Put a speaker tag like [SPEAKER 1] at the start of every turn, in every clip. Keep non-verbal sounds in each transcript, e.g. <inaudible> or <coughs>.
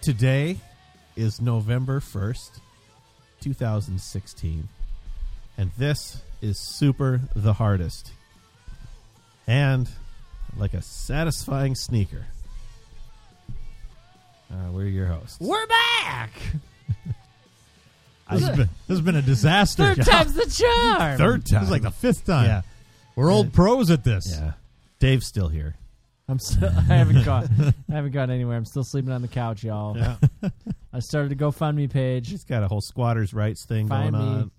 [SPEAKER 1] Today is November 1st, 2016. And this is Super the Hardest. And like a satisfying sneaker. Uh, we're your hosts.
[SPEAKER 2] We're back.
[SPEAKER 1] This has been, this has been a
[SPEAKER 2] <laughs>
[SPEAKER 1] disaster.
[SPEAKER 2] Third time's the charm.
[SPEAKER 1] Third time.
[SPEAKER 3] This is like the fifth time.
[SPEAKER 1] Yeah.
[SPEAKER 3] We're old pros at this.
[SPEAKER 1] Yeah. Dave's still here.
[SPEAKER 2] I'm still. I
[SPEAKER 1] <laughs>
[SPEAKER 2] haven't gone. I haven't gone anywhere. I'm still sleeping on the couch, y'all. I started a GoFundMe page.
[SPEAKER 1] He's got a whole squatters' rights thing
[SPEAKER 2] Find
[SPEAKER 1] going on.
[SPEAKER 2] me.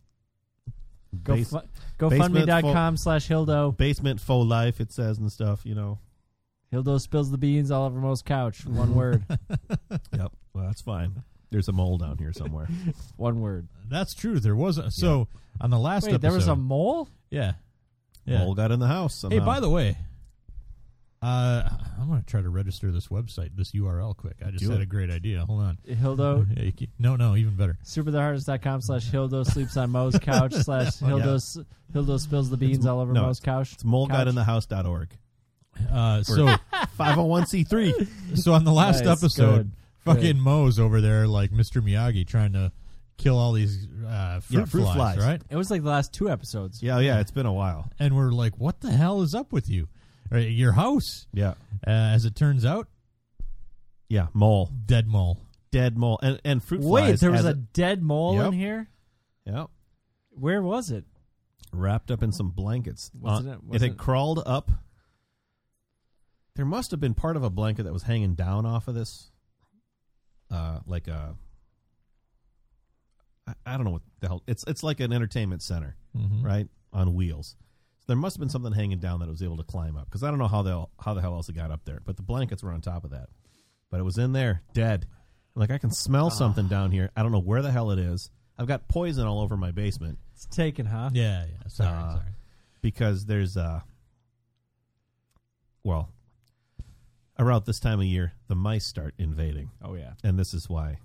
[SPEAKER 2] Go
[SPEAKER 1] Base-
[SPEAKER 2] fu- GoFundMe.com slash Hildo.
[SPEAKER 1] Basement faux life, it says and stuff, you know.
[SPEAKER 2] Hildo spills the beans all over most couch.
[SPEAKER 1] <laughs>
[SPEAKER 2] One word.
[SPEAKER 1] Yep. Well, that's fine. There's a mole down here somewhere.
[SPEAKER 2] <laughs> One word.
[SPEAKER 3] That's true. There was a, so on the last
[SPEAKER 2] Wait,
[SPEAKER 3] episode.
[SPEAKER 2] there was a mole.
[SPEAKER 3] yeah. Yeah.
[SPEAKER 1] Mole got in the house.
[SPEAKER 3] hey,
[SPEAKER 1] Somehow.
[SPEAKER 3] by the way, uh, I'm going to try to register this website, this URL quick. I just
[SPEAKER 1] Do
[SPEAKER 3] had
[SPEAKER 1] it.
[SPEAKER 3] a great idea. Hold on.
[SPEAKER 2] Hildo.
[SPEAKER 3] <laughs> Yeah, you keep- no, no, even better.
[SPEAKER 2] Superthehardest.com slash Hildo sleeps on Mo's
[SPEAKER 1] <laughs>
[SPEAKER 2] couch slash Hildo s Hildo spills the beans all over
[SPEAKER 1] Oh, no,
[SPEAKER 2] Mo's couch.
[SPEAKER 1] it's mole
[SPEAKER 2] couch.
[SPEAKER 1] got in the house.org.
[SPEAKER 3] Uh,
[SPEAKER 1] <laughs>
[SPEAKER 3] so,
[SPEAKER 2] <laughs>
[SPEAKER 1] 501c3.
[SPEAKER 3] so on the last
[SPEAKER 2] Nice,
[SPEAKER 3] episode,
[SPEAKER 2] good,
[SPEAKER 3] fucking
[SPEAKER 2] good.
[SPEAKER 3] Moe's over there like Mr. Miyagi trying to kill all these uh, fruit,
[SPEAKER 1] Yeah, fruit
[SPEAKER 3] flies,
[SPEAKER 1] flies.
[SPEAKER 3] right?
[SPEAKER 2] It was like the last two episodes.
[SPEAKER 1] yeah, yeah. It's been a while.
[SPEAKER 3] And we're like, what the hell is up with you? Right, your house,
[SPEAKER 1] Yeah.
[SPEAKER 3] uh, as it turns out,
[SPEAKER 1] Yeah. Mole.
[SPEAKER 3] dead mole.
[SPEAKER 1] Dead mole. And, and fruit
[SPEAKER 2] Wait,
[SPEAKER 1] flies.
[SPEAKER 2] there was
[SPEAKER 1] as
[SPEAKER 2] a
[SPEAKER 1] it-
[SPEAKER 2] dead mole
[SPEAKER 1] Yep.
[SPEAKER 2] in here.
[SPEAKER 1] yeah,
[SPEAKER 2] Where was it?
[SPEAKER 1] wrapped up in some blankets.
[SPEAKER 2] Wasn't
[SPEAKER 1] Uh,
[SPEAKER 2] it-
[SPEAKER 1] if
[SPEAKER 2] wasn't
[SPEAKER 1] it
[SPEAKER 2] it-
[SPEAKER 1] crawled up, there must have been part of a blanket that was hanging down off of this. Uh, like a. I, I don't know what the hell. It's, it's like an entertainment center.
[SPEAKER 3] Mm-hmm.
[SPEAKER 1] right on wheels so there must have been something hanging down that it was able to climb up because i don't know how the how the hell else it got up there but the blankets were on top of that but it was in there dead like i can smell something down here i don't know where the hell it is i've got poison all over my basement
[SPEAKER 2] It's taken, huh?
[SPEAKER 3] Yeah, yeah. Sorry,
[SPEAKER 1] Uh,
[SPEAKER 3] sorry.
[SPEAKER 1] because there's uh well around this time of year the mice start invading
[SPEAKER 2] Oh yeah.
[SPEAKER 1] and this is why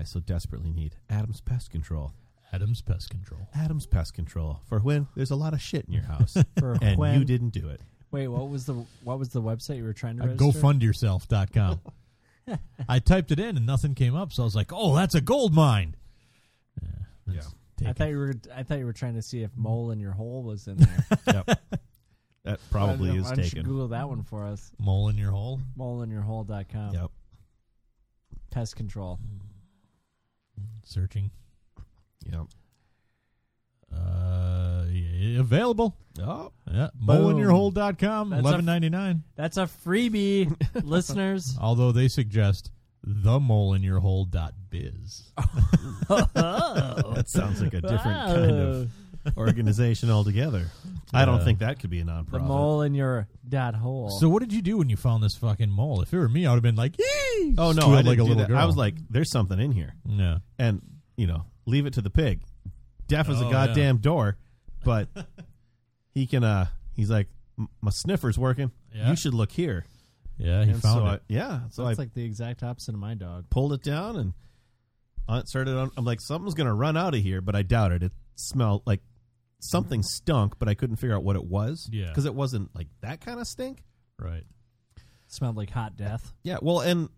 [SPEAKER 1] i so desperately need adam's pest control
[SPEAKER 3] Adam's pest control.
[SPEAKER 1] adam's pest control for when there's a lot of shit in your house
[SPEAKER 2] For
[SPEAKER 1] <laughs> and
[SPEAKER 2] when
[SPEAKER 1] you didn't do it
[SPEAKER 2] Wait, what was the what was the website you were trying to
[SPEAKER 3] Uh,
[SPEAKER 2] register?
[SPEAKER 1] <laughs>
[SPEAKER 3] GoFundYourself.com. I typed it in and nothing came up, so I was like, "Oh, that's a gold mine." Yeah, that's
[SPEAKER 2] I
[SPEAKER 3] taken.
[SPEAKER 2] thought you were I thought you were trying to see if mole in your hole was in there.
[SPEAKER 1] yep. That
[SPEAKER 2] Why
[SPEAKER 1] probably
[SPEAKER 2] don't-
[SPEAKER 1] is
[SPEAKER 2] why don't you
[SPEAKER 1] taken.
[SPEAKER 2] Google that one for us.
[SPEAKER 3] mole in your hole.
[SPEAKER 2] Moleinyourhole.com.
[SPEAKER 1] Yep.
[SPEAKER 2] Pest control.
[SPEAKER 3] Searching.
[SPEAKER 1] Yep.
[SPEAKER 3] Uh, yeah, available. <laughs>
[SPEAKER 1] Oh,
[SPEAKER 3] Yeah, moleinyourhole.com.
[SPEAKER 2] That's a-
[SPEAKER 3] Eleven ninety nine.
[SPEAKER 2] That's a
[SPEAKER 1] <laughs>
[SPEAKER 2] freebie, listeners.
[SPEAKER 3] Although they suggest the moleinyourhole.biz.
[SPEAKER 1] that sounds like a different kind of organization altogether. I don't
[SPEAKER 3] Yeah.
[SPEAKER 1] think that could be a nonprofit.
[SPEAKER 2] the mole in your dot hole.
[SPEAKER 3] So what did you do when you found this fucking mole? If it were me, I would have been like, "Yee!"
[SPEAKER 1] oh no,
[SPEAKER 3] squealed
[SPEAKER 1] I didn't
[SPEAKER 3] like a
[SPEAKER 1] do
[SPEAKER 3] little
[SPEAKER 1] that.
[SPEAKER 3] girl.
[SPEAKER 1] I was like, "There's something in here,"
[SPEAKER 3] "No."
[SPEAKER 1] and you know, leave it to the pig. Deaf as
[SPEAKER 3] Oh,
[SPEAKER 1] a
[SPEAKER 3] yeah.
[SPEAKER 1] goddamn door, but he can. uh He's like, "M- "My sniffer's working.
[SPEAKER 3] Yeah.
[SPEAKER 1] You should look here."
[SPEAKER 3] Yeah, he
[SPEAKER 1] and
[SPEAKER 3] found
[SPEAKER 1] so
[SPEAKER 3] it.
[SPEAKER 1] I, yeah, so I
[SPEAKER 2] that's like the exact opposite of my dog.
[SPEAKER 1] pulled it down and on- started on. I'm like, something's gonna run out of here, but I doubt it. It smelled like something stunk, but I couldn't figure out what it was.
[SPEAKER 3] Yeah.
[SPEAKER 1] because it wasn't like that kind of stink.
[SPEAKER 3] right.
[SPEAKER 2] Smelled like hot death.
[SPEAKER 1] Yeah, well, and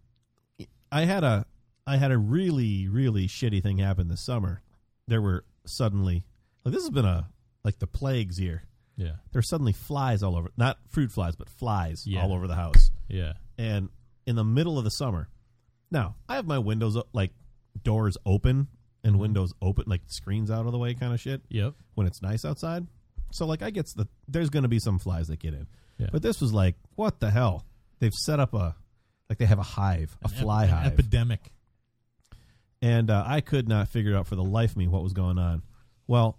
[SPEAKER 1] I had a I had a really really shitty thing happen this summer. There were suddenly like this has been a like the plague's year.
[SPEAKER 3] Yeah.
[SPEAKER 1] There were suddenly flies all over, not fruit flies, but flies
[SPEAKER 3] Yeah.
[SPEAKER 1] all over the house.
[SPEAKER 3] Yeah.
[SPEAKER 1] and in the middle of the summer. Now, I have my windows o- like doors open and windows open, like screens out of the way kind of shit
[SPEAKER 3] Yep.
[SPEAKER 1] when it's nice outside. So like I gets the there's going to be some flies that get in.
[SPEAKER 3] Yeah.
[SPEAKER 1] But this was like, what the hell? They've set up a like they have a hive, a
[SPEAKER 3] An ep-
[SPEAKER 1] fly
[SPEAKER 3] an
[SPEAKER 1] hive.
[SPEAKER 3] epidemic.
[SPEAKER 1] and uh, I could not figure out for the life of me what was going on. Well,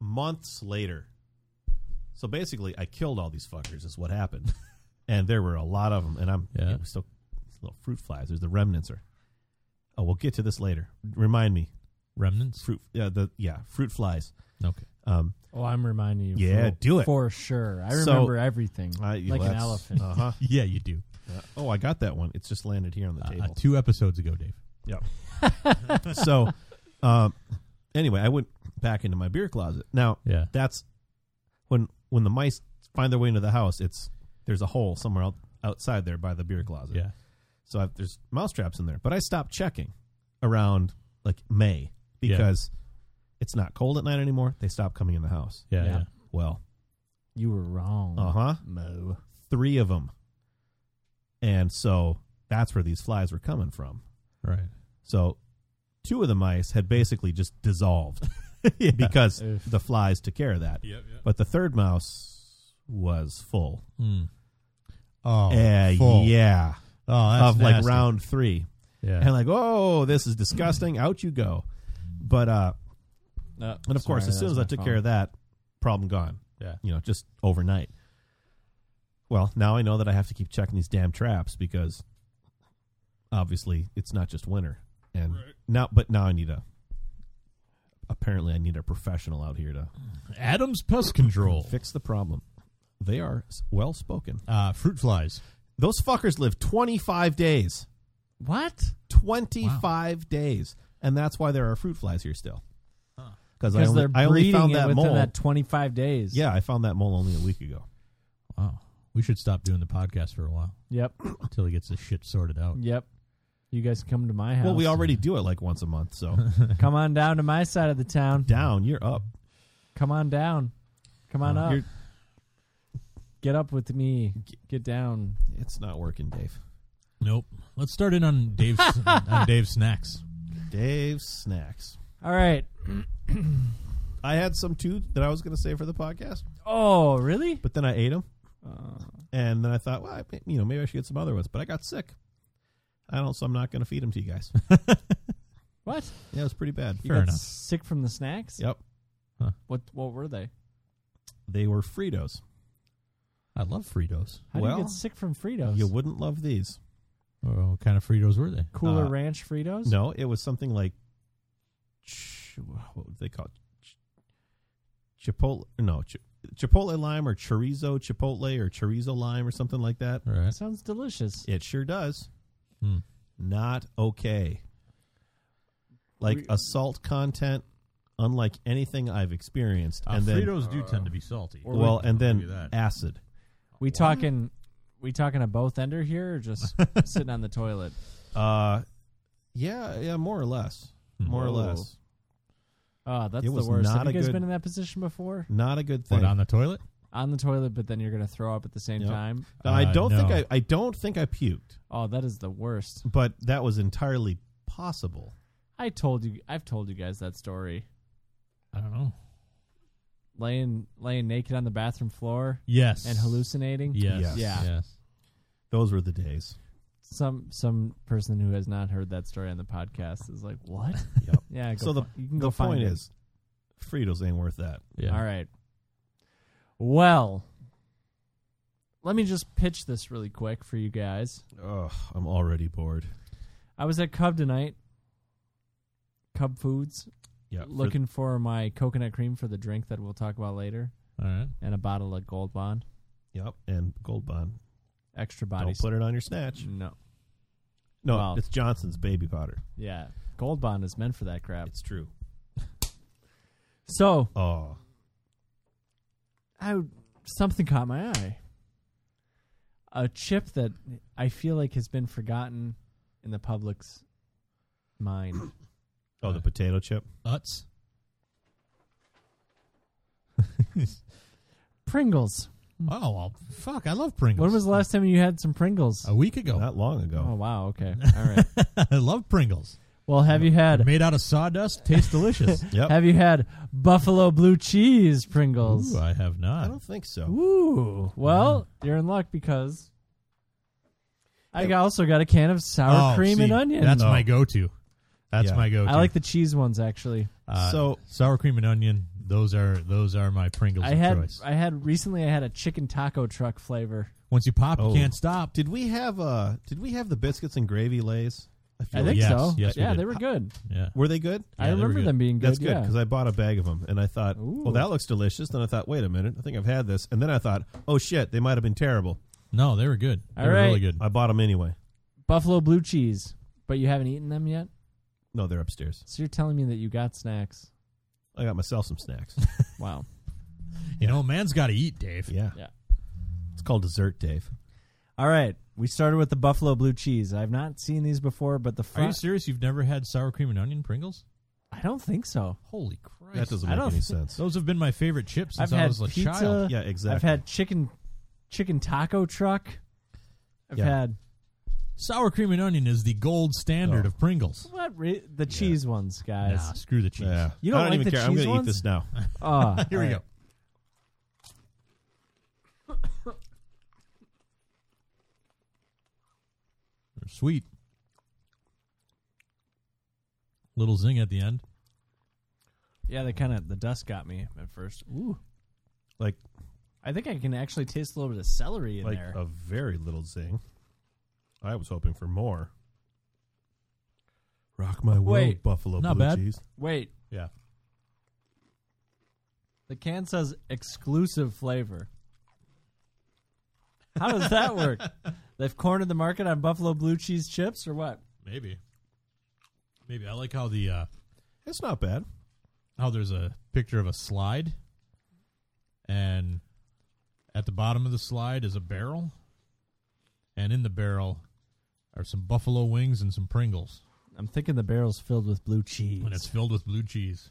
[SPEAKER 1] months later. So basically, I killed all these fuckers. Is what happened, <laughs> and there were a lot of them. And I'm
[SPEAKER 3] Yeah.
[SPEAKER 1] it was still these little fruit flies. There's the remnants. Are, oh, we'll get to this later. Remind me,
[SPEAKER 3] Remnants.
[SPEAKER 1] fruit. Yeah, the yeah, fruit flies.
[SPEAKER 3] Okay.
[SPEAKER 1] Um,
[SPEAKER 2] Oh, I'm reminding you.
[SPEAKER 1] Yeah,
[SPEAKER 2] for,
[SPEAKER 1] do it.
[SPEAKER 2] for sure. I
[SPEAKER 1] So-
[SPEAKER 2] remember everything like an elephant.
[SPEAKER 1] Uh huh.
[SPEAKER 3] Yeah, you do.
[SPEAKER 1] Oh, I got that one. It's just landed here on the
[SPEAKER 3] Uh,
[SPEAKER 1] table.
[SPEAKER 3] two episodes ago, Dave.
[SPEAKER 1] so, um, anyway, I went back into my beer closet. Now,
[SPEAKER 3] Yeah.
[SPEAKER 1] that's when when the mice find their way into the house. It's there's a hole somewhere out, outside there by the beer closet.
[SPEAKER 3] Yeah.
[SPEAKER 1] So I, there's mouse traps in there, but I stopped checking around like May
[SPEAKER 3] Yeah.
[SPEAKER 1] because it's not cold at night anymore. They stopped coming in the house.
[SPEAKER 3] Yeah,
[SPEAKER 2] Yeah.
[SPEAKER 3] yeah.
[SPEAKER 1] Well,
[SPEAKER 2] You were wrong.
[SPEAKER 1] uh huh,
[SPEAKER 2] Mo.
[SPEAKER 1] three of them, and so that's where these flies were coming from.
[SPEAKER 3] Right.
[SPEAKER 1] So two of the mice had basically just
[SPEAKER 3] <laughs>
[SPEAKER 1] dissolved because
[SPEAKER 2] Oof.
[SPEAKER 1] the flies took care of that.
[SPEAKER 3] Yep. yep.
[SPEAKER 1] But the third mouse was full.
[SPEAKER 3] Hmm. Oh,
[SPEAKER 1] Eh,
[SPEAKER 3] full.
[SPEAKER 1] yeah,
[SPEAKER 3] Oh, that's
[SPEAKER 1] of like
[SPEAKER 3] nasty.
[SPEAKER 1] round three,
[SPEAKER 3] Yeah.
[SPEAKER 1] and like, oh, this is disgusting. Out you go. But uh,
[SPEAKER 2] Uh,
[SPEAKER 1] and of course,
[SPEAKER 2] sorry,
[SPEAKER 1] as soon
[SPEAKER 2] that was
[SPEAKER 1] as I
[SPEAKER 2] my
[SPEAKER 1] took
[SPEAKER 2] phone.
[SPEAKER 1] care of that, problem gone.
[SPEAKER 3] Yeah.
[SPEAKER 1] you know, just overnight. Well, now I know that I have to keep checking these damn traps because obviously it's not just winter. And now, but now I need a. Apparently, I need a professional out here to
[SPEAKER 3] Adam's pest control.
[SPEAKER 1] fix the problem. They are well spoken.
[SPEAKER 3] Uh, fruit flies.
[SPEAKER 1] Those fuckers live 25 days.
[SPEAKER 2] what?
[SPEAKER 1] 25 days. And that's why there are fruit flies here still. Because I
[SPEAKER 2] Because
[SPEAKER 1] only,
[SPEAKER 2] they're
[SPEAKER 1] I only
[SPEAKER 2] breeding
[SPEAKER 1] found
[SPEAKER 2] it
[SPEAKER 1] that
[SPEAKER 2] within
[SPEAKER 1] mole.
[SPEAKER 2] that 25 days.
[SPEAKER 1] yeah, I found that mole only a week ago.
[SPEAKER 3] Wow. We should stop doing the podcast for a while
[SPEAKER 2] Yep.
[SPEAKER 3] until he gets this shit sorted out.
[SPEAKER 2] Yep. You guys come to my house.
[SPEAKER 1] Well, we already do it like once a month. So
[SPEAKER 2] <laughs> come on down to my side of the town.
[SPEAKER 1] down, you're up.
[SPEAKER 2] Come on down. Come on
[SPEAKER 3] Uh,
[SPEAKER 2] up.
[SPEAKER 1] You're,
[SPEAKER 2] Get up with me. Get down.
[SPEAKER 1] it's not working, Dave.
[SPEAKER 3] Nope. Let's start in on <laughs> Dave's on Dave's snacks.
[SPEAKER 1] Dave's snacks.
[SPEAKER 2] All right.
[SPEAKER 1] I had some too that I was going to save for the podcast,
[SPEAKER 2] Oh, really?
[SPEAKER 1] but then I ate them.
[SPEAKER 2] Uh,
[SPEAKER 1] And then I thought, well, I, you know, maybe I should get some other ones. But I got sick. I don't, so I'm not going to feed them to you
[SPEAKER 2] <laughs>
[SPEAKER 1] guys.
[SPEAKER 2] what?
[SPEAKER 1] yeah, it was pretty bad.
[SPEAKER 2] You
[SPEAKER 3] Fair
[SPEAKER 2] got
[SPEAKER 3] enough.
[SPEAKER 2] sick from the snacks?
[SPEAKER 1] Yep.
[SPEAKER 2] What What were they?
[SPEAKER 1] They were Fritos.
[SPEAKER 3] I love Fritos.
[SPEAKER 2] How do
[SPEAKER 1] Well,
[SPEAKER 2] you get sick from Fritos?
[SPEAKER 1] You wouldn't love these.
[SPEAKER 3] Oh, what kind of Fritos were they?
[SPEAKER 2] Cooler
[SPEAKER 1] uh,
[SPEAKER 2] Ranch Fritos?
[SPEAKER 1] No, it was something like ch- what would they call it? Ch- Chipotle? No, ch- Chipotle lime or chorizo chipotle or chorizo lime or something like that.
[SPEAKER 3] All right.
[SPEAKER 2] That sounds delicious.
[SPEAKER 1] It sure does.
[SPEAKER 3] Hmm.
[SPEAKER 1] Not okay. Like
[SPEAKER 2] We-
[SPEAKER 1] a salt content, unlike anything I've experienced. and then
[SPEAKER 3] Ah, Uh, Fritos do tend to be salty.
[SPEAKER 1] well, and then acid.
[SPEAKER 2] We talking we talking a both ender here or
[SPEAKER 1] <laughs>
[SPEAKER 2] just sitting on the toilet?
[SPEAKER 1] Uh, yeah, yeah, more or less,
[SPEAKER 3] Hmm.
[SPEAKER 1] more or
[SPEAKER 2] Whoa.
[SPEAKER 1] less.
[SPEAKER 2] Oh, that's
[SPEAKER 1] It
[SPEAKER 2] the
[SPEAKER 1] was
[SPEAKER 2] worst.
[SPEAKER 1] not
[SPEAKER 2] Have you
[SPEAKER 1] a
[SPEAKER 2] guys
[SPEAKER 1] good-
[SPEAKER 2] been in that position before?
[SPEAKER 1] Not a good thing.
[SPEAKER 3] what on the toilet?
[SPEAKER 2] On the toilet, but then you're gonna throw up at the same
[SPEAKER 1] Yep.
[SPEAKER 2] time.
[SPEAKER 1] Now, I
[SPEAKER 3] Uh,
[SPEAKER 1] don't think
[SPEAKER 3] no.
[SPEAKER 1] I, I don't think I puked,
[SPEAKER 2] Oh, that is the worst.
[SPEAKER 1] but that was entirely possible.
[SPEAKER 2] I told you I've told you guys that story.
[SPEAKER 3] I don't know.
[SPEAKER 2] Laying laying naked on the bathroom floor
[SPEAKER 3] Yes.
[SPEAKER 2] and hallucinating.
[SPEAKER 3] Yes.
[SPEAKER 1] Yes.
[SPEAKER 2] Yeah.
[SPEAKER 3] Yes.
[SPEAKER 1] Those were the days.
[SPEAKER 2] Some some person who has not heard that story on the podcast is like, What?
[SPEAKER 1] Yep.
[SPEAKER 2] <laughs> Yeah, go
[SPEAKER 1] So the-
[SPEAKER 2] fi- you can
[SPEAKER 1] the
[SPEAKER 2] go find
[SPEAKER 1] point
[SPEAKER 2] it.
[SPEAKER 1] is, Fritos ain't worth that.
[SPEAKER 3] Yeah.
[SPEAKER 2] All right. Well, let me just pitch this really quick for you guys.
[SPEAKER 1] Ugh, I'm already bored.
[SPEAKER 2] I was at Cub tonight, Cub Foods,
[SPEAKER 1] Yeah,
[SPEAKER 2] looking for my coconut cream for the drink that we'll talk about later,
[SPEAKER 3] All right.
[SPEAKER 2] and a bottle of Gold Bond
[SPEAKER 1] yep, and Gold Bond.
[SPEAKER 2] extra body.
[SPEAKER 1] Don't put it on your snatch.
[SPEAKER 2] no,
[SPEAKER 1] No,
[SPEAKER 2] Well-
[SPEAKER 1] it's Johnson's baby powder.
[SPEAKER 2] yeah, Gold Bond is meant for that crap.
[SPEAKER 1] It's true.
[SPEAKER 2] So
[SPEAKER 1] Oh,
[SPEAKER 2] I something caught my eye. A chip that I feel like has been forgotten in the public's mind.
[SPEAKER 1] <clears throat> oh,
[SPEAKER 2] Uh,
[SPEAKER 1] the potato chip.
[SPEAKER 3] Uts.
[SPEAKER 2] Pringles.
[SPEAKER 3] Oh well, fuck! I love Pringles.
[SPEAKER 2] When Hmm. was the last time you had some Pringles?
[SPEAKER 3] a week ago?
[SPEAKER 1] Not long ago.
[SPEAKER 2] Oh wow,
[SPEAKER 3] <laughs>
[SPEAKER 2] okay. All right.
[SPEAKER 3] I love Pringles.
[SPEAKER 2] Well, have you had
[SPEAKER 3] Made out of sawdust, tastes delicious.
[SPEAKER 1] Yep.
[SPEAKER 2] Oh. have you had buffalo blue cheese <laughs> Pringles?
[SPEAKER 3] Ooh, I have
[SPEAKER 1] I
[SPEAKER 3] not.
[SPEAKER 1] don't think so.
[SPEAKER 2] Ooh. Well, you're in luck because I got- also got a can of sour
[SPEAKER 3] Oh,
[SPEAKER 2] cream and
[SPEAKER 3] see,
[SPEAKER 2] onion. Oh.
[SPEAKER 3] That's
[SPEAKER 1] No.
[SPEAKER 3] my go-to. That's
[SPEAKER 1] Yeah.
[SPEAKER 3] my go-to.
[SPEAKER 2] I like the cheese ones actually.
[SPEAKER 3] Uh,
[SPEAKER 1] So-
[SPEAKER 3] sour cream and onion. Those are those are my Pringles
[SPEAKER 2] I
[SPEAKER 3] of
[SPEAKER 2] had
[SPEAKER 3] choice.
[SPEAKER 2] I had recently I had a chicken taco truck flavor.
[SPEAKER 3] Once you pop,
[SPEAKER 1] Oh.
[SPEAKER 3] you can't stop.
[SPEAKER 1] Did we have uh? Did we have the biscuits and gravy lays?
[SPEAKER 2] I
[SPEAKER 1] feel
[SPEAKER 2] think
[SPEAKER 3] Oh,
[SPEAKER 1] like-
[SPEAKER 3] yes,
[SPEAKER 2] so.
[SPEAKER 3] yes, we
[SPEAKER 2] yeah,
[SPEAKER 3] did.
[SPEAKER 2] they were good.
[SPEAKER 3] Yeah.
[SPEAKER 1] Were they good?
[SPEAKER 2] I
[SPEAKER 3] they were
[SPEAKER 2] remember
[SPEAKER 3] good.
[SPEAKER 2] them being good.
[SPEAKER 1] That's good
[SPEAKER 2] yeah.
[SPEAKER 1] because I bought a bag of them and I thought,
[SPEAKER 2] Ooh.
[SPEAKER 1] well, that looks delicious. Then I thought, wait a minute, I think I've had this. And then I thought, oh shit, they might have been terrible.
[SPEAKER 3] No, they were good. They
[SPEAKER 2] All
[SPEAKER 3] were really
[SPEAKER 2] right.
[SPEAKER 3] good.
[SPEAKER 1] I bought them anyway.
[SPEAKER 2] buffalo blue cheese, but you haven't eaten them yet.
[SPEAKER 1] No, they're upstairs.
[SPEAKER 2] So you're telling me that you got snacks.
[SPEAKER 1] I got myself some
[SPEAKER 2] <laughs>
[SPEAKER 1] snacks.
[SPEAKER 3] <laughs>
[SPEAKER 2] Wow.
[SPEAKER 3] You know, man's got to eat, Dave.
[SPEAKER 1] yeah.
[SPEAKER 2] Yeah.
[SPEAKER 1] It's called dessert, Dave.
[SPEAKER 2] All All right. We started with the buffalo blue cheese. I've not seen these before, but the
[SPEAKER 3] Are you
[SPEAKER 2] front.
[SPEAKER 3] serious? You've never had sour cream and onion Pringles?
[SPEAKER 2] I don't think so.
[SPEAKER 3] Holy Christ!
[SPEAKER 1] That doesn't
[SPEAKER 2] I
[SPEAKER 1] make
[SPEAKER 2] don't <laughs>
[SPEAKER 1] any
[SPEAKER 2] thi-
[SPEAKER 1] sense.
[SPEAKER 3] Those have been my favorite chips since
[SPEAKER 2] I've
[SPEAKER 3] I
[SPEAKER 2] had
[SPEAKER 3] was a
[SPEAKER 2] pizza.
[SPEAKER 3] child.
[SPEAKER 1] Yeah, exactly.
[SPEAKER 2] I've had chicken, chicken taco truck. I've
[SPEAKER 1] Yeah.
[SPEAKER 2] had
[SPEAKER 3] Sour cream and onion is the gold standard
[SPEAKER 1] Oh.
[SPEAKER 3] of Pringles.
[SPEAKER 2] what re- the cheese ones, guys.
[SPEAKER 3] Nah, screw the cheese.
[SPEAKER 1] Yeah.
[SPEAKER 2] You don't
[SPEAKER 1] I don't
[SPEAKER 2] like
[SPEAKER 1] even
[SPEAKER 2] the
[SPEAKER 1] care. I'm
[SPEAKER 2] cheese
[SPEAKER 1] gonna
[SPEAKER 2] ones?
[SPEAKER 1] eat this now.
[SPEAKER 2] <laughs>
[SPEAKER 1] <laughs>
[SPEAKER 2] Oh,
[SPEAKER 3] Here we go. They're sweet. Little zing at the end.
[SPEAKER 2] Yeah, they kind of the dust got me at first. Ooh,
[SPEAKER 1] Like
[SPEAKER 2] I think I can actually taste a little bit of celery in
[SPEAKER 1] like
[SPEAKER 2] there.
[SPEAKER 1] a very little zing. I was hoping for more. Rock my world,
[SPEAKER 2] Wait.
[SPEAKER 1] Buffalo
[SPEAKER 3] Not
[SPEAKER 1] Blue
[SPEAKER 3] bad.
[SPEAKER 1] Cheese.
[SPEAKER 2] Wait,
[SPEAKER 1] Yeah.
[SPEAKER 2] the can says exclusive flavor. How does that work? <laughs> They've cornered the market on buffalo blue cheese chips, or what?
[SPEAKER 3] Maybe. Maybe I like how the uh
[SPEAKER 1] It's not bad.
[SPEAKER 3] how there's a picture of a slide and at the bottom of the slide is a barrel and in the barrel are some buffalo wings and some Pringles.
[SPEAKER 2] I'm thinking the barrel's filled with blue cheese.
[SPEAKER 3] And it's filled with blue cheese.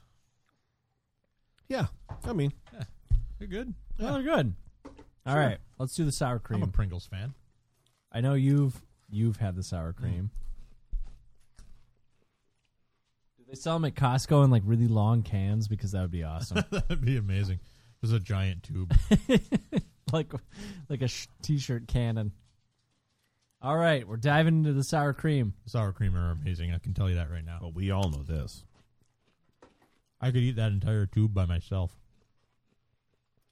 [SPEAKER 1] Yeah. I mean,
[SPEAKER 3] They're good.
[SPEAKER 2] <laughs> Oh, they're good. All
[SPEAKER 3] Sure.
[SPEAKER 2] right, let's do the sour
[SPEAKER 3] I'm a
[SPEAKER 2] cream.
[SPEAKER 3] Pringles fan.
[SPEAKER 2] I know you've you've had the sour cream. Do they sell them at Costco in like really long cans? Because that would be
[SPEAKER 3] <laughs>
[SPEAKER 2] awesome. <laughs>
[SPEAKER 3] That'd be amazing. There's a giant tube.
[SPEAKER 2] like like a sh- t-shirt cannon. All right, we're diving into the sour cream.
[SPEAKER 3] Sour cream are amazing. I can tell you that right now.
[SPEAKER 1] well, we all know this.
[SPEAKER 3] I could eat that entire tube by myself.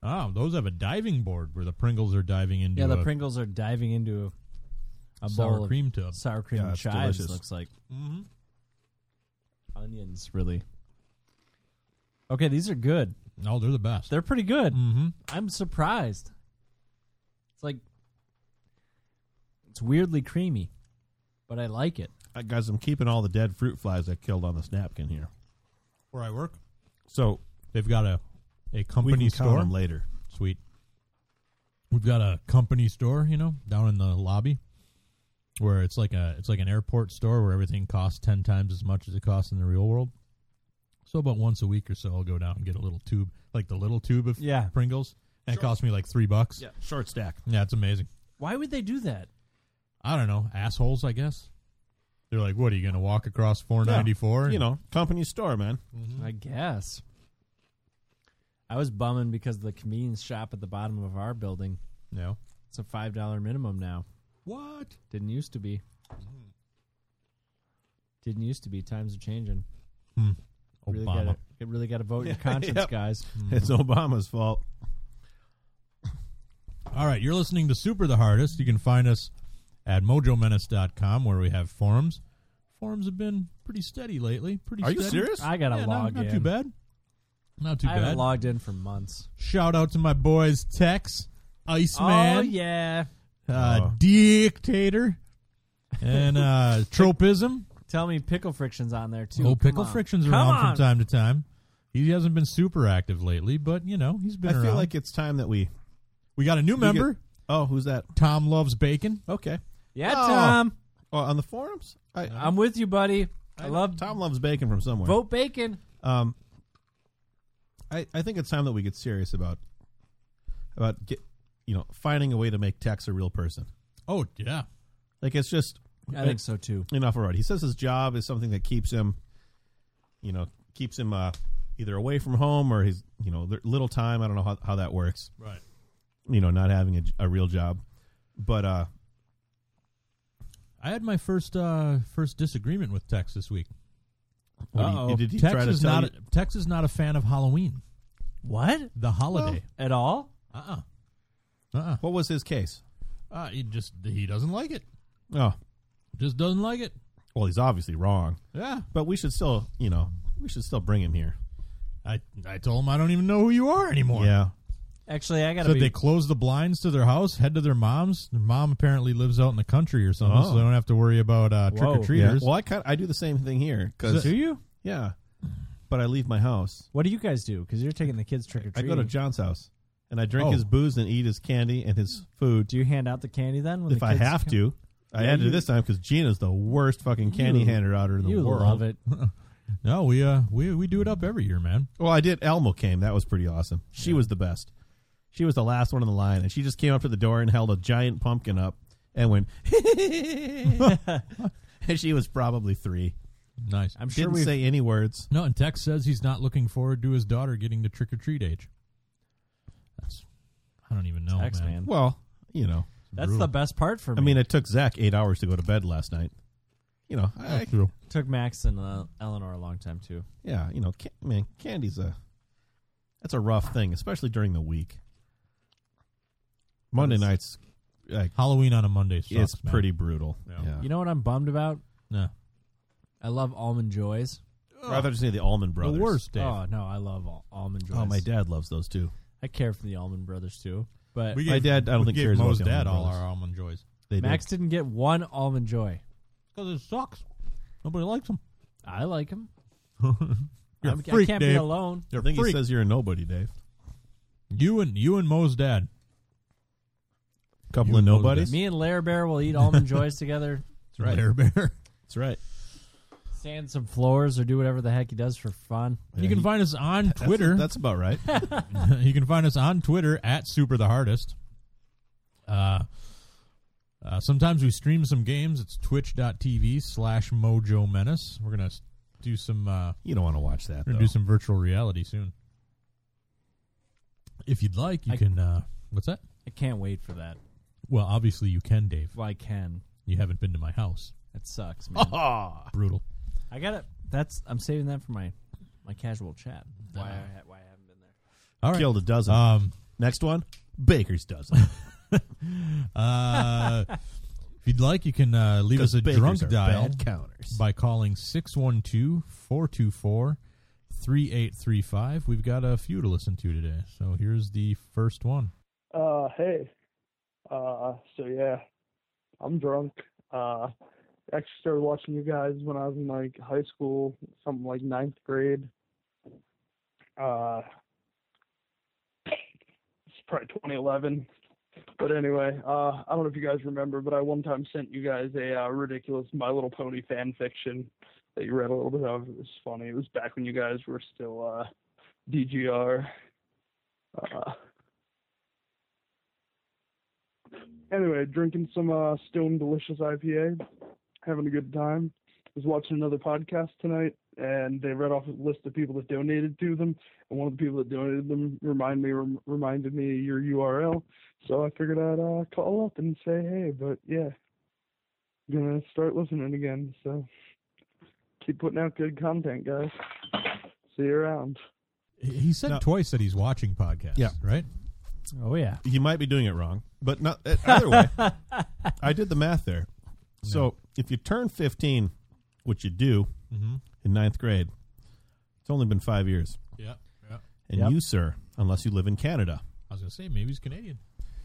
[SPEAKER 3] Oh, those have a diving board where the Pringles are diving into
[SPEAKER 2] Yeah, the
[SPEAKER 3] a
[SPEAKER 2] Pringles are diving into a bowl
[SPEAKER 3] sour
[SPEAKER 2] of
[SPEAKER 3] cream tub.
[SPEAKER 2] sour cream
[SPEAKER 1] Yeah,
[SPEAKER 2] and
[SPEAKER 1] it's
[SPEAKER 2] chives.
[SPEAKER 1] delicious.
[SPEAKER 2] Looks like
[SPEAKER 3] Mm-hmm.
[SPEAKER 2] onions, really. Okay, these are good.
[SPEAKER 3] Oh, they're the best.
[SPEAKER 2] They're pretty good.
[SPEAKER 3] mm-hmm.
[SPEAKER 2] I'm surprised. It's like it's weirdly creamy, but I like it.
[SPEAKER 1] Uh, guys, I'm keeping all the dead fruit flies I killed on this napkin here.
[SPEAKER 3] Where I work,
[SPEAKER 1] So
[SPEAKER 3] they've got a a
[SPEAKER 1] we
[SPEAKER 3] company
[SPEAKER 1] can count
[SPEAKER 3] store.
[SPEAKER 1] them later.
[SPEAKER 3] Sweet. We've got a company store, you know, down in the lobby, where it's like a it's like an airport store where everything costs ten times as much as it costs in the real world. So about once a week or so, I'll go down and get a little tube, like the little tube of
[SPEAKER 2] Yeah.
[SPEAKER 3] Pringles, and it cost me like three bucks.
[SPEAKER 1] Yeah, short stack.
[SPEAKER 3] yeah, it's amazing.
[SPEAKER 2] Why would they do that?
[SPEAKER 3] I don't know, assholes, I guess. They're like, what are you going to walk across four ninety four?
[SPEAKER 1] You know, company store, man.
[SPEAKER 2] I guess. I was bumming because the convenience shop at the bottom of our building.
[SPEAKER 3] no.
[SPEAKER 2] It's a five dollar minimum now.
[SPEAKER 3] What?
[SPEAKER 2] Didn't used to be. Didn't used to be. Times are changing. Really
[SPEAKER 3] Obama.
[SPEAKER 2] Gotta, you really got to vote
[SPEAKER 1] <laughs>
[SPEAKER 2] your conscience,
[SPEAKER 1] Yep.
[SPEAKER 2] guys.
[SPEAKER 1] It's Obama's fault.
[SPEAKER 3] All right, you're listening to Super the Hardest. You can find us at mojomenace.com where we have forums. Forums have been pretty steady lately. Pretty
[SPEAKER 1] Are you
[SPEAKER 3] steady.
[SPEAKER 1] serious?
[SPEAKER 2] I gotta
[SPEAKER 3] Yeah,
[SPEAKER 2] log
[SPEAKER 3] not, not
[SPEAKER 2] in.
[SPEAKER 3] too bad. Not too
[SPEAKER 2] I haven't
[SPEAKER 3] bad.
[SPEAKER 2] logged in for months.
[SPEAKER 3] Shout out to my boys Tex, Iceman,
[SPEAKER 2] Oh yeah.
[SPEAKER 3] uh,
[SPEAKER 1] Oh.
[SPEAKER 3] Dictator, and
[SPEAKER 1] <laughs>
[SPEAKER 3] uh, Tropism.
[SPEAKER 2] Tell me, pickle frictions on there too.
[SPEAKER 3] Oh,
[SPEAKER 2] Come
[SPEAKER 3] Pickle
[SPEAKER 2] on.
[SPEAKER 3] Friction's
[SPEAKER 2] Come
[SPEAKER 3] around
[SPEAKER 2] on.
[SPEAKER 3] from time to time. He hasn't been super active lately, but, you know, he's been
[SPEAKER 1] I
[SPEAKER 3] around.
[SPEAKER 1] feel like it's time that we.
[SPEAKER 3] we got a new
[SPEAKER 1] we get-
[SPEAKER 3] member.
[SPEAKER 1] oh, who's that?
[SPEAKER 3] Tom loves bacon.
[SPEAKER 1] Okay.
[SPEAKER 2] Yeah,
[SPEAKER 1] Oh.
[SPEAKER 2] Tom,
[SPEAKER 1] Oh, on the forums? I,
[SPEAKER 2] I'm with you, buddy. I, love
[SPEAKER 1] Tom loves bacon from somewhere.
[SPEAKER 2] vote bacon.
[SPEAKER 1] Um, I I think it's time that we get serious about about get you know finding a way to make Tex a real person.
[SPEAKER 3] Oh, yeah.
[SPEAKER 1] Like it's just
[SPEAKER 2] I think so too.
[SPEAKER 1] enough already. He says his job is something that keeps him, you know, keeps him uh, either away from home or his you know their little time. I don't know how how that works.
[SPEAKER 3] Right.
[SPEAKER 1] You know, not having a, j- a real job, but uh,
[SPEAKER 3] I had my first uh, first disagreement with Tex this week.
[SPEAKER 1] what do you-
[SPEAKER 2] Uh-oh.
[SPEAKER 1] did he
[SPEAKER 3] Tex
[SPEAKER 1] try to
[SPEAKER 3] is
[SPEAKER 1] tell
[SPEAKER 3] not
[SPEAKER 1] you?
[SPEAKER 3] a, Tex is not a fan of Halloween,
[SPEAKER 2] What
[SPEAKER 3] the holiday.
[SPEAKER 2] at all?
[SPEAKER 3] Uh uh-uh. uh.
[SPEAKER 1] What was his case?
[SPEAKER 3] He just he doesn't like it.
[SPEAKER 1] Oh,
[SPEAKER 3] Just doesn't like it.
[SPEAKER 1] well, he's obviously wrong,
[SPEAKER 3] Yeah.
[SPEAKER 1] but we should still you know we should still bring him here.
[SPEAKER 3] I I told him I don't even know who you are anymore.
[SPEAKER 1] Yeah.
[SPEAKER 2] Actually, I gotta
[SPEAKER 3] So
[SPEAKER 2] be.
[SPEAKER 3] they close the blinds to their house, head to their mom's. Their mom apparently lives out in the country or something, so
[SPEAKER 1] Oh.
[SPEAKER 3] they don't have to worry about uh, trick
[SPEAKER 2] Whoa.
[SPEAKER 3] or
[SPEAKER 1] Yeah.
[SPEAKER 3] treaters.
[SPEAKER 1] Well, I kind I do the same thing here because
[SPEAKER 2] do you?
[SPEAKER 1] yeah, but I leave my house.
[SPEAKER 2] What do you guys do? Because you're taking the kids trick or
[SPEAKER 1] I
[SPEAKER 2] treating.
[SPEAKER 1] go to John's house and I drink
[SPEAKER 3] Oh.
[SPEAKER 1] his booze and eat his candy and his food
[SPEAKER 2] Do you hand out the candy then? When
[SPEAKER 1] if
[SPEAKER 2] the
[SPEAKER 1] I
[SPEAKER 2] kids
[SPEAKER 1] have
[SPEAKER 2] come?
[SPEAKER 1] to. I
[SPEAKER 2] Yeah,
[SPEAKER 1] had to
[SPEAKER 2] you-
[SPEAKER 1] this time because Gina's the worst fucking candy
[SPEAKER 2] You-
[SPEAKER 1] hander outer in the
[SPEAKER 2] you
[SPEAKER 1] world.
[SPEAKER 2] love it.
[SPEAKER 3] No, we uh we we do it up every year, man.
[SPEAKER 1] Well, I did. Elmo came. That was pretty awesome. She was the best. She was the last one in the line, and she just came up to the door and held a giant pumpkin up and went. <laughs> and she was probably three.
[SPEAKER 3] Nice.
[SPEAKER 2] I'm sure
[SPEAKER 1] Didn't
[SPEAKER 2] we
[SPEAKER 1] say any words.
[SPEAKER 3] No, and Tex says he's not looking forward to his daughter getting to trick or treat age. That's I don't even know,
[SPEAKER 2] X
[SPEAKER 3] man.
[SPEAKER 2] Man.
[SPEAKER 1] Well, you know,
[SPEAKER 2] That's
[SPEAKER 3] Brutal.
[SPEAKER 2] the best part for me.
[SPEAKER 1] I mean, it took Zach eight hours to go to bed last night. You know, I,
[SPEAKER 3] That's true.
[SPEAKER 2] took Max and uh, Eleanor a long time too.
[SPEAKER 1] yeah, you know, ca- man, candy's a that's a rough thing, especially during the week. Monday
[SPEAKER 2] Yes.
[SPEAKER 1] nights, like,
[SPEAKER 3] Halloween on a Monday sucks,
[SPEAKER 1] it's
[SPEAKER 3] man.
[SPEAKER 1] pretty brutal.
[SPEAKER 3] Yeah.
[SPEAKER 1] Yeah.
[SPEAKER 2] You know what I'm bummed about?
[SPEAKER 3] Nah.
[SPEAKER 2] I love almond joys.
[SPEAKER 1] I thought you say the Almond Brothers.
[SPEAKER 3] The worst, Dave.
[SPEAKER 2] Oh no, I love al- almond joys.
[SPEAKER 1] Oh, my dad loves those too.
[SPEAKER 2] I care for the Almond Brothers too, but
[SPEAKER 3] We
[SPEAKER 1] My
[SPEAKER 3] gave-
[SPEAKER 1] dad, I don't
[SPEAKER 3] we
[SPEAKER 1] think
[SPEAKER 3] gave
[SPEAKER 1] cares about
[SPEAKER 3] Mo's
[SPEAKER 1] the
[SPEAKER 3] dad
[SPEAKER 1] Almond
[SPEAKER 3] all
[SPEAKER 1] Brothers.
[SPEAKER 3] our almond joys
[SPEAKER 1] They
[SPEAKER 2] Max did. not get one Almond Joy.
[SPEAKER 3] because it sucks. Nobody likes them.
[SPEAKER 2] I like him.
[SPEAKER 3] You're a
[SPEAKER 2] I'm- I
[SPEAKER 3] freak,
[SPEAKER 2] can't be
[SPEAKER 3] Dave.
[SPEAKER 2] alone.
[SPEAKER 1] did.
[SPEAKER 3] You're
[SPEAKER 1] I
[SPEAKER 3] a
[SPEAKER 1] think he
[SPEAKER 3] freak.
[SPEAKER 1] says you're a nobody, Dave.
[SPEAKER 3] you and you and Mo's dad.
[SPEAKER 1] Couple
[SPEAKER 3] You
[SPEAKER 1] of
[SPEAKER 3] know
[SPEAKER 1] nobodies.
[SPEAKER 3] that.
[SPEAKER 2] Me and Lair Bear will eat Almond Joys <laughs> together,
[SPEAKER 1] That's right.
[SPEAKER 3] Bear
[SPEAKER 1] <laughs>
[SPEAKER 3] Bear.
[SPEAKER 1] That's right.
[SPEAKER 2] sand some floors, or do whatever the heck he does for fun.
[SPEAKER 3] you can
[SPEAKER 1] he-
[SPEAKER 3] find us on
[SPEAKER 1] That's-
[SPEAKER 3] Twitter.
[SPEAKER 1] <laughs> That's about right.
[SPEAKER 3] <laughs> you can find us on Twitter at Super the Hardest. Uh, uh, sometimes we stream some games. It's twitch.tv slash mojo menace. We're gonna s- do some uh,
[SPEAKER 1] You don't want to watch that.
[SPEAKER 3] we're
[SPEAKER 1] Though. <laughs>
[SPEAKER 3] gonna do some virtual reality soon. If you'd like, you
[SPEAKER 2] I-
[SPEAKER 3] can uh, what's that?
[SPEAKER 2] I can't wait for that.
[SPEAKER 3] Well, obviously you can, Dave.
[SPEAKER 2] Well, I can.
[SPEAKER 3] You haven't been to my house.
[SPEAKER 2] That sucks,
[SPEAKER 1] <laughs>
[SPEAKER 2] man.
[SPEAKER 1] Ah,
[SPEAKER 3] Brutal.
[SPEAKER 2] I got it. That's I'm saving that for my my casual chat. Uh, Why I, ha- why I haven't been there.
[SPEAKER 3] All right.
[SPEAKER 1] killed a dozen.
[SPEAKER 3] Um,
[SPEAKER 1] Next one, Baker's dozen.
[SPEAKER 3] uh, <laughs> if you'd like, you can uh, leave us a
[SPEAKER 1] Bakers
[SPEAKER 3] drunk
[SPEAKER 1] are
[SPEAKER 3] dial.
[SPEAKER 1] Bad counters.
[SPEAKER 3] by calling 612-424-3835. We've got a few to listen to today. So here's the first one.
[SPEAKER 4] Uh, hey. Uh, so yeah, I'm drunk. Uh, I actually started watching you guys when I was in like high school, something like ninth grade. Uh, it's probably 2011. But anyway, uh, I don't know if you guys remember, but I one time sent you guys a uh, ridiculous My Little Pony fan fiction that you read a little bit of. It was funny. It was back when you guys were still uh, DGR. Uh, anyway, drinking some uh, Stone Delicious IPA, having a good time. Was watching another podcast tonight, and they read off a list of people that donated to them, and one of the people that donated them remind me rem- reminded me of your URL. So I figured I'd uh, call up and say hey, but yeah, gonna start listening again. So keep putting out good content, guys. See you around.
[SPEAKER 3] He- He said
[SPEAKER 1] No.
[SPEAKER 3] twice that he's watching podcasts,
[SPEAKER 1] Yeah.
[SPEAKER 3] right?
[SPEAKER 2] Oh yeah.
[SPEAKER 1] you might be doing it wrong, but not
[SPEAKER 3] <laughs>
[SPEAKER 1] uh, either way. I did the math there. So if you turn 15, which you do
[SPEAKER 3] Mm-hmm.
[SPEAKER 1] in ninth grade, it's only been five years.
[SPEAKER 3] Yeah. yeah.
[SPEAKER 1] And
[SPEAKER 2] Yep.
[SPEAKER 1] you, sir, unless you live in Canada,
[SPEAKER 3] I was going to say, maybe he's Canadian.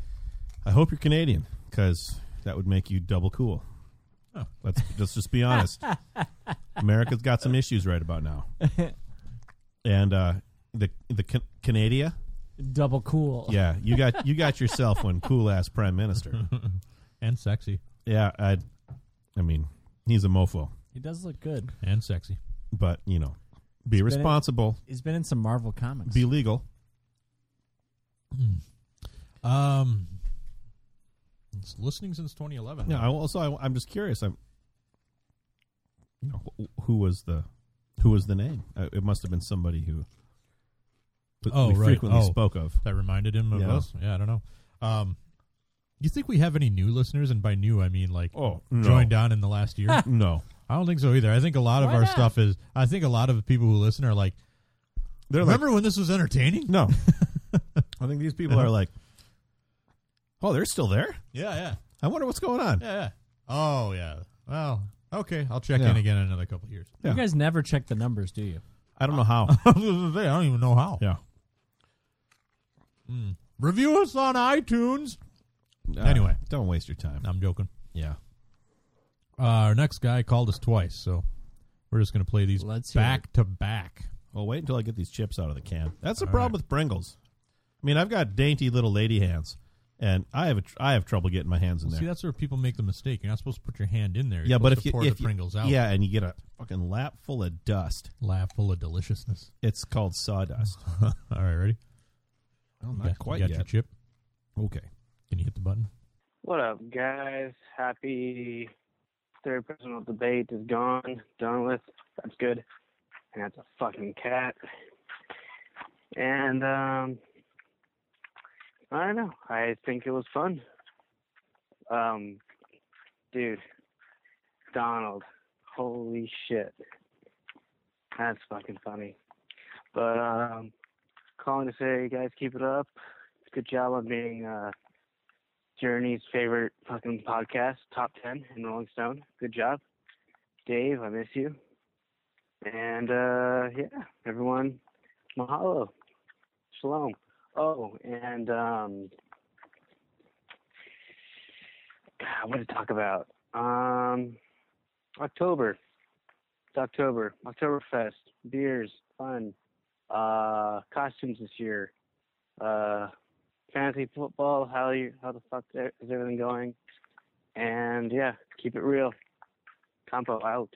[SPEAKER 3] <laughs>
[SPEAKER 1] I hope you're Canadian because that would make you double cool.
[SPEAKER 3] Oh.
[SPEAKER 1] Let's just just be honest. America's got some issues right about now, and uh, the the Can- Canada,
[SPEAKER 2] Double cool.
[SPEAKER 1] yeah, you got you got yourself one cool ass prime minister.
[SPEAKER 3] And sexy.
[SPEAKER 1] Yeah, I, I mean, he's a mofo,
[SPEAKER 2] He does look good.
[SPEAKER 3] And sexy. <clears throat>
[SPEAKER 1] but you know, be
[SPEAKER 2] been-
[SPEAKER 1] responsible,
[SPEAKER 2] He's been in some Marvel comics.
[SPEAKER 1] be legal.
[SPEAKER 3] Um, it's listening since 2011.
[SPEAKER 1] Yeah. I also, I, am just curious. I'm, you know, wh- who was the, who was the name? Uh, it must have been somebody who. that
[SPEAKER 3] Oh,
[SPEAKER 1] we
[SPEAKER 3] right.
[SPEAKER 1] frequently
[SPEAKER 3] Oh.
[SPEAKER 1] spoke of.
[SPEAKER 3] That reminded him of
[SPEAKER 1] Yeah.
[SPEAKER 3] us. Yeah, I don't know. Um, you think we have any new listeners? And by new, I mean like
[SPEAKER 1] Oh, no.
[SPEAKER 3] joined on in the last
[SPEAKER 1] <laughs>
[SPEAKER 3] year.
[SPEAKER 1] No,
[SPEAKER 3] I don't think so either. I think a lot of
[SPEAKER 2] Why
[SPEAKER 3] our
[SPEAKER 2] not?
[SPEAKER 3] stuff is. I think a lot of the people who listen are like,
[SPEAKER 1] they're
[SPEAKER 3] remember when this was entertaining? <laughs>
[SPEAKER 1] like no. I think these
[SPEAKER 3] Uh-huh.
[SPEAKER 1] people are like, oh, they're still there.
[SPEAKER 3] Yeah, yeah,
[SPEAKER 1] I wonder what's going on.
[SPEAKER 3] yeah, yeah. Oh yeah. Well, okay. I'll check
[SPEAKER 1] Yeah.
[SPEAKER 3] in again in another couple of years.
[SPEAKER 2] you
[SPEAKER 1] Yeah.
[SPEAKER 2] guys never check the numbers, do you?
[SPEAKER 1] I don't know how.
[SPEAKER 3] <laughs> I was gonna say, I don't even know how.
[SPEAKER 1] yeah.
[SPEAKER 3] Review us on iTunes. Anyway.
[SPEAKER 1] don't waste your time.
[SPEAKER 3] I'm joking.
[SPEAKER 1] Yeah.
[SPEAKER 3] Uh, our next guy called us twice, so we're just gonna play these
[SPEAKER 2] Let's hear
[SPEAKER 3] back to back.
[SPEAKER 1] Well, wait until I get these chips out of the can. That's the
[SPEAKER 3] All
[SPEAKER 1] problem
[SPEAKER 3] right.
[SPEAKER 1] with Pringles. I mean, I've got dainty little lady hands, and I have a tr- I have trouble getting my hands in
[SPEAKER 3] See,
[SPEAKER 1] there.
[SPEAKER 3] that's where people make the mistake. You're not supposed to put your hand in there. You're
[SPEAKER 1] yeah, but
[SPEAKER 3] supposed
[SPEAKER 1] if
[SPEAKER 3] to
[SPEAKER 1] you
[SPEAKER 3] pour
[SPEAKER 1] if
[SPEAKER 3] the
[SPEAKER 1] you-
[SPEAKER 3] Pringles out,
[SPEAKER 1] yeah, and you get a fucking lap full of dust,
[SPEAKER 3] laugh full of deliciousness.
[SPEAKER 1] it's called
[SPEAKER 3] <laughs>
[SPEAKER 1] sawdust.
[SPEAKER 3] All right, ready?
[SPEAKER 1] Well,
[SPEAKER 3] You
[SPEAKER 1] not
[SPEAKER 3] got, you
[SPEAKER 1] quite
[SPEAKER 3] got
[SPEAKER 1] yet.
[SPEAKER 3] your chip.
[SPEAKER 1] Okay,
[SPEAKER 3] Can you hit the button?
[SPEAKER 5] What up, guys? Happy third presidential debate is gone, done with. That's good. And that's a fucking cat. And um, I don't know. I think it was fun. Um, dude, Donald, holy shit, that's fucking funny. But um, calling to say, you guys, keep it up. Good job on being uh. Journey's favorite fucking podcast, top ten in Rolling Stone. Good job, Dave. I miss you. And uh, yeah, everyone, mahalo, shalom. Oh, and um, God, what to talk about? Um, October. It's October. Oktoberfest. Beers, fun. Uh, costumes this year. Uh, fantasy football. How you? How the fuck is everything going? And yeah, keep it real. Compo out.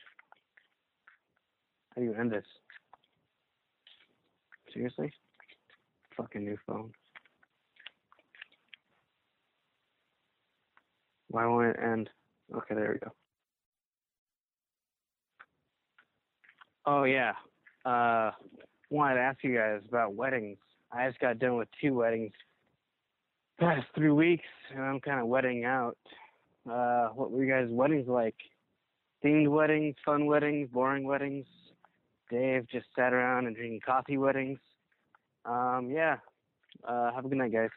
[SPEAKER 5] How do you end this? Seriously? Fucking new phone. Why won't it end? Okay, there we go. Oh yeah. Uh, wanted to ask you guys about weddings. I just got done with two weddings past three weeks, and I'm kind of wetting out. Uh, what were you guys' weddings like? Themed weddings, fun weddings, boring weddings. Dave just sat around and drinking coffee weddings. Um, yeah. Uh, have a good night, guys.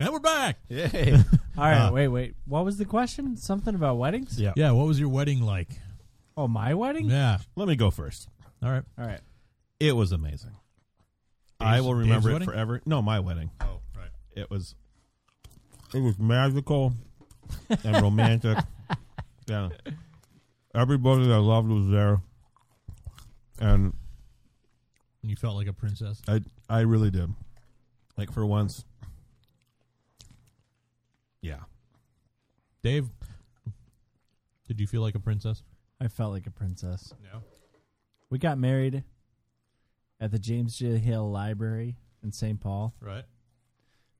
[SPEAKER 3] And we're back. <laughs>
[SPEAKER 1] yay,
[SPEAKER 2] All right,
[SPEAKER 3] Uh,
[SPEAKER 2] wait, wait. What was the question? Something about weddings?
[SPEAKER 1] yeah.
[SPEAKER 3] Yeah. What was your wedding like?
[SPEAKER 2] Oh, my wedding?
[SPEAKER 3] Yeah.
[SPEAKER 1] Let me go first.
[SPEAKER 3] All right.
[SPEAKER 2] All right.
[SPEAKER 1] It was amazing. I will remember
[SPEAKER 3] Dave's
[SPEAKER 1] it
[SPEAKER 3] wedding?
[SPEAKER 1] forever. No, my wedding.
[SPEAKER 3] Oh, right.
[SPEAKER 1] It was it was magical and
[SPEAKER 3] <laughs>
[SPEAKER 1] romantic. yeah. Everybody that I loved was there. And
[SPEAKER 3] You felt like a princess.
[SPEAKER 1] I I really did. Like for once. Yeah.
[SPEAKER 3] Dave, did you feel like a princess?
[SPEAKER 2] I felt like a princess.
[SPEAKER 3] No.
[SPEAKER 2] We got married at the James J. Hale Library in St. Paul.
[SPEAKER 3] Right.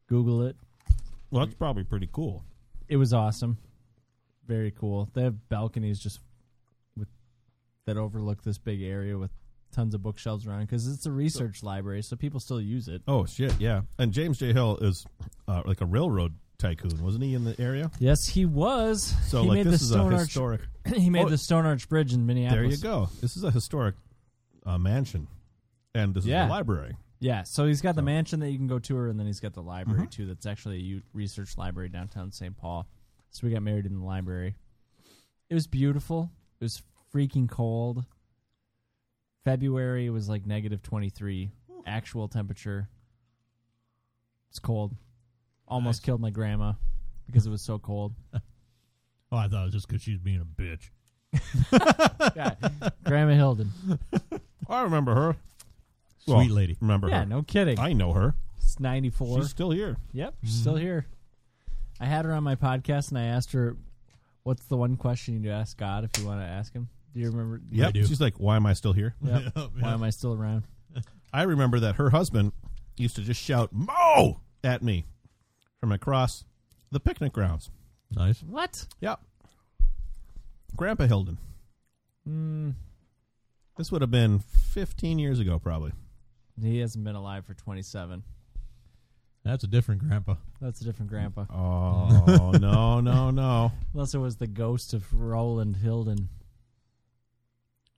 [SPEAKER 2] Google it.
[SPEAKER 1] Well, that's probably pretty cool.
[SPEAKER 2] It was awesome. Very cool. They have balconies just with that overlook this big area with tons of bookshelves around because it's a research library, so people still use it.
[SPEAKER 1] Oh shit, yeah. And James J. Hill is uh, like a railroad tycoon, wasn't he in the area?
[SPEAKER 2] Yes, he was.
[SPEAKER 1] So
[SPEAKER 2] he
[SPEAKER 1] like
[SPEAKER 2] made
[SPEAKER 1] this
[SPEAKER 2] the
[SPEAKER 1] is
[SPEAKER 2] Stone
[SPEAKER 1] a
[SPEAKER 2] Arch. <clears throat>
[SPEAKER 1] historic
[SPEAKER 2] he made
[SPEAKER 1] Oh.
[SPEAKER 2] the Stone Arch Bridge in
[SPEAKER 1] There
[SPEAKER 2] Minneapolis.
[SPEAKER 1] you go. This is a historic uh, mansion, and this
[SPEAKER 2] Yeah.
[SPEAKER 1] is a library.
[SPEAKER 2] Yeah, so he's got the mansion that you can go tour, and then he's got the library
[SPEAKER 1] Mm-hmm.
[SPEAKER 2] too. That's actually a u- research library downtown St. Paul. So we got married in the library. It was beautiful. It was freaking cold. February was like negative twenty three actual temperature. It's cold. Almost
[SPEAKER 3] Nice.
[SPEAKER 2] killed my grandma because it was so
[SPEAKER 1] <laughs>
[SPEAKER 2] cold.
[SPEAKER 3] Oh, I thought it was just because she's being a bitch.
[SPEAKER 2] Yeah. grandma Hilden.
[SPEAKER 1] I remember her.
[SPEAKER 3] Sweet
[SPEAKER 1] <laughs>
[SPEAKER 3] lady. <laughs>
[SPEAKER 1] Remember
[SPEAKER 2] Yeah,
[SPEAKER 1] her.
[SPEAKER 2] no kidding.
[SPEAKER 1] I know her.
[SPEAKER 2] It's ninety four.
[SPEAKER 1] She's still here.
[SPEAKER 2] Yep, she's still here. I had her on my podcast, and I asked her, "What's the one question you do ask God if you want to ask Him?" Do you remember?
[SPEAKER 1] Yep.
[SPEAKER 3] do.
[SPEAKER 1] She's like, why am I still here?
[SPEAKER 2] Yep.
[SPEAKER 3] Yeah.
[SPEAKER 2] Why am I still around?
[SPEAKER 1] I remember that her husband used to just shout "Mo" at me from across the picnic grounds.
[SPEAKER 3] Nice.
[SPEAKER 2] What?
[SPEAKER 1] Yep. Grandpa Hilden.
[SPEAKER 2] Mm,
[SPEAKER 1] This would have been 15 years ago, probably.
[SPEAKER 2] he hasn't been alive for twenty-seven.
[SPEAKER 3] That's a different grandpa.
[SPEAKER 2] That's a different grandpa.
[SPEAKER 1] Oh <laughs> no, no, no!
[SPEAKER 2] Unless it was the ghost of Roland Hilden.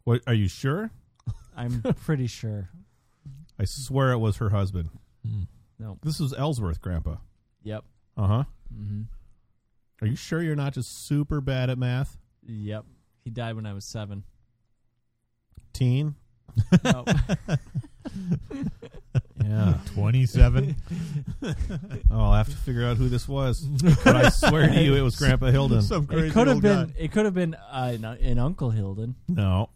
[SPEAKER 1] What? Are you sure?
[SPEAKER 2] I'm pretty sure.
[SPEAKER 1] I swear it was her husband.
[SPEAKER 3] Mm.
[SPEAKER 2] No.
[SPEAKER 1] This was Ellsworth, Grandpa.
[SPEAKER 2] Yep.
[SPEAKER 1] Uh huh.
[SPEAKER 2] hmm
[SPEAKER 1] Are you sure you're not just super bad at math?
[SPEAKER 2] Yep. He died when I was seven.
[SPEAKER 1] Teen?
[SPEAKER 2] Nope.
[SPEAKER 1] <laughs>
[SPEAKER 3] <laughs>
[SPEAKER 1] Yeah.
[SPEAKER 3] 27.
[SPEAKER 1] <laughs> oh, I'll have to figure out who this was. But I swear to you, it
[SPEAKER 3] <laughs>
[SPEAKER 1] was Grandpa Hilden.
[SPEAKER 3] Some crazy
[SPEAKER 2] it could have
[SPEAKER 3] old
[SPEAKER 2] been.
[SPEAKER 3] guy.
[SPEAKER 2] It could have been uh, an, an Uncle Hilden.
[SPEAKER 1] No,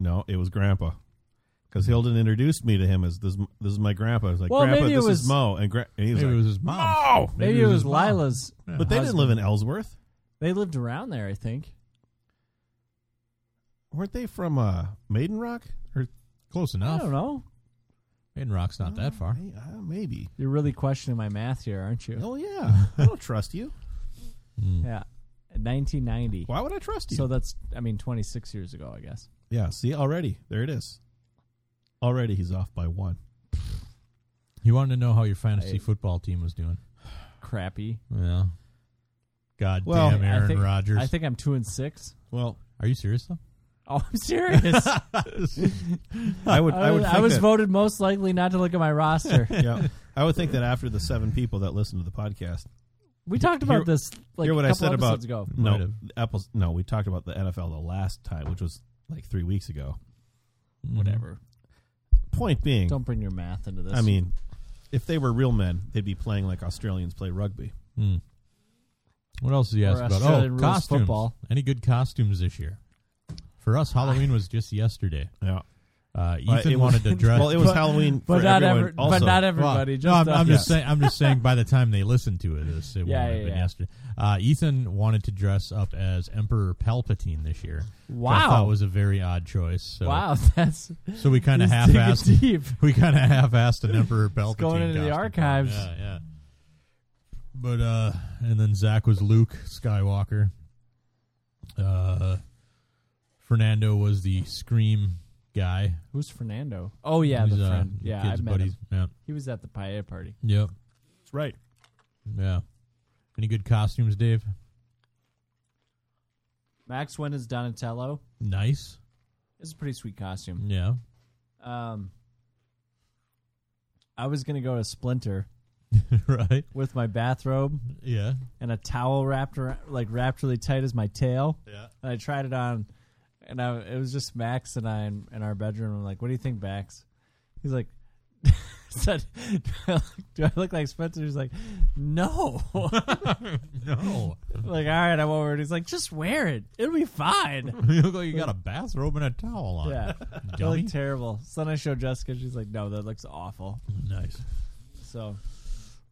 [SPEAKER 1] no, it was Grandpa. because Hilden introduced me to him as this. This is my grandpa. I was like,
[SPEAKER 2] Well,
[SPEAKER 1] Grandpa,
[SPEAKER 2] maybe it
[SPEAKER 1] this
[SPEAKER 2] was-
[SPEAKER 1] is Mo, and, gra- and he
[SPEAKER 3] <laughs>
[SPEAKER 1] was
[SPEAKER 3] Maybe it
[SPEAKER 1] like,
[SPEAKER 3] was his mom.
[SPEAKER 1] Mo.
[SPEAKER 2] Maybe, it was Lila's.
[SPEAKER 3] Yeah.
[SPEAKER 1] But they didn't live in Ellsworth.
[SPEAKER 2] They lived around there, I think.
[SPEAKER 1] Weren't they from uh, Maiden Rock? Or
[SPEAKER 3] Close
[SPEAKER 2] I
[SPEAKER 3] enough.
[SPEAKER 2] don't know.
[SPEAKER 3] Maiden Rock's not that far.
[SPEAKER 1] May- uh, maybe.
[SPEAKER 2] You're really questioning my math here, aren't you?
[SPEAKER 3] <laughs>
[SPEAKER 1] Oh yeah, I don't trust you.
[SPEAKER 2] Yeah. 1990.
[SPEAKER 1] Why would I trust you?
[SPEAKER 2] So that's, I mean, 26 years ago, I guess.
[SPEAKER 1] yeah. See, already there it is. Already he's off by one.
[SPEAKER 3] You wanted to know how your fantasy
[SPEAKER 2] I-
[SPEAKER 3] football team was doing.
[SPEAKER 2] Crappy.
[SPEAKER 3] Yeah. God
[SPEAKER 1] Well,
[SPEAKER 3] damn
[SPEAKER 2] I
[SPEAKER 3] Aaron
[SPEAKER 2] think,
[SPEAKER 3] Rodgers.
[SPEAKER 2] I think I'm two and six.
[SPEAKER 1] Well,
[SPEAKER 3] Are you serious though?
[SPEAKER 2] Oh, I'm
[SPEAKER 1] <laughs>
[SPEAKER 2] serious.
[SPEAKER 1] I would. I,
[SPEAKER 2] I,
[SPEAKER 1] would.
[SPEAKER 2] was-
[SPEAKER 1] Think
[SPEAKER 2] I was
[SPEAKER 1] that,
[SPEAKER 2] voted most likely not to look at my roster.
[SPEAKER 1] yeah, I would think that after the seven people that listen to the podcast,
[SPEAKER 2] We talked about
[SPEAKER 1] Hear-
[SPEAKER 2] this like
[SPEAKER 1] hear what
[SPEAKER 2] a
[SPEAKER 1] I
[SPEAKER 2] couple
[SPEAKER 1] said about Mm-hmm.
[SPEAKER 2] episodes ago.
[SPEAKER 3] Might
[SPEAKER 1] no
[SPEAKER 3] have.
[SPEAKER 1] apples. No, we talked about the NFL the last time, which was like three weeks ago.
[SPEAKER 3] Mm-hmm.
[SPEAKER 2] Whatever.
[SPEAKER 1] Point being,
[SPEAKER 2] Don't bring your math into this.
[SPEAKER 1] I mean, if they were real men, they'd be playing like Australians play rugby.
[SPEAKER 3] Hmm. What else did you
[SPEAKER 2] Or
[SPEAKER 3] ask about?
[SPEAKER 2] Australian
[SPEAKER 3] Oh,
[SPEAKER 2] rules
[SPEAKER 3] costumes.
[SPEAKER 2] football.
[SPEAKER 3] Any good costumes this year? For us, Halloween was just yesterday.
[SPEAKER 1] <laughs> Yeah.
[SPEAKER 3] Uh,
[SPEAKER 1] Uh,
[SPEAKER 3] Ethan
[SPEAKER 1] it was-
[SPEAKER 3] wanted
[SPEAKER 1] <laughs>
[SPEAKER 3] to dress.
[SPEAKER 1] Well, it was
[SPEAKER 2] But-
[SPEAKER 1] Halloween
[SPEAKER 2] but
[SPEAKER 1] for
[SPEAKER 2] not
[SPEAKER 1] everyone.
[SPEAKER 2] ever,
[SPEAKER 1] also,
[SPEAKER 2] but not everybody.
[SPEAKER 3] Well,
[SPEAKER 2] Just
[SPEAKER 3] no, I'm,
[SPEAKER 2] us.
[SPEAKER 3] I'm just saying. I'm
[SPEAKER 1] <laughs>
[SPEAKER 3] just saying. By the time they listen to it, this it
[SPEAKER 2] Yeah,
[SPEAKER 3] won't
[SPEAKER 2] yeah,
[SPEAKER 3] have been
[SPEAKER 2] yeah.
[SPEAKER 3] yesterday. Uh, Ethan wanted to dress up as Emperor Palpatine this year. which I
[SPEAKER 2] Wow.
[SPEAKER 3] thought was a very odd choice. So,
[SPEAKER 2] wow, <laughs> that's
[SPEAKER 3] So we kind of
[SPEAKER 2] he's
[SPEAKER 3] half-assed.
[SPEAKER 2] digging deep.
[SPEAKER 3] <laughs> We kind of half-assed an Emperor Palpatine.
[SPEAKER 2] going into the
[SPEAKER 3] costume.
[SPEAKER 2] archives.
[SPEAKER 3] Yeah, yeah. But uh, and then Zach was Luke Skywalker. Uh, Fernando was the Scream guy.
[SPEAKER 2] Who's Fernando? Oh yeah,
[SPEAKER 3] He's,
[SPEAKER 2] the
[SPEAKER 3] uh,
[SPEAKER 2] friend. Yeah, I
[SPEAKER 3] kid's
[SPEAKER 2] met
[SPEAKER 3] buddies.
[SPEAKER 2] him.
[SPEAKER 3] Yeah,
[SPEAKER 2] He was at the paella party.
[SPEAKER 3] yep.
[SPEAKER 1] That's right.
[SPEAKER 3] Yeah. Any good costumes, Dave?
[SPEAKER 2] Max went as Donatello.
[SPEAKER 3] Nice.
[SPEAKER 2] It's a pretty sweet costume.
[SPEAKER 3] Yeah. <laughs>
[SPEAKER 2] Um, I was gonna go to Splinter
[SPEAKER 3] right.
[SPEAKER 2] with my bathrobe
[SPEAKER 3] Yeah.
[SPEAKER 2] and a towel wrapped around, like wrapped really tight as my tail.
[SPEAKER 3] Yeah.
[SPEAKER 2] And I tried it on, and I, it was just Max and I in, in our bedroom. I'm like, "What do you think, Max?" He's like, <laughs> "Said, <laughs> do I look like Spencer?" He's like, "No." <laughs>
[SPEAKER 3] No.
[SPEAKER 2] like, all right, I'm over it. He's like, "Just wear it. It'll be <laughs> fine."
[SPEAKER 3] <laughs> you look like you got a bathrobe and a towel on.
[SPEAKER 2] yeah, it <laughs>
[SPEAKER 3] Dummy.
[SPEAKER 2] looked terrible. So then I showed Jessica. She's like, "No, that looks awful."
[SPEAKER 3] Nice.
[SPEAKER 2] So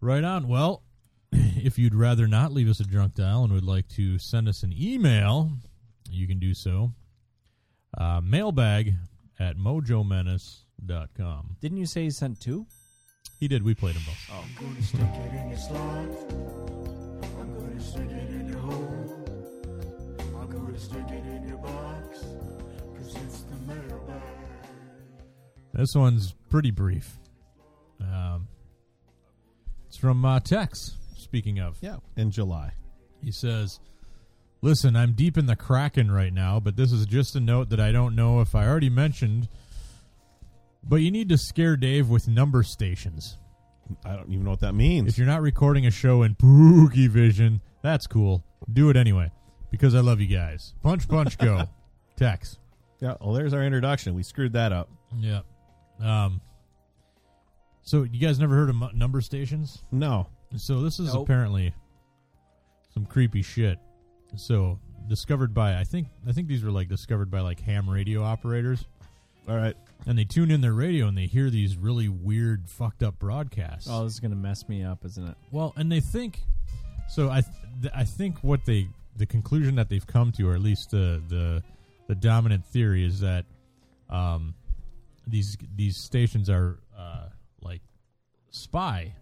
[SPEAKER 3] Right on. Well, <clears throat> if you'd rather not leave us a drunk dial and would like to send us an email, you can do so. Uh, mailbag at mojomenace.com.
[SPEAKER 2] didn't you say you sent two?
[SPEAKER 3] He did. We played him both.
[SPEAKER 6] I'm gonna stick it in your slot. I'm gonna stick it in your hole. I'm gonna stick it in your box. Cause it's the mailbag.
[SPEAKER 3] This one's pretty brief. Um, it's from uh, Tex, speaking of.
[SPEAKER 1] Yeah, in July.
[SPEAKER 3] He says, Listen, I'm deep in the Kraken right now, but this is just a note that I don't know if I already mentioned. But you need to scare Dave with number stations.
[SPEAKER 1] I don't even know what that means.
[SPEAKER 3] If you're not recording a show in Poogie Vision, that's cool. Do it anyway, because I love you guys. Punch, punch,
[SPEAKER 2] <laughs>
[SPEAKER 3] go. Tex.
[SPEAKER 1] yeah. Well, there's our introduction. We screwed that up.
[SPEAKER 3] Yeah. Um. So you guys never heard of mu- number stations?
[SPEAKER 1] No.
[SPEAKER 3] So this is
[SPEAKER 2] Nope.
[SPEAKER 3] apparently some creepy shit. So discovered by I think I think these were like discovered by like ham radio operators,
[SPEAKER 1] All right.
[SPEAKER 3] and they tune in their radio and they hear these really weird fucked up broadcasts.
[SPEAKER 2] Oh, this is gonna mess me up, isn't it?
[SPEAKER 3] Well, and they think so. I th- th- I think what they the conclusion that they've come to, or at least the the the dominant theory, is that um, these these stations are uh, like spy,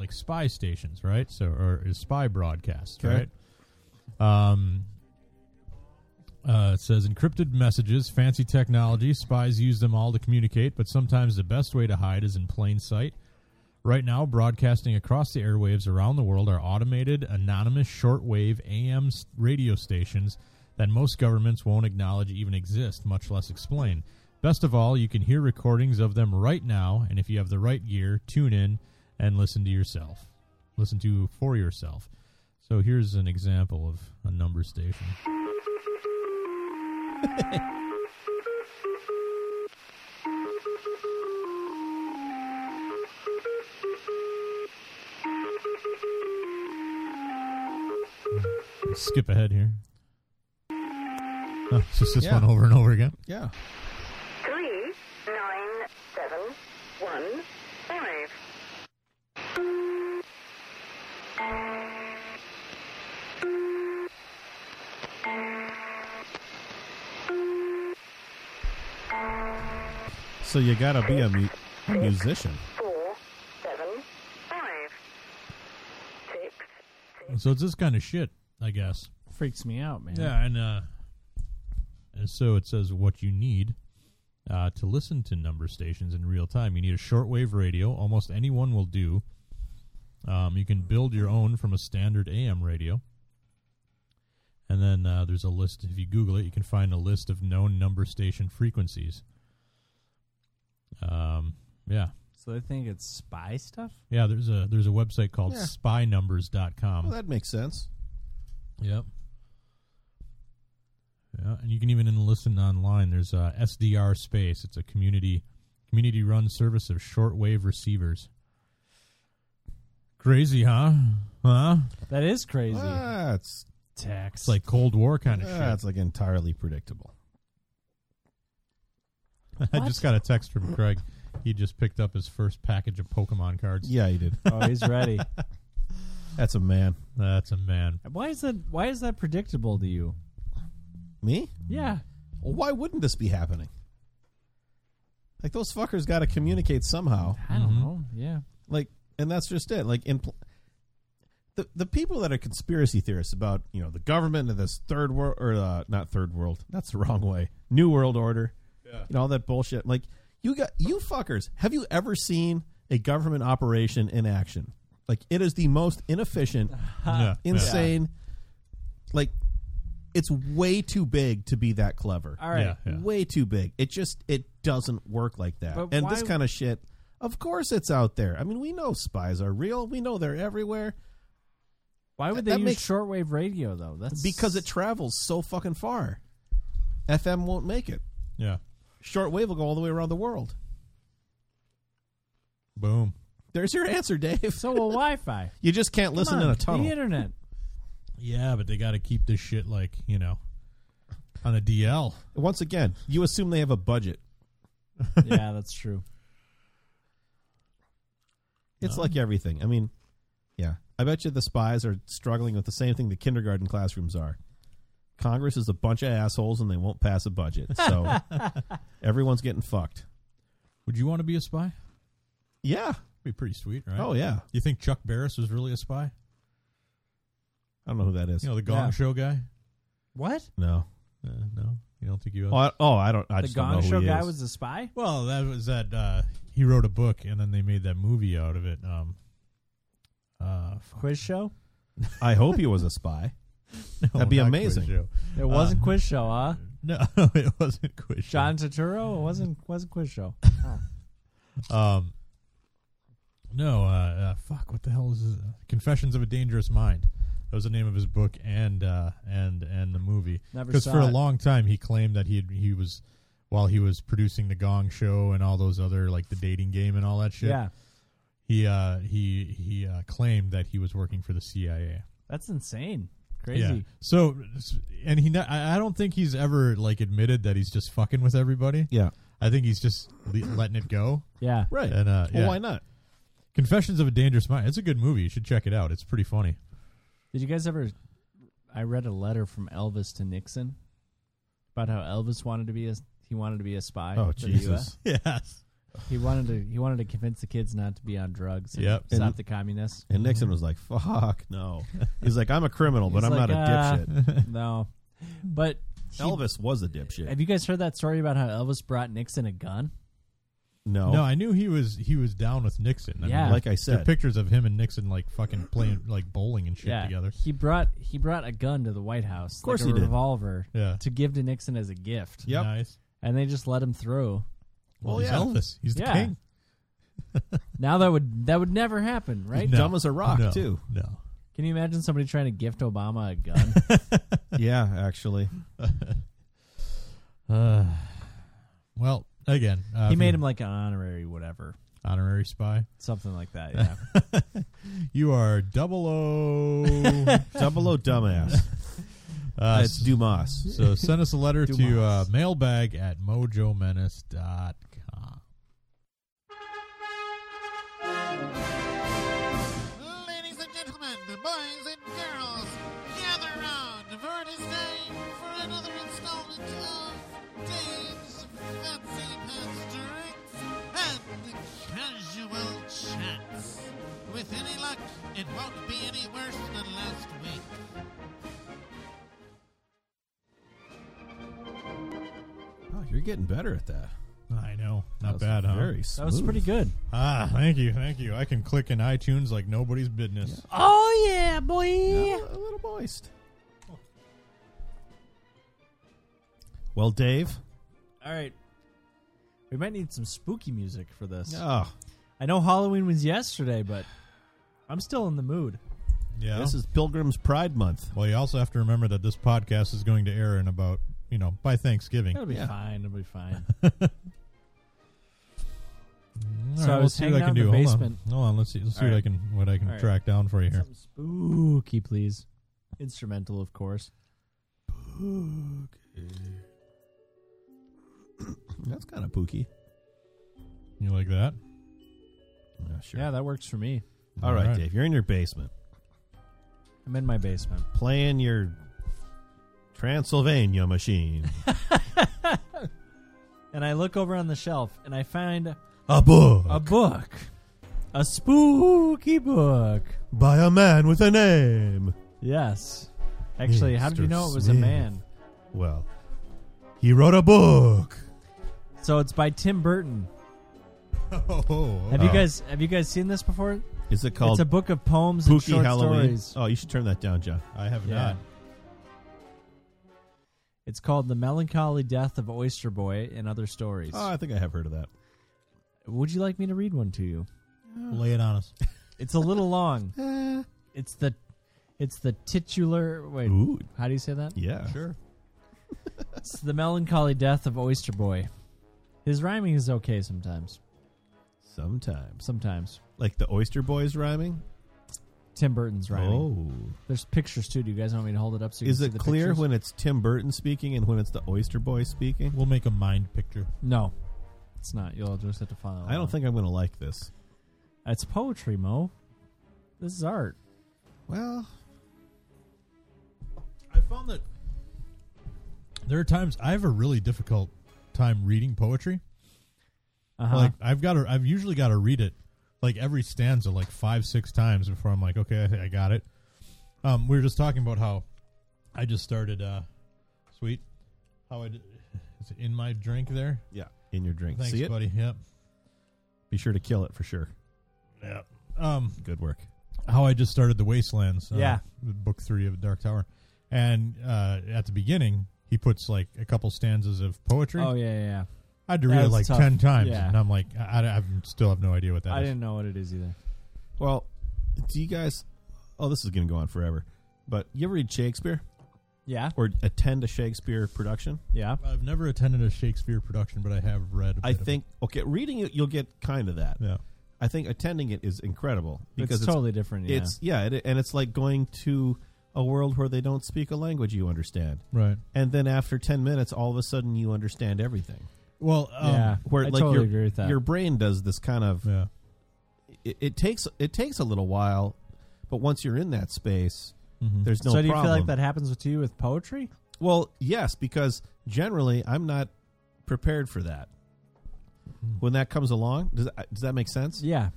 [SPEAKER 3] like spy stations, right? So or is spy broadcasts,
[SPEAKER 1] Okay.
[SPEAKER 3] right? Um. Uh, it says encrypted messages, fancy technology. Spies use them all to communicate, but sometimes the best way to hide is in plain sight. Right now, broadcasting across the airwaves around the world are automated, anonymous shortwave AM s- radio stations that most governments won't acknowledge even exist, much less explain. Best of all, you can hear recordings of them right now, and if you have the right gear, tune in and listen to yourself. Listen to for yourself. So here's an example of a number station. Skip ahead here. Oh, it's <laughs> just this
[SPEAKER 1] Yeah.
[SPEAKER 3] one over and over again.
[SPEAKER 1] Yeah.
[SPEAKER 7] three nine
[SPEAKER 1] So you gotta be a mu- musician.
[SPEAKER 7] four, seven, five, six,
[SPEAKER 3] So it's this kind of shit, I guess.
[SPEAKER 2] Freaks me out, man.
[SPEAKER 3] Yeah, and uh, and so it says what you need uh, to listen to number stations in real time. You need a shortwave radio. Almost anyone will do. Um, you can build your own from a standard AM radio. And then uh, there's a list. If you Google it, you can find a list of known number station frequencies. Um, yeah,
[SPEAKER 2] So they think it's spy stuff.
[SPEAKER 3] yeah. There's a there's a website called
[SPEAKER 1] Yeah.
[SPEAKER 3] SpyNumbers.com.
[SPEAKER 1] Well, that makes sense.
[SPEAKER 3] Yep. Yeah, and you can even listen online. There's uh, SDR Space. It's a community community run service of shortwave receivers. Crazy, huh? Huh?
[SPEAKER 2] That is crazy.
[SPEAKER 1] Ah, it's
[SPEAKER 2] Tax.
[SPEAKER 3] It's like Cold War kind of
[SPEAKER 1] ah,
[SPEAKER 3] shit.
[SPEAKER 1] it's like entirely predictable.
[SPEAKER 3] <laughs> I just got a text from Craig. He just picked up his first package of Pokemon cards.
[SPEAKER 1] Yeah, you did.
[SPEAKER 2] oh,
[SPEAKER 1] <laughs>
[SPEAKER 2] he's ready.
[SPEAKER 1] That's a man.
[SPEAKER 3] That's a man.
[SPEAKER 2] why is that? Why is that predictable to you?
[SPEAKER 1] Me?
[SPEAKER 2] Yeah.
[SPEAKER 1] Well, why wouldn't this be happening? Like those fuckers got to communicate somehow.
[SPEAKER 2] I don't know. Yeah.
[SPEAKER 1] Like, and that's just it. Like, in pl- the the people that are conspiracy theorists about you know the government and this third world or uh, not third world, that's the wrong way. New world order, yeah. you know all that bullshit. Like, you got you fuckers. Have you ever seen a government operation in action? Like, it is the most inefficient
[SPEAKER 3] Yeah, yeah.
[SPEAKER 1] insane. Like, it's way too big to be that clever.
[SPEAKER 2] All right.
[SPEAKER 3] Yeah, yeah.
[SPEAKER 1] Way too big. It just it doesn't work like that.
[SPEAKER 2] But
[SPEAKER 1] and
[SPEAKER 2] why-
[SPEAKER 1] this kind of shit, of course, it's out there. I mean, we know spies are real. We know they're everywhere
[SPEAKER 2] Why would
[SPEAKER 1] That-
[SPEAKER 2] they
[SPEAKER 1] that
[SPEAKER 2] use
[SPEAKER 1] makes-
[SPEAKER 2] shortwave radio though? That's
[SPEAKER 1] because it travels so fucking far. FM won't make it.
[SPEAKER 3] Yeah.
[SPEAKER 1] Shortwave will go all the way around the world.
[SPEAKER 3] Boom.
[SPEAKER 1] There's your answer,
[SPEAKER 2] <laughs>
[SPEAKER 1] Dave. <laughs>
[SPEAKER 2] so will Wi-Fi.
[SPEAKER 1] You just can't listen
[SPEAKER 2] Come
[SPEAKER 1] in
[SPEAKER 2] on,
[SPEAKER 1] a tunnel.
[SPEAKER 2] The
[SPEAKER 1] <laughs>
[SPEAKER 2] internet.
[SPEAKER 3] Yeah, but they got to keep this shit like you know on a DL.
[SPEAKER 1] Once again, you assume they have a budget.
[SPEAKER 2] yeah, that's true.
[SPEAKER 1] It's like everything. I mean, yeah. I bet you the spies are struggling with the same thing the kindergarten classrooms are. Congress is a bunch of assholes and they won't pass a budget.
[SPEAKER 2] <laughs>
[SPEAKER 1] So everyone's getting fucked.
[SPEAKER 3] Would you want to be a spy?
[SPEAKER 1] Yeah.
[SPEAKER 3] Be pretty sweet, right?
[SPEAKER 1] Oh, yeah.
[SPEAKER 3] You think Chuck Barris was really a spy?
[SPEAKER 1] I don't know who that is.
[SPEAKER 3] You know, the Gong
[SPEAKER 2] Yeah.
[SPEAKER 3] Show guy?
[SPEAKER 2] What?
[SPEAKER 1] no.
[SPEAKER 3] Uh, no, you don't think you?
[SPEAKER 1] Oh I, oh, I don't. I
[SPEAKER 2] the
[SPEAKER 1] just don't know
[SPEAKER 2] Gong
[SPEAKER 1] who
[SPEAKER 2] Show
[SPEAKER 1] he
[SPEAKER 2] guy
[SPEAKER 1] is.
[SPEAKER 2] was a spy.
[SPEAKER 3] well, that was that. Uh, he wrote a book, and then they made that movie out of it. Um, uh, <laughs> fuck,
[SPEAKER 2] Quiz show.
[SPEAKER 1] I hope he was a spy.
[SPEAKER 2] <laughs>
[SPEAKER 3] no,
[SPEAKER 1] That'd be
[SPEAKER 3] not Quiz
[SPEAKER 1] amazing.
[SPEAKER 3] Show.
[SPEAKER 1] Uh,
[SPEAKER 2] It wasn't
[SPEAKER 1] <laughs>
[SPEAKER 2] quiz show, huh?
[SPEAKER 3] No, <laughs> it wasn't Quiz Show.
[SPEAKER 2] John Turturro. It wasn't wasn't quiz
[SPEAKER 1] <laughs>
[SPEAKER 2] show.
[SPEAKER 3] Um, no, uh, uh, fuck. What the hell is this? Confessions of a Dangerous Mind? That was the name of his book and uh, and and the movie.
[SPEAKER 2] Never
[SPEAKER 3] Because
[SPEAKER 2] saw
[SPEAKER 3] for a
[SPEAKER 2] it.
[SPEAKER 3] long time he claimed that he had, he was while he was producing the Gong Show and all those other like the dating game and all that shit.
[SPEAKER 2] Yeah,
[SPEAKER 3] he uh, he he uh, claimed that he was working for the CIA.
[SPEAKER 2] that's insane.
[SPEAKER 3] Yeah.
[SPEAKER 2] Crazy.
[SPEAKER 3] So, and he, ne- I I don't think he's ever like admitted that he's just fucking with everybody.
[SPEAKER 1] Yeah.
[SPEAKER 3] I think he's just le- letting it go.
[SPEAKER 2] Yeah.
[SPEAKER 1] Right.
[SPEAKER 3] And, uh,
[SPEAKER 1] well,
[SPEAKER 3] yeah.
[SPEAKER 1] why not?
[SPEAKER 3] Confessions of a Dangerous Mind. It's a good movie. You should check it out. It's pretty funny.
[SPEAKER 2] Did you guys ever? I read a letter from Elvis to Nixon about how Elvis wanted to be a he wanted to be a spy.
[SPEAKER 1] Oh,
[SPEAKER 2] for the US.
[SPEAKER 1] Jesus.
[SPEAKER 3] <laughs> Yes.
[SPEAKER 2] He wanted to he wanted to convince the kids not to be on drugs. and
[SPEAKER 3] Yep.
[SPEAKER 2] Stop
[SPEAKER 1] And-
[SPEAKER 2] the communists.
[SPEAKER 1] And Nixon was like, fuck, no.
[SPEAKER 2] <laughs>
[SPEAKER 1] He's like, I'm a criminal, but
[SPEAKER 2] Mm-hmm. He's
[SPEAKER 1] I'm
[SPEAKER 2] like,
[SPEAKER 1] not a
[SPEAKER 2] "Ah,
[SPEAKER 1] dipshit.
[SPEAKER 2] No, but <laughs> he-
[SPEAKER 1] Elvis was a dipshit.
[SPEAKER 2] Have you guys heard that story about how Elvis brought Nixon a gun?
[SPEAKER 1] No.
[SPEAKER 3] No, I knew he was he was down with Nixon. I
[SPEAKER 2] Oh. Yeah.
[SPEAKER 3] mean,
[SPEAKER 1] like I
[SPEAKER 3] there are
[SPEAKER 1] said,
[SPEAKER 3] pictures of him and Nixon like fucking playing
[SPEAKER 2] <clears throat>
[SPEAKER 3] like bowling and shit together.
[SPEAKER 2] He brought he brought a gun to the White House. Of
[SPEAKER 1] course
[SPEAKER 2] like a
[SPEAKER 1] he did.
[SPEAKER 2] revolver
[SPEAKER 3] Yeah.
[SPEAKER 2] to give to Nixon as a gift.
[SPEAKER 1] Yep.
[SPEAKER 3] Nice.
[SPEAKER 2] And they just let him through.
[SPEAKER 1] Well,
[SPEAKER 3] Well, he's
[SPEAKER 1] yeah.
[SPEAKER 3] Elvis. He's the
[SPEAKER 2] Yeah.
[SPEAKER 3] king.
[SPEAKER 2] Now that would that would never happen, right?
[SPEAKER 3] No.
[SPEAKER 1] dumb as a rock,
[SPEAKER 3] No.
[SPEAKER 1] too.
[SPEAKER 2] <sighs>
[SPEAKER 3] No.
[SPEAKER 2] Can you imagine somebody trying to gift Obama a gun?
[SPEAKER 1] yeah, actually.
[SPEAKER 3] Uh, well, again, uh,
[SPEAKER 2] he
[SPEAKER 3] if
[SPEAKER 2] made
[SPEAKER 3] you-
[SPEAKER 2] him like an honorary whatever.
[SPEAKER 3] honorary spy.
[SPEAKER 2] Something like that, yeah.
[SPEAKER 3] You are double
[SPEAKER 2] <laughs>
[SPEAKER 3] O.
[SPEAKER 1] Double O dumbass.
[SPEAKER 3] uh,
[SPEAKER 1] That's Dumas.
[SPEAKER 2] <laughs>
[SPEAKER 3] so send us a
[SPEAKER 1] <laughs>
[SPEAKER 3] letter to uh,
[SPEAKER 2] Dumas.
[SPEAKER 3] mailbag at mojomenace.com.
[SPEAKER 8] Ladies and gentlemen, boys and girls, gather round for it is time for another installment of Dave's Fancy Pants Drinks. minutes. With any luck, it won't be any worse than last week.
[SPEAKER 1] Oh, you're getting better at that.
[SPEAKER 3] I know. Not
[SPEAKER 1] That was
[SPEAKER 3] bad, huh?
[SPEAKER 1] Very
[SPEAKER 2] That was
[SPEAKER 1] smooth.
[SPEAKER 2] pretty good.
[SPEAKER 3] Ah, thank you, thank you. I can click in iTunes like nobody's business.
[SPEAKER 2] Oh yeah, boy.
[SPEAKER 1] Yeah, a little moist. Well, Dave.
[SPEAKER 2] All right. We might need some spooky music for this.
[SPEAKER 1] Oh,
[SPEAKER 2] I know Halloween was yesterday, but I'm still in the mood.
[SPEAKER 3] Yeah.
[SPEAKER 1] this is Pilgrim's Pride Month.
[SPEAKER 3] well, you also have to remember that this podcast is going to air in about, you know, by Thanksgiving.
[SPEAKER 2] It'll be
[SPEAKER 1] Yeah.
[SPEAKER 2] fine. It'll be
[SPEAKER 1] <laughs>
[SPEAKER 2] fine.
[SPEAKER 3] All
[SPEAKER 2] So
[SPEAKER 3] right,
[SPEAKER 2] I
[SPEAKER 3] we'll
[SPEAKER 2] was
[SPEAKER 3] see what
[SPEAKER 2] hanging
[SPEAKER 3] I can
[SPEAKER 2] out in
[SPEAKER 3] do.
[SPEAKER 2] the
[SPEAKER 3] Hold on.
[SPEAKER 2] basement.
[SPEAKER 3] Hold on. Let's see. Let's see
[SPEAKER 2] All
[SPEAKER 3] what I
[SPEAKER 2] right.
[SPEAKER 3] can what I can
[SPEAKER 2] All right.
[SPEAKER 3] track down for you here.
[SPEAKER 2] Something spooky, please. Instrumental, of course.
[SPEAKER 1] That's kind of pooky.
[SPEAKER 3] You like that?
[SPEAKER 1] Yeah, sure.
[SPEAKER 2] Yeah, that works for me.
[SPEAKER 1] All right,
[SPEAKER 3] All right.
[SPEAKER 1] Dave. You're in your basement
[SPEAKER 2] I'm in my basement.
[SPEAKER 1] playing your Transylvania machine. <laughs>
[SPEAKER 2] And I look over on the shelf and I find
[SPEAKER 3] Ah,
[SPEAKER 1] a book
[SPEAKER 2] a book. A spooky book.
[SPEAKER 1] by a man with a name.
[SPEAKER 2] Yes. Actually, how did you
[SPEAKER 1] Mr.
[SPEAKER 2] know it was a
[SPEAKER 1] Smith.
[SPEAKER 2] man?
[SPEAKER 1] Well, he wrote a book.
[SPEAKER 2] So it's by Tim Burton.
[SPEAKER 3] Oh,
[SPEAKER 2] Have you
[SPEAKER 1] Oh.
[SPEAKER 2] guys have you guys seen this before?
[SPEAKER 1] Is it
[SPEAKER 2] it's
[SPEAKER 1] called
[SPEAKER 2] a book of poems and
[SPEAKER 1] Spooky
[SPEAKER 2] short
[SPEAKER 1] Halloween?
[SPEAKER 2] stories.
[SPEAKER 1] Oh, you should turn that down, John.
[SPEAKER 3] I have
[SPEAKER 2] Yeah.
[SPEAKER 3] not.
[SPEAKER 2] It's called The Melancholy Death of Oyster Boy and Other Stories.
[SPEAKER 1] Oh, I think I have heard of that.
[SPEAKER 2] Would you like me to read one to you?
[SPEAKER 3] Lay it on us.
[SPEAKER 2] It's a little
[SPEAKER 1] <laughs>
[SPEAKER 2] long. It's the it's the titular wait,
[SPEAKER 1] Eh. Ooh,
[SPEAKER 2] how do you say that?
[SPEAKER 1] yeah.
[SPEAKER 3] Sure.
[SPEAKER 2] It's the melancholy death of Oyster Boy. His rhyming is okay sometimes.
[SPEAKER 1] Sometimes.
[SPEAKER 2] Sometimes.
[SPEAKER 1] Like the Oyster Boys rhyming?
[SPEAKER 2] Tim Burton's rhyming.
[SPEAKER 1] Oh.
[SPEAKER 2] There's pictures too. Do you guys want me to hold it up so you
[SPEAKER 1] Is
[SPEAKER 2] can see
[SPEAKER 1] it
[SPEAKER 2] the
[SPEAKER 1] clear
[SPEAKER 2] pictures?
[SPEAKER 1] when it's Tim Burton speaking and when it's the Oyster Boy speaking?
[SPEAKER 3] We'll make a mind picture.
[SPEAKER 2] No. It's not. You'll just have to follow.
[SPEAKER 1] I don't
[SPEAKER 2] along.
[SPEAKER 1] think I'm going to like this.
[SPEAKER 2] it's poetry, Mo. This is art.
[SPEAKER 1] Well,
[SPEAKER 3] I found that there are times I have a really difficult time reading poetry.
[SPEAKER 2] Uh-huh.
[SPEAKER 3] Like I've got to, I've usually got to read it like every stanza like five, six times before I'm like, okay, I, think I got it. Um, we were just talking about how I just started, uh, sweet, how I did, <laughs> is it in my drink there.
[SPEAKER 1] yeah. In your drink.
[SPEAKER 3] Thanks,
[SPEAKER 1] See it?
[SPEAKER 3] buddy. Yep.
[SPEAKER 1] Be sure to kill it for sure.
[SPEAKER 3] Yep. Um,
[SPEAKER 1] Good work.
[SPEAKER 3] how I just started the Wastelands. uh,
[SPEAKER 2] Yeah.
[SPEAKER 3] Book three of Dark Tower, and uh, at the beginning he puts like a couple stanzas of poetry.
[SPEAKER 2] oh yeah, yeah. yeah.
[SPEAKER 3] I had to read
[SPEAKER 2] That
[SPEAKER 3] it
[SPEAKER 2] was
[SPEAKER 3] like
[SPEAKER 2] tough.
[SPEAKER 3] ten times,
[SPEAKER 2] Yeah.
[SPEAKER 3] and I'm like, I, I- I still have no idea what that is.
[SPEAKER 2] I didn't know what it is either.
[SPEAKER 1] Well, do you guys. Oh, this is going to go on forever. But you ever read Shakespeare
[SPEAKER 2] Yeah,
[SPEAKER 1] or attend a Shakespeare production?
[SPEAKER 2] yeah.
[SPEAKER 3] I've never attended a Shakespeare production, but I have read. I
[SPEAKER 1] I think, okay, reading it, you'll get kind of that.
[SPEAKER 3] yeah,
[SPEAKER 1] I think attending it is incredible because
[SPEAKER 2] it's,
[SPEAKER 1] it's,
[SPEAKER 2] totally different. Yeah.
[SPEAKER 1] it's yeah, it, and it's like going to a world where they don't speak a language you understand,
[SPEAKER 3] right.
[SPEAKER 1] and then after ten minutes, all of a sudden you understand everything.
[SPEAKER 3] Well, um,
[SPEAKER 2] yeah.
[SPEAKER 3] yeah,
[SPEAKER 1] Where
[SPEAKER 2] I
[SPEAKER 1] like
[SPEAKER 2] totally
[SPEAKER 1] your
[SPEAKER 2] agree with that.
[SPEAKER 1] your brain does this kind of it, it takes it takes a little while, but once you're in that space,
[SPEAKER 3] Mhm.
[SPEAKER 1] there's no.
[SPEAKER 2] Mm-hmm. so do you
[SPEAKER 1] problem.
[SPEAKER 2] feel like that happens with you with poetry?
[SPEAKER 1] Well, yes, because generally I'm not prepared for that. When that comes along, does does that make sense?
[SPEAKER 2] Mm-hmm. Yeah.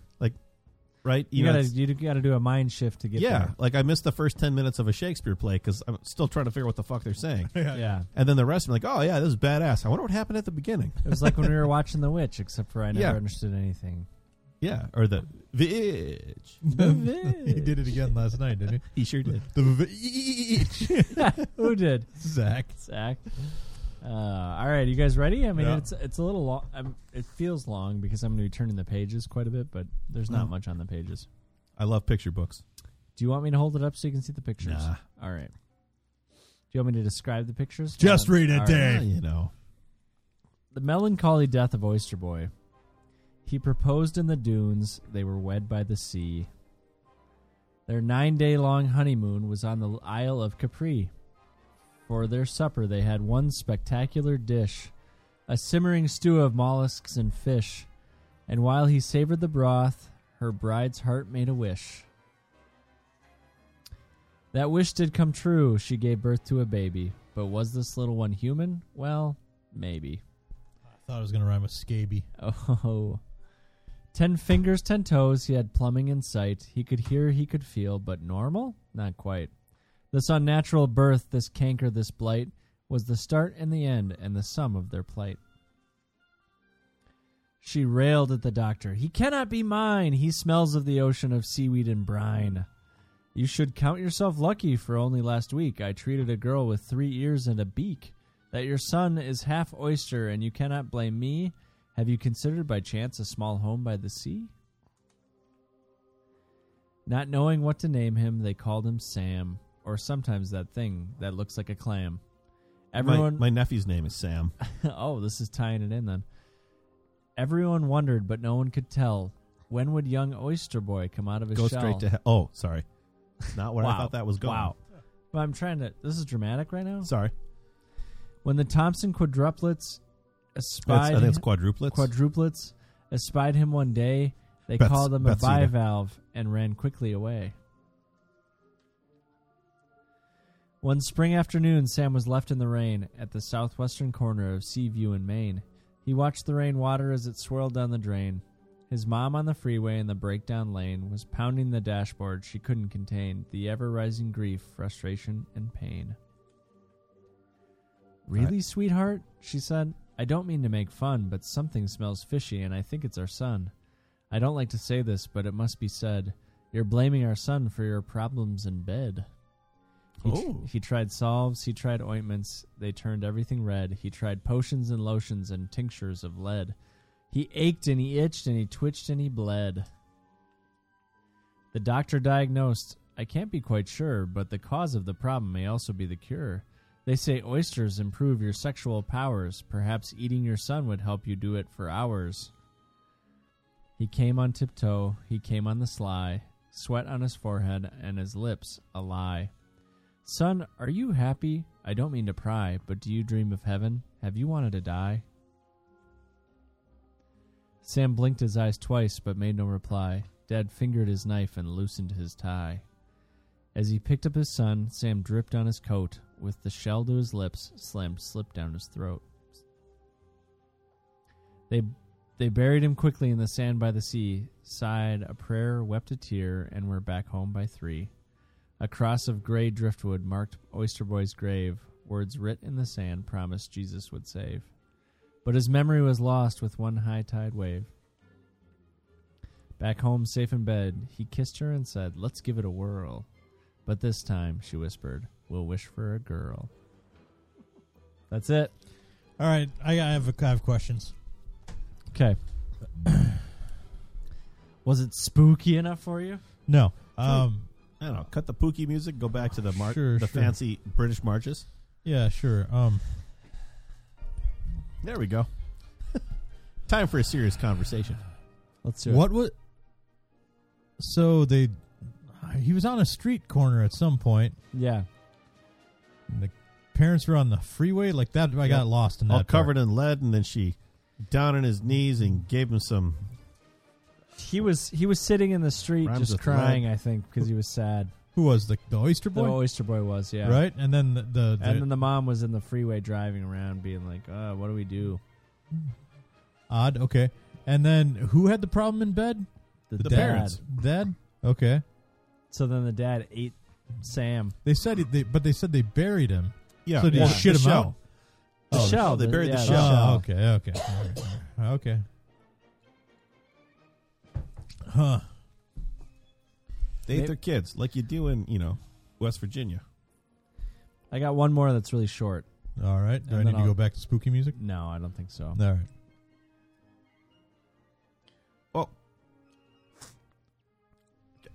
[SPEAKER 1] Right?
[SPEAKER 2] You,
[SPEAKER 1] know,
[SPEAKER 2] gotta
[SPEAKER 1] it's-
[SPEAKER 2] you gotta do a mind shift to get
[SPEAKER 1] yeah,
[SPEAKER 2] there.
[SPEAKER 1] like I missed the first ten minutes of a Shakespeare play because I'm still trying to figure out what the fuck they're saying.
[SPEAKER 2] Yeah.
[SPEAKER 1] And then the rest of them, like, oh yeah, this is badass. I wonder what happened at the beginning.
[SPEAKER 2] It was like when we were watching The Witch, except for I never
[SPEAKER 1] Yeah.
[SPEAKER 2] understood anything. <laughs>
[SPEAKER 1] Yeah, or the vitch.
[SPEAKER 3] <laughs> he did it again last night, didn't
[SPEAKER 1] He sure did.
[SPEAKER 3] he? The
[SPEAKER 2] <laughs>
[SPEAKER 3] v-
[SPEAKER 2] Who did?
[SPEAKER 3] <laughs> Zach.
[SPEAKER 2] Zach. Uh, all right, you guys ready? I mean,
[SPEAKER 3] Yeah.
[SPEAKER 2] it's it's a little long. I'm, it feels long because I'm going to be turning the pages quite a bit, but there's not much on the pages.
[SPEAKER 1] I love picture books.
[SPEAKER 2] Do you want me to hold it up so you can see the pictures?
[SPEAKER 1] Nah.
[SPEAKER 2] All right. Do you want me to describe the pictures?
[SPEAKER 3] Just
[SPEAKER 2] Um,
[SPEAKER 3] read it,
[SPEAKER 2] all right.
[SPEAKER 3] Dave.
[SPEAKER 1] Ah, you know,
[SPEAKER 2] The melancholy death of Oyster Boy. He proposed in the dunes. They were wed by the sea. Their nine day long honeymoon was on the Isle of Capri. For their supper, they had one spectacular dish a simmering stew of mollusks and fish. And while he savored the broth, her bride's heart made a wish. That wish did come true. She gave birth to a baby. But was this little one human? Well, maybe.
[SPEAKER 3] I thought I was going to rhyme with scaby.
[SPEAKER 2] Oh. Ten fingers, ten toes, he had plumbing in sight. He could hear, he could feel, but normal? Not quite. This unnatural birth, this canker, this blight, was the start and the end and the sum of their plight. She railed at the doctor. He cannot be mine. He smells of the ocean of seaweed and brine. You should count yourself lucky for only last week I treated a girl with three ears and a beak. That your son is half oyster and you cannot blame me. Have you considered by chance a small home by the sea? Not knowing what to name him, they called him Sam, or sometimes that thing that looks like a clam.
[SPEAKER 1] My,
[SPEAKER 2] Everyone
[SPEAKER 1] my nephew's name is Sam.
[SPEAKER 2] <laughs> oh, this is tying it in then. Everyone wondered, but no one could tell. When would young oyster boy come out of his
[SPEAKER 1] Go
[SPEAKER 2] shell?
[SPEAKER 1] straight to hell. Oh, sorry. Not where I
[SPEAKER 2] Wow.
[SPEAKER 1] thought that was going.
[SPEAKER 2] Wow. Well, I'm trying to. This is dramatic right now.
[SPEAKER 1] Sorry.
[SPEAKER 2] When the Thompson quadruplets
[SPEAKER 1] That's-
[SPEAKER 2] espied,
[SPEAKER 1] I think it's quadruplets.
[SPEAKER 2] quadruplets espied him one day, they
[SPEAKER 1] Beth's-
[SPEAKER 2] called him a
[SPEAKER 1] Bethsaida.
[SPEAKER 2] bivalve and ran quickly away. One spring afternoon, Sam was left in the rain at the southwestern corner of Seaview in Maine. He watched the rain water as it swirled down the drain. His mom on the freeway in the breakdown lane was pounding the dashboard she couldn't contain, the ever rising grief, frustration, and pain. Really, sweetheart? She said. I don't mean to make fun, but something smells fishy, and I think it's our son. I don't like to say this, but it must be said. You're blaming our son for your problems in bed. He, tr-
[SPEAKER 1] Oh.
[SPEAKER 2] he tried salves, he tried ointments, they turned everything red. He tried potions and lotions and tinctures of lead. He ached and he itched and he twitched and he bled. The doctor diagnosed, I can't be quite sure, but the cause of the problem may also be the cure. They say oysters improve your sexual powers. Perhaps eating your son would help you do it for hours. He came on tiptoe, he came on the sly, sweat on his forehead and his lips a lie. Son, are you happy? I don't mean to pry, but do you dream of heaven? Have you wanted to die? Sam blinked his eyes twice but made no reply. Dad fingered his knife and loosened his tie. As he picked up his son, Sam dripped on his coat, with the shell to his lips, slammed slip down his throat. They they buried him quickly in the sand by the sea, sighed a prayer, wept a tear, and were back home by three. A cross of gray driftwood marked Oyster Boy's grave. Words writ in the sand promised Jesus would save. But his memory was lost with one high tide wave. Back home, safe in bed, he kissed her and said, Let's give it a whirl. But this time, she whispered, We'll wish for a girl. That's it.
[SPEAKER 3] All right, I, I have a, I have questions.
[SPEAKER 2] Okay. <clears throat> Was it spooky enough for you?
[SPEAKER 3] No, um,
[SPEAKER 1] I don't know. Cut the pookie music. Go back to the march,
[SPEAKER 3] Sure,
[SPEAKER 1] the
[SPEAKER 3] sure.
[SPEAKER 1] fancy British marches.
[SPEAKER 3] yeah, sure. Um,
[SPEAKER 1] There we go. <laughs> Time for a serious conversation.
[SPEAKER 2] Let's do it.
[SPEAKER 3] what was? So they, he was on a street corner at some point.
[SPEAKER 2] Yeah.
[SPEAKER 3] and the parents were on the freeway like that. I got lost in that.
[SPEAKER 1] All covered
[SPEAKER 3] part.
[SPEAKER 1] in lead, and then she down on his knees and gave him some.
[SPEAKER 2] He was he was sitting in the street
[SPEAKER 1] Rhymes
[SPEAKER 2] just
[SPEAKER 1] with
[SPEAKER 2] crying, I think, because he was sad.
[SPEAKER 3] Who was the the oyster
[SPEAKER 2] The
[SPEAKER 3] boy?
[SPEAKER 2] oyster boy was, yeah.
[SPEAKER 3] Right, and then the, the,
[SPEAKER 2] And
[SPEAKER 3] the-
[SPEAKER 2] then the mom was in the freeway driving around being like, uh, what do we do?
[SPEAKER 3] odd. Okay, and then who had the problem in bed?
[SPEAKER 2] The,
[SPEAKER 1] The
[SPEAKER 2] dad.
[SPEAKER 1] parents.
[SPEAKER 3] Dad. Okay,
[SPEAKER 2] So then the dad ate Sam.
[SPEAKER 3] they said it, they, but they said they buried him.
[SPEAKER 1] Yeah,
[SPEAKER 3] so did
[SPEAKER 1] yeah.
[SPEAKER 3] you shit
[SPEAKER 1] The
[SPEAKER 3] him
[SPEAKER 1] shell.
[SPEAKER 3] out?
[SPEAKER 2] The
[SPEAKER 1] Oh,
[SPEAKER 2] shell.
[SPEAKER 1] they
[SPEAKER 2] the-
[SPEAKER 1] buried the
[SPEAKER 2] yeah,
[SPEAKER 1] shell.
[SPEAKER 3] Oh, okay, okay, All right, all right. okay. Huh.
[SPEAKER 1] They ate their kids like you do in you know West Virginia.
[SPEAKER 2] I got one more that's really short.
[SPEAKER 3] All right.
[SPEAKER 2] And
[SPEAKER 3] Do I
[SPEAKER 2] then
[SPEAKER 3] need to
[SPEAKER 2] I'll-
[SPEAKER 3] go back to spooky music?
[SPEAKER 2] No, I don't think so.
[SPEAKER 3] All right.
[SPEAKER 1] Oh,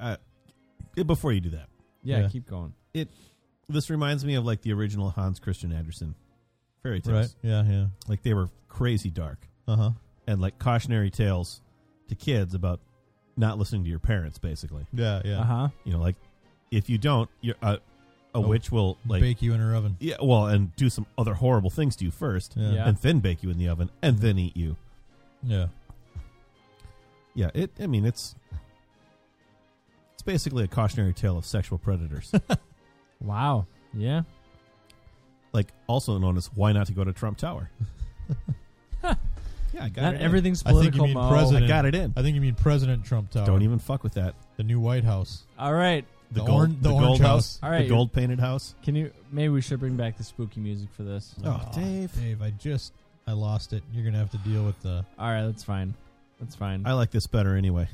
[SPEAKER 1] uh, before you do that,
[SPEAKER 2] Yeah,
[SPEAKER 3] Yeah.
[SPEAKER 2] keep going.
[SPEAKER 1] it this reminds me of like the original Hans Christian Andersen fairy tales.
[SPEAKER 3] Right. Yeah. Yeah.
[SPEAKER 1] Like they were crazy dark
[SPEAKER 3] Uh huh.
[SPEAKER 1] and like cautionary tales to kids about not listening to your parents. Basically,
[SPEAKER 3] Yeah. Yeah.
[SPEAKER 2] Uh huh.
[SPEAKER 1] you know, like if you don't, you're uh, a witch will like
[SPEAKER 3] Oh, Bake you in her oven.
[SPEAKER 1] yeah, well, and do some other horrible things to you first,
[SPEAKER 3] Yeah.
[SPEAKER 2] Yeah.
[SPEAKER 1] and then bake you in the oven, and then eat you.
[SPEAKER 3] Yeah.
[SPEAKER 1] Yeah, it. I mean, it's it's basically a cautionary tale of sexual
[SPEAKER 2] <laughs>
[SPEAKER 1] predators,
[SPEAKER 2] Wow. Yeah. <laughs>
[SPEAKER 1] like also known as "Why Not to Go to Trump Tower." yeah, Yeah, I got
[SPEAKER 2] Not
[SPEAKER 1] it. in.
[SPEAKER 2] everything's
[SPEAKER 3] I
[SPEAKER 2] political.
[SPEAKER 3] think you mean
[SPEAKER 2] Mo.
[SPEAKER 1] I
[SPEAKER 3] president.
[SPEAKER 1] got it in.
[SPEAKER 3] I think you mean President Trump
[SPEAKER 2] Uh,
[SPEAKER 3] Tower.
[SPEAKER 1] Don't even fuck with that.
[SPEAKER 3] the new White House.
[SPEAKER 2] All right,
[SPEAKER 1] The,
[SPEAKER 3] The
[SPEAKER 1] gold,
[SPEAKER 3] orange-
[SPEAKER 1] the,
[SPEAKER 3] the
[SPEAKER 1] gold
[SPEAKER 3] orange
[SPEAKER 1] house,
[SPEAKER 2] house. All right.
[SPEAKER 1] the gold painted house.
[SPEAKER 2] can you? Maybe we should bring back the spooky music for this.
[SPEAKER 1] Oh, Dave.
[SPEAKER 3] Dave, I just I lost it. You're gonna have to deal with the
[SPEAKER 2] All right, that's fine. That's fine.
[SPEAKER 1] I like this better anyway.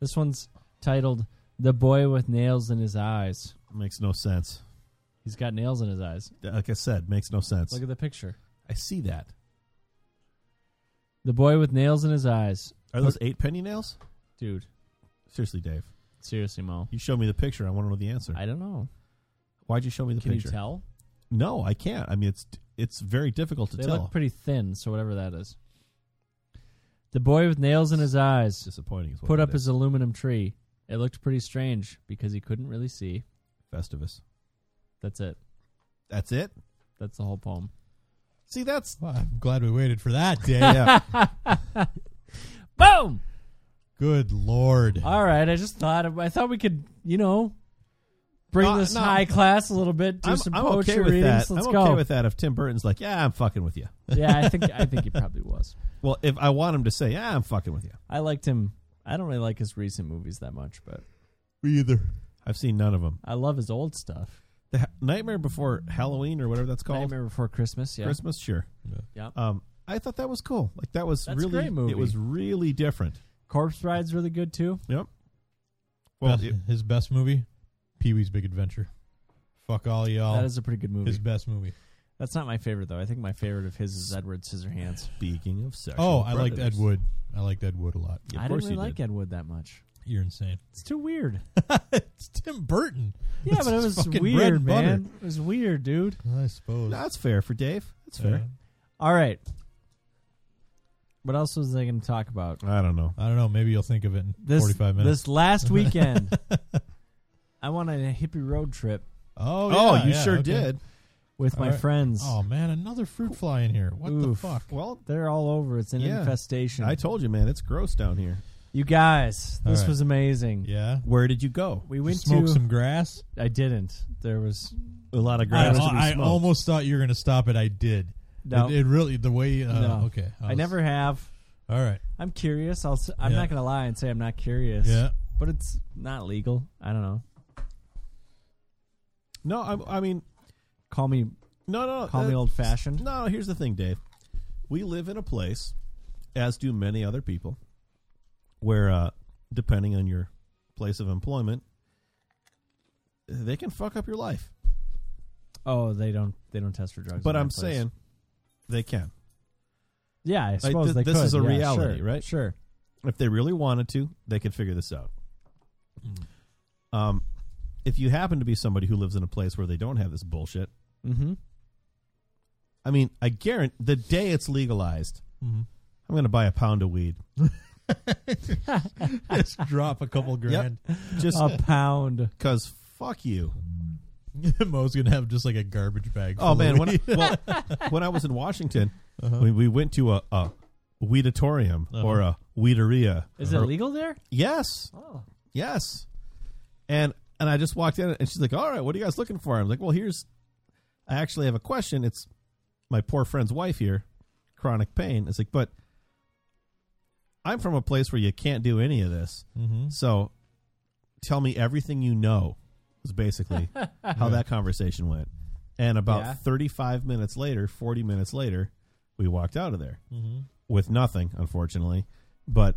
[SPEAKER 2] this one's titled "The Boy with Nails in His Eyes."
[SPEAKER 1] Makes no sense.
[SPEAKER 2] He's got nails in his eyes.
[SPEAKER 1] Like I said, makes no sense.
[SPEAKER 2] Look at the picture.
[SPEAKER 1] I see that.
[SPEAKER 2] The boy with nails in his eyes,
[SPEAKER 1] Are those eight penny nails?
[SPEAKER 2] dude.
[SPEAKER 1] Seriously, Dave.
[SPEAKER 2] Seriously, Mo.
[SPEAKER 1] You show me the picture. I want to know the answer.
[SPEAKER 2] I don't know.
[SPEAKER 1] Why'd you show me the
[SPEAKER 2] Can
[SPEAKER 1] picture?
[SPEAKER 2] you tell?
[SPEAKER 1] No, I can't. I mean, it's it's very difficult to
[SPEAKER 2] They
[SPEAKER 1] tell.
[SPEAKER 2] look pretty thin, so whatever that is. The boy with nails in his eyes
[SPEAKER 1] It's disappointing. is what
[SPEAKER 2] put
[SPEAKER 1] it
[SPEAKER 2] up
[SPEAKER 1] is.
[SPEAKER 2] his aluminum tree. It looked pretty strange because he couldn't really see.
[SPEAKER 1] Festivus.
[SPEAKER 2] That's it.
[SPEAKER 1] That's it.
[SPEAKER 2] That's the whole poem.
[SPEAKER 1] See, that's
[SPEAKER 3] Well, I'm glad we waited for that day.
[SPEAKER 1] yeah.
[SPEAKER 2] Boom!
[SPEAKER 3] <laughs> Good lord.
[SPEAKER 2] All right, I just thought of- I thought we could, you know, bring
[SPEAKER 1] No,
[SPEAKER 2] this
[SPEAKER 1] no.
[SPEAKER 2] high class a little bit. Do
[SPEAKER 1] I'm,
[SPEAKER 2] some
[SPEAKER 1] I'm
[SPEAKER 2] poetry
[SPEAKER 1] okay with
[SPEAKER 2] readings.
[SPEAKER 1] that.
[SPEAKER 2] Let's
[SPEAKER 1] I'm
[SPEAKER 2] go.
[SPEAKER 1] okay with that. If Tim Burton's like, yeah, I'm fucking with you.
[SPEAKER 2] yeah, I think I
[SPEAKER 1] <laughs>
[SPEAKER 2] think he probably was.
[SPEAKER 1] Well, if I want him to say, yeah, I'm fucking with you.
[SPEAKER 2] I liked him. I don't really like his recent movies that much, but
[SPEAKER 3] Me either.
[SPEAKER 1] I've seen none of them.
[SPEAKER 2] I love his old stuff.
[SPEAKER 1] The Ha- Nightmare Before Halloween or whatever that's called.
[SPEAKER 2] Nightmare Before Christmas. Yeah,
[SPEAKER 1] Christmas, sure.
[SPEAKER 2] yeah.
[SPEAKER 1] Um, I thought that was cool. Like that was
[SPEAKER 2] That's a
[SPEAKER 1] really
[SPEAKER 2] great movie.
[SPEAKER 1] it was really different.
[SPEAKER 2] Corpse Ride's really good too.
[SPEAKER 1] Yep. Well,
[SPEAKER 3] Best-
[SPEAKER 1] it-
[SPEAKER 3] his best movie, Pee Wee's Big Adventure. Fuck all y'all.
[SPEAKER 2] That is a pretty good movie.
[SPEAKER 3] his best movie.
[SPEAKER 2] That's not my favorite though. I think my favorite of his is Edward Scissorhands.
[SPEAKER 1] speaking of sexual,
[SPEAKER 3] Oh, I liked Ed
[SPEAKER 1] predators.
[SPEAKER 3] Wood. I liked Ed Wood a lot.
[SPEAKER 1] Of
[SPEAKER 2] I didn't
[SPEAKER 1] course
[SPEAKER 2] really
[SPEAKER 1] you
[SPEAKER 2] like
[SPEAKER 1] did.
[SPEAKER 2] Ed Wood that much.
[SPEAKER 3] You're insane. <laughs>
[SPEAKER 2] It's too weird.
[SPEAKER 3] it's Tim Burton.
[SPEAKER 2] <laughs> Yeah,
[SPEAKER 3] It's
[SPEAKER 2] but it
[SPEAKER 3] his
[SPEAKER 2] was
[SPEAKER 3] fucking bread
[SPEAKER 2] weird,
[SPEAKER 3] and butter.
[SPEAKER 2] man. It was weird, dude.
[SPEAKER 3] I suppose.
[SPEAKER 1] No, that's fair for Dave. That's fair.
[SPEAKER 2] All right. What else was I going to talk about?
[SPEAKER 1] I don't know.
[SPEAKER 3] I don't know. Maybe you'll think of it in
[SPEAKER 2] This
[SPEAKER 3] 45 minutes.
[SPEAKER 2] this
[SPEAKER 3] <laughs>
[SPEAKER 2] last weekend, I went on a hippie road trip
[SPEAKER 3] oh,
[SPEAKER 1] Oh,
[SPEAKER 3] yeah,
[SPEAKER 1] you
[SPEAKER 3] yeah,
[SPEAKER 1] sure
[SPEAKER 3] okay.
[SPEAKER 1] did.
[SPEAKER 2] with
[SPEAKER 3] All
[SPEAKER 2] my
[SPEAKER 3] right.
[SPEAKER 2] friends.
[SPEAKER 3] Oh man, another fruit fly in here. What the
[SPEAKER 2] Oof.
[SPEAKER 3] fuck?
[SPEAKER 1] Well,
[SPEAKER 2] They're all over. It's an
[SPEAKER 1] Yeah.
[SPEAKER 2] infestation.
[SPEAKER 1] I told you, man, it's gross down here.
[SPEAKER 2] you guys,
[SPEAKER 3] All
[SPEAKER 2] this
[SPEAKER 3] right.
[SPEAKER 2] was amazing.
[SPEAKER 3] Yeah.
[SPEAKER 1] Where did you go?
[SPEAKER 2] We went
[SPEAKER 3] Smoke
[SPEAKER 2] to.
[SPEAKER 3] some grass.
[SPEAKER 2] I didn't. There was
[SPEAKER 1] A lot of
[SPEAKER 3] I,
[SPEAKER 1] grass to be
[SPEAKER 3] I
[SPEAKER 1] smoked.
[SPEAKER 3] almost thought you were going to stop it. I did.
[SPEAKER 2] no.
[SPEAKER 3] It, it really the way. Uh,
[SPEAKER 2] no.
[SPEAKER 3] Okay.
[SPEAKER 2] I,
[SPEAKER 3] was-
[SPEAKER 2] never have. <laughs>
[SPEAKER 3] All right.
[SPEAKER 2] I'm curious. I'll, s- I'm
[SPEAKER 3] Yeah.
[SPEAKER 2] not going to lie and say I'm not curious.
[SPEAKER 3] Yeah.
[SPEAKER 2] But it's not legal. I don't know.
[SPEAKER 1] No, I, I mean,
[SPEAKER 2] Call me
[SPEAKER 1] no, no.
[SPEAKER 2] call me
[SPEAKER 1] uh,
[SPEAKER 2] old fashioned.
[SPEAKER 1] No, here's the thing, Dave. We live in a place, as do many other people, where uh, depending on your place of employment, they can fuck up your life.
[SPEAKER 2] Oh, they don't they don't test for drugs.
[SPEAKER 1] But
[SPEAKER 2] in my
[SPEAKER 1] I'm
[SPEAKER 2] place.
[SPEAKER 1] saying they can.
[SPEAKER 2] Yeah, I suppose
[SPEAKER 1] th-
[SPEAKER 2] they
[SPEAKER 1] this
[SPEAKER 2] could.
[SPEAKER 1] is a
[SPEAKER 2] Yeah,
[SPEAKER 1] reality,
[SPEAKER 2] sure,
[SPEAKER 1] right?
[SPEAKER 2] Sure.
[SPEAKER 1] If they really wanted to, they could figure this out.
[SPEAKER 2] Hmm.
[SPEAKER 1] Um, if you happen to be somebody who lives in a place where they don't have this bullshit,
[SPEAKER 2] Mm-hmm.
[SPEAKER 1] I mean, I guarantee the day it's legalized,
[SPEAKER 2] Mm-hmm.
[SPEAKER 3] Mhm.
[SPEAKER 1] I'm going to buy a pound of weed.
[SPEAKER 3] Just drop a couple grand. <laughs>
[SPEAKER 1] Just
[SPEAKER 2] <laughs> A pound.
[SPEAKER 1] because
[SPEAKER 2] <laughs>
[SPEAKER 1] fuck you.
[SPEAKER 3] Mo's gonna have just like a garbage bag.
[SPEAKER 1] Oh
[SPEAKER 3] full
[SPEAKER 1] man,
[SPEAKER 3] of
[SPEAKER 1] when I,
[SPEAKER 3] weed.
[SPEAKER 1] well, when I was in Washington,
[SPEAKER 2] Uh-huh.
[SPEAKER 1] we, we went to a, a weedatorium or a weederia.
[SPEAKER 2] Is Uh-huh. it
[SPEAKER 1] Or-
[SPEAKER 2] legal there?
[SPEAKER 1] Yes,
[SPEAKER 2] Oh.
[SPEAKER 1] yes. And and I just walked in, and she's like, "All right, what are you guys looking for?" I'm like, "Well, here's, I actually have a question. It's my poor friend's wife here, chronic pain." It's like, but I'm from a place where you can't do any of this.
[SPEAKER 3] Mhm.
[SPEAKER 1] So tell me everything you know is basically how that conversation went. And about
[SPEAKER 2] Yeah.
[SPEAKER 1] 35 minutes later, 40 minutes later, we walked out of there with nothing, unfortunately. But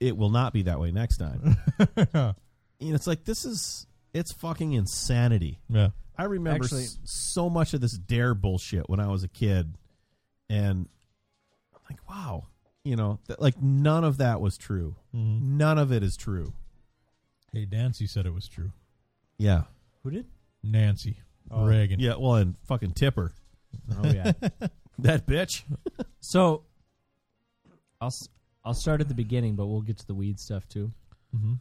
[SPEAKER 1] it will not be that way next time. and it's like, this is, it's fucking insanity.
[SPEAKER 3] <laughs> yeah.
[SPEAKER 1] I remember
[SPEAKER 2] Actually-
[SPEAKER 1] s- so much of this dare bullshit when I was a kid, and I'm like, wow, you know, th- like none of that was true. None of it is true.
[SPEAKER 3] Hey, Nancy said it was true.
[SPEAKER 1] Yeah,
[SPEAKER 2] Who
[SPEAKER 1] <laughs>
[SPEAKER 2] did?
[SPEAKER 3] Nancy Reagan.
[SPEAKER 1] yeah. Well, and fucking Tipper,
[SPEAKER 2] Oh yeah.
[SPEAKER 1] <laughs> that bitch.
[SPEAKER 2] so, I'll s- I'll start at the beginning, but we'll get to the weed stuff too. Mm-hmm.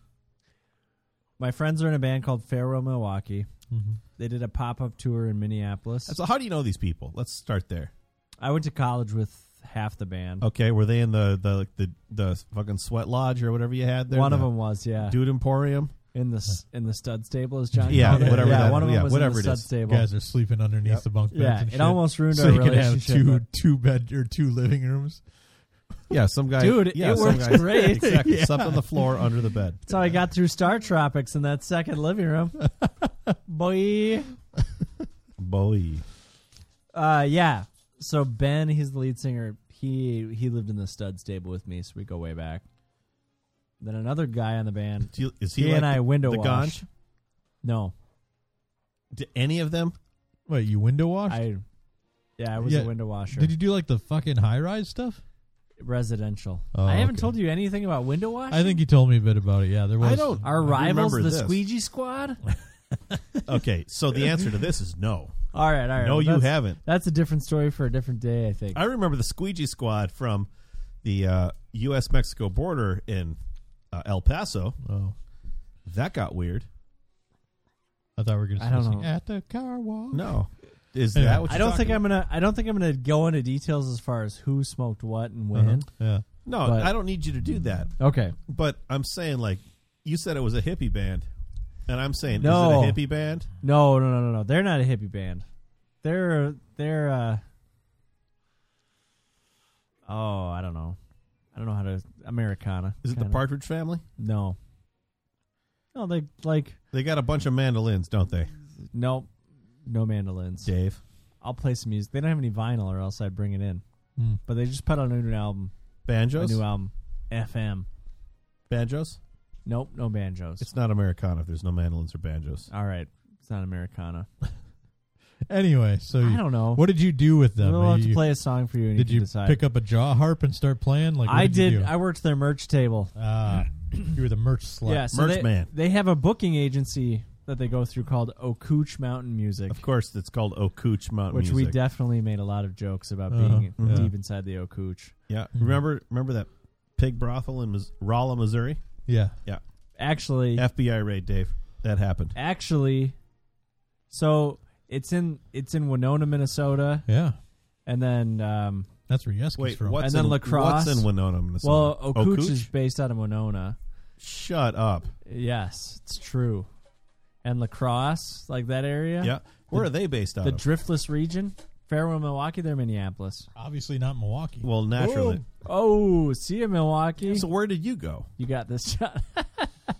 [SPEAKER 2] My friends are in a band called Pharaoh Milwaukee.
[SPEAKER 1] Mm-hmm.
[SPEAKER 2] They did a pop up tour in Minneapolis.
[SPEAKER 1] So how do you know these people? Let's start there.
[SPEAKER 2] I went to college with half the band.
[SPEAKER 1] Okay, were they in the the the, the fucking sweat lodge or whatever you had there?
[SPEAKER 2] One of
[SPEAKER 1] The
[SPEAKER 2] them was yeah.
[SPEAKER 1] Dude Emporium.
[SPEAKER 2] in the
[SPEAKER 1] <laughs>
[SPEAKER 2] s- in the stud stable, as John.
[SPEAKER 1] Yeah,
[SPEAKER 2] called it.
[SPEAKER 1] whatever
[SPEAKER 2] Yeah,
[SPEAKER 1] that-
[SPEAKER 2] one of them
[SPEAKER 1] yeah,
[SPEAKER 2] was
[SPEAKER 1] whatever
[SPEAKER 2] in
[SPEAKER 1] it
[SPEAKER 2] the
[SPEAKER 1] is.
[SPEAKER 2] stud stable.
[SPEAKER 3] guys are sleeping underneath
[SPEAKER 1] Yep.
[SPEAKER 3] the bunk beds.
[SPEAKER 2] yeah,
[SPEAKER 3] and
[SPEAKER 2] it
[SPEAKER 3] shit.
[SPEAKER 2] almost ruined
[SPEAKER 3] so
[SPEAKER 2] our
[SPEAKER 3] you could have
[SPEAKER 2] relationship.
[SPEAKER 3] two two bed or two living rooms.
[SPEAKER 1] Yeah, some guy.
[SPEAKER 2] Dude, it
[SPEAKER 1] yeah, some
[SPEAKER 2] worked <laughs>
[SPEAKER 1] guy-
[SPEAKER 2] great.
[SPEAKER 1] <laughs> Exactly.
[SPEAKER 2] Yeah.
[SPEAKER 1] Slept on the floor under the bed.
[SPEAKER 2] That's how I got through Star Tropics in that second living
[SPEAKER 1] <laughs>
[SPEAKER 2] room. Boy.
[SPEAKER 1] Boy.
[SPEAKER 2] Uh, yeah. So Ben, he's the lead singer. He he lived in the stud stable with me, so we go way back. Then another guy on the band.
[SPEAKER 1] Do you- Is he
[SPEAKER 2] He,
[SPEAKER 1] like
[SPEAKER 2] and I
[SPEAKER 1] the,
[SPEAKER 2] window
[SPEAKER 1] the
[SPEAKER 2] washed.
[SPEAKER 1] Ganj?
[SPEAKER 2] No,
[SPEAKER 1] Do any of them?
[SPEAKER 3] Wait, you window washed?
[SPEAKER 2] I. Yeah, I was
[SPEAKER 3] Yeah.
[SPEAKER 2] a window washer.
[SPEAKER 3] Did you do like the fucking high rise stuff?
[SPEAKER 2] Residential.
[SPEAKER 3] Oh,
[SPEAKER 2] I haven't
[SPEAKER 3] okay.
[SPEAKER 2] told you anything about window washing.
[SPEAKER 3] I think you told me a bit about it. Yeah, there was.
[SPEAKER 1] I don't.
[SPEAKER 2] our rivals, the
[SPEAKER 1] remember this.
[SPEAKER 2] Squeegee Squad. <laughs>
[SPEAKER 1] Okay, so the answer to this is no.
[SPEAKER 2] All right, all right.
[SPEAKER 1] No,
[SPEAKER 2] well,
[SPEAKER 1] you
[SPEAKER 2] that's-
[SPEAKER 1] haven't.
[SPEAKER 2] That's a different story for a different day, I think.
[SPEAKER 1] I remember the squeegee squad from the uh, U.S. Mexico border in uh, El Paso.
[SPEAKER 3] Oh,
[SPEAKER 1] That got weird.
[SPEAKER 3] I thought we were going to.
[SPEAKER 2] I don't know.
[SPEAKER 3] At the car wash.
[SPEAKER 1] No, is
[SPEAKER 3] Anyway.
[SPEAKER 1] that what
[SPEAKER 2] I
[SPEAKER 1] you're
[SPEAKER 2] don't think
[SPEAKER 1] talking-
[SPEAKER 2] I'm gonna. I don't think I'm gonna go into details as far as who smoked what and when.
[SPEAKER 3] Uh-huh. Yeah.
[SPEAKER 1] No,
[SPEAKER 2] but-
[SPEAKER 1] I don't need you to do that.
[SPEAKER 2] Okay.
[SPEAKER 1] But I'm saying, like, you said it was a hippie band, and I'm saying,
[SPEAKER 2] No.
[SPEAKER 1] is it a hippie band?
[SPEAKER 2] No, no, no, no, no. They're not a hippie band. They're they're. uh Oh, I don't know. I don't know how to Americana.
[SPEAKER 1] Is it the
[SPEAKER 2] kinda.
[SPEAKER 1] Partridge Family?
[SPEAKER 2] No. No, they like
[SPEAKER 1] They got a bunch of mandolins, don't they,
[SPEAKER 2] no, no mandolins.
[SPEAKER 1] Dave?
[SPEAKER 2] I'll play some music. They don't have any vinyl, or else I'd bring it in.
[SPEAKER 3] Hmm.
[SPEAKER 2] But they just put out a new album. A
[SPEAKER 1] Banjos,
[SPEAKER 2] new album. FM.
[SPEAKER 1] banjos.
[SPEAKER 2] Nope, no banjos.
[SPEAKER 1] It's not Americana if there's no mandolins or banjos.
[SPEAKER 2] All right. It's not Americana.
[SPEAKER 3] Anyway, so
[SPEAKER 2] I
[SPEAKER 3] you-
[SPEAKER 2] don't know.
[SPEAKER 3] What did you do with them?
[SPEAKER 2] we'll have to
[SPEAKER 3] You-
[SPEAKER 2] play a song for you and
[SPEAKER 3] did
[SPEAKER 2] you can
[SPEAKER 3] you
[SPEAKER 2] decide.
[SPEAKER 3] pick up a jaw harp and start playing? Like what
[SPEAKER 2] I
[SPEAKER 3] did.
[SPEAKER 2] did.
[SPEAKER 3] You, do?
[SPEAKER 2] I worked their merch table.
[SPEAKER 3] Ah, you were the merch slut.
[SPEAKER 2] Yeah, so
[SPEAKER 1] Merch
[SPEAKER 2] they,
[SPEAKER 1] man.
[SPEAKER 2] They have a booking agency that they go through called Okooch Mountain Music,
[SPEAKER 1] Of course, it's called Okooch Mountain
[SPEAKER 2] which we
[SPEAKER 1] Music.
[SPEAKER 2] definitely made a lot of jokes about
[SPEAKER 3] Uh-huh,
[SPEAKER 2] being
[SPEAKER 3] yeah.
[SPEAKER 2] deep inside the Okooch.
[SPEAKER 1] yeah,
[SPEAKER 3] Mm-hmm.
[SPEAKER 1] remember, remember that pig brothel in Mis- Rolla, Missouri?
[SPEAKER 3] Yeah.
[SPEAKER 1] Yeah,
[SPEAKER 2] Actually,
[SPEAKER 1] FBI raid, Dave. That happened.
[SPEAKER 2] actually, so it's in it's in Winona, Minnesota,
[SPEAKER 3] Yeah.
[SPEAKER 2] and then um,
[SPEAKER 3] That's where Yeski's
[SPEAKER 1] Wait,
[SPEAKER 3] from.
[SPEAKER 1] what's
[SPEAKER 2] And then
[SPEAKER 1] in,
[SPEAKER 2] lacrosse.
[SPEAKER 1] What's in Winona, Minnesota?
[SPEAKER 2] well, Okooch,
[SPEAKER 1] Okooch?
[SPEAKER 2] is based out of Winona.
[SPEAKER 1] Shut up.
[SPEAKER 2] Yes, it's true. And Lacrosse, like that area,
[SPEAKER 1] Yeah. Where are they based out
[SPEAKER 2] the
[SPEAKER 1] of?
[SPEAKER 2] driftless region, Fairway, Milwaukee, they're Minneapolis.
[SPEAKER 3] Obviously not Milwaukee.
[SPEAKER 1] well, naturally.
[SPEAKER 2] Oh, see you, Milwaukee.
[SPEAKER 1] So where did you go?
[SPEAKER 2] You got this shot. <laughs>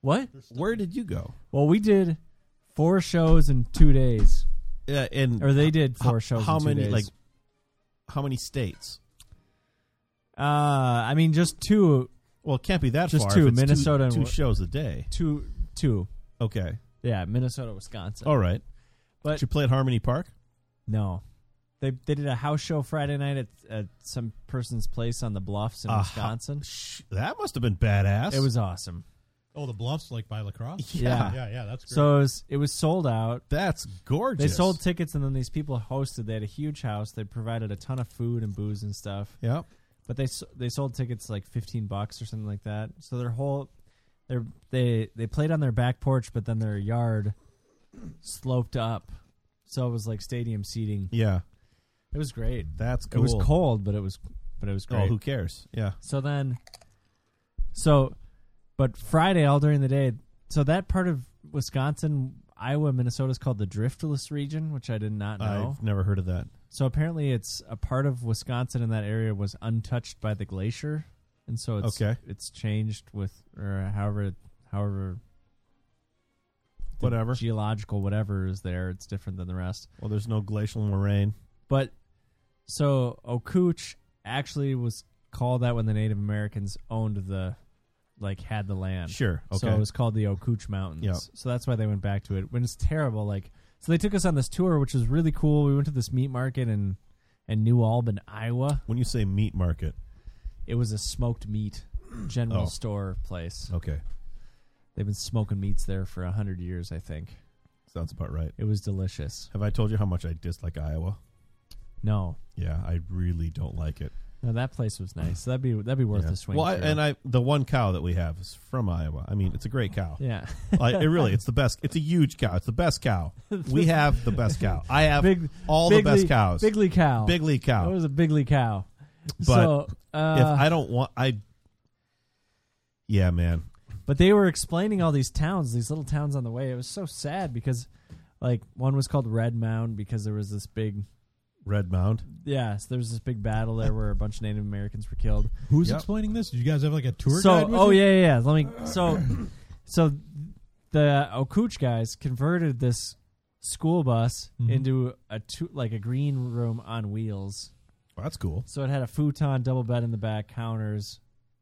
[SPEAKER 2] what?
[SPEAKER 1] Where did you go?
[SPEAKER 2] Well, we did four shows in two days,
[SPEAKER 1] Uh, and
[SPEAKER 2] or they did
[SPEAKER 1] how,
[SPEAKER 2] four shows.
[SPEAKER 1] how
[SPEAKER 2] in two
[SPEAKER 1] many
[SPEAKER 2] days.
[SPEAKER 1] like how many states?
[SPEAKER 2] Uh, I mean, just two,
[SPEAKER 1] Well, it can't be that
[SPEAKER 2] Just
[SPEAKER 1] far.
[SPEAKER 2] two,
[SPEAKER 1] if it's
[SPEAKER 2] Minnesota and
[SPEAKER 1] two,
[SPEAKER 2] Wa-
[SPEAKER 1] shows a day.
[SPEAKER 2] two, two.
[SPEAKER 1] Okay.
[SPEAKER 2] Yeah, Minnesota, Wisconsin.
[SPEAKER 1] All right.
[SPEAKER 2] But-
[SPEAKER 1] did you play at Harmony Park?
[SPEAKER 2] No, they they did a house show Friday night at, at some person's place on the bluffs in
[SPEAKER 1] Uh,
[SPEAKER 2] Wisconsin.
[SPEAKER 1] Sh- that must have been badass.
[SPEAKER 2] It was awesome.
[SPEAKER 3] oh, the bluffs like by lacrosse.
[SPEAKER 2] Yeah.
[SPEAKER 3] Yeah, yeah, that's great.
[SPEAKER 2] So it was, it was sold out.
[SPEAKER 1] That's
[SPEAKER 2] They
[SPEAKER 1] gorgeous.
[SPEAKER 2] sold tickets, and then these people hosted. They had a huge house. They provided a ton of food and booze and stuff.
[SPEAKER 1] Yep.
[SPEAKER 2] but they s- they sold tickets like 15 bucks or something like that so their whole their they they played on their back porch but then their yard sloped up so it was like stadium seating
[SPEAKER 1] Yeah.
[SPEAKER 2] it was great
[SPEAKER 1] That's cool.
[SPEAKER 2] it was cold but it was but it was
[SPEAKER 1] Oh,
[SPEAKER 2] great
[SPEAKER 1] who cares? Yeah.
[SPEAKER 2] so then so but friday all during the day so that part of wisconsin iowa minnesota is called the driftless region which i did not know
[SPEAKER 1] I've never heard of that.
[SPEAKER 2] so apparently, it's a part of Wisconsin in that area was untouched by the glacier, and so it's
[SPEAKER 1] Okay.
[SPEAKER 2] it's changed with or however however the
[SPEAKER 1] Whatever.
[SPEAKER 2] geological whatever is there. It's different than the rest.
[SPEAKER 1] Well, there's no glacial moraine.
[SPEAKER 2] But so Okooch actually was called that when the Native Americans owned the like had the land.
[SPEAKER 1] Sure. Okay.
[SPEAKER 2] So it was called the Okooch Mountains.
[SPEAKER 1] Yep.
[SPEAKER 2] So that's why they went back to it. When it's terrible, like so they took us on this tour, which was really cool. We went to this meat market in in New Albany, Iowa.
[SPEAKER 1] when you say meat market,
[SPEAKER 2] It was a smoked meat general
[SPEAKER 1] Oh.
[SPEAKER 2] store place.
[SPEAKER 1] okay,
[SPEAKER 2] They've been smoking meats there for a hundred years, I think.
[SPEAKER 1] sounds about right.
[SPEAKER 2] It was delicious.
[SPEAKER 1] Have I told you how much I dislike Iowa?
[SPEAKER 2] No,
[SPEAKER 1] Yeah, I really don't like it.
[SPEAKER 2] no, that place was nice. That'd be that'd be worth
[SPEAKER 1] Yeah.
[SPEAKER 2] a swing.
[SPEAKER 1] well, I,
[SPEAKER 2] through.
[SPEAKER 1] and I the one cow that we have is from Iowa. I mean, it's a great
[SPEAKER 2] <laughs>
[SPEAKER 1] cow.
[SPEAKER 2] yeah,
[SPEAKER 1] Like, it really, it's the best. It's a huge cow. It's the best cow.
[SPEAKER 2] <laughs>
[SPEAKER 1] We have the best cow. I have all the best
[SPEAKER 2] Bigley-
[SPEAKER 1] cows.
[SPEAKER 2] Bigley cow.
[SPEAKER 1] Bigley cow.
[SPEAKER 2] It was a Bigley cow.
[SPEAKER 1] But
[SPEAKER 2] so,
[SPEAKER 1] if
[SPEAKER 2] uh,
[SPEAKER 1] I don't want, I. Yeah, man.
[SPEAKER 2] But they were explaining all these towns, these little towns on the way. It was so sad because, like, one was called Red Mound because there was this big,
[SPEAKER 1] Red Mound.
[SPEAKER 2] yeah, so there was this big battle there where a bunch of Native Americans were killed.
[SPEAKER 3] Who's
[SPEAKER 1] Yep.
[SPEAKER 3] explaining this? Did you guys have like a tour
[SPEAKER 2] so,
[SPEAKER 3] guide? with
[SPEAKER 2] oh
[SPEAKER 3] you?
[SPEAKER 2] yeah, yeah, yeah. Let me. So, <coughs> so the Okuch guys converted this school bus
[SPEAKER 3] Mhm.
[SPEAKER 1] Mm-hmm.
[SPEAKER 2] into a two, like a green room on wheels.
[SPEAKER 1] Well, that's cool.
[SPEAKER 2] So it had a futon, double bed in the back, counters,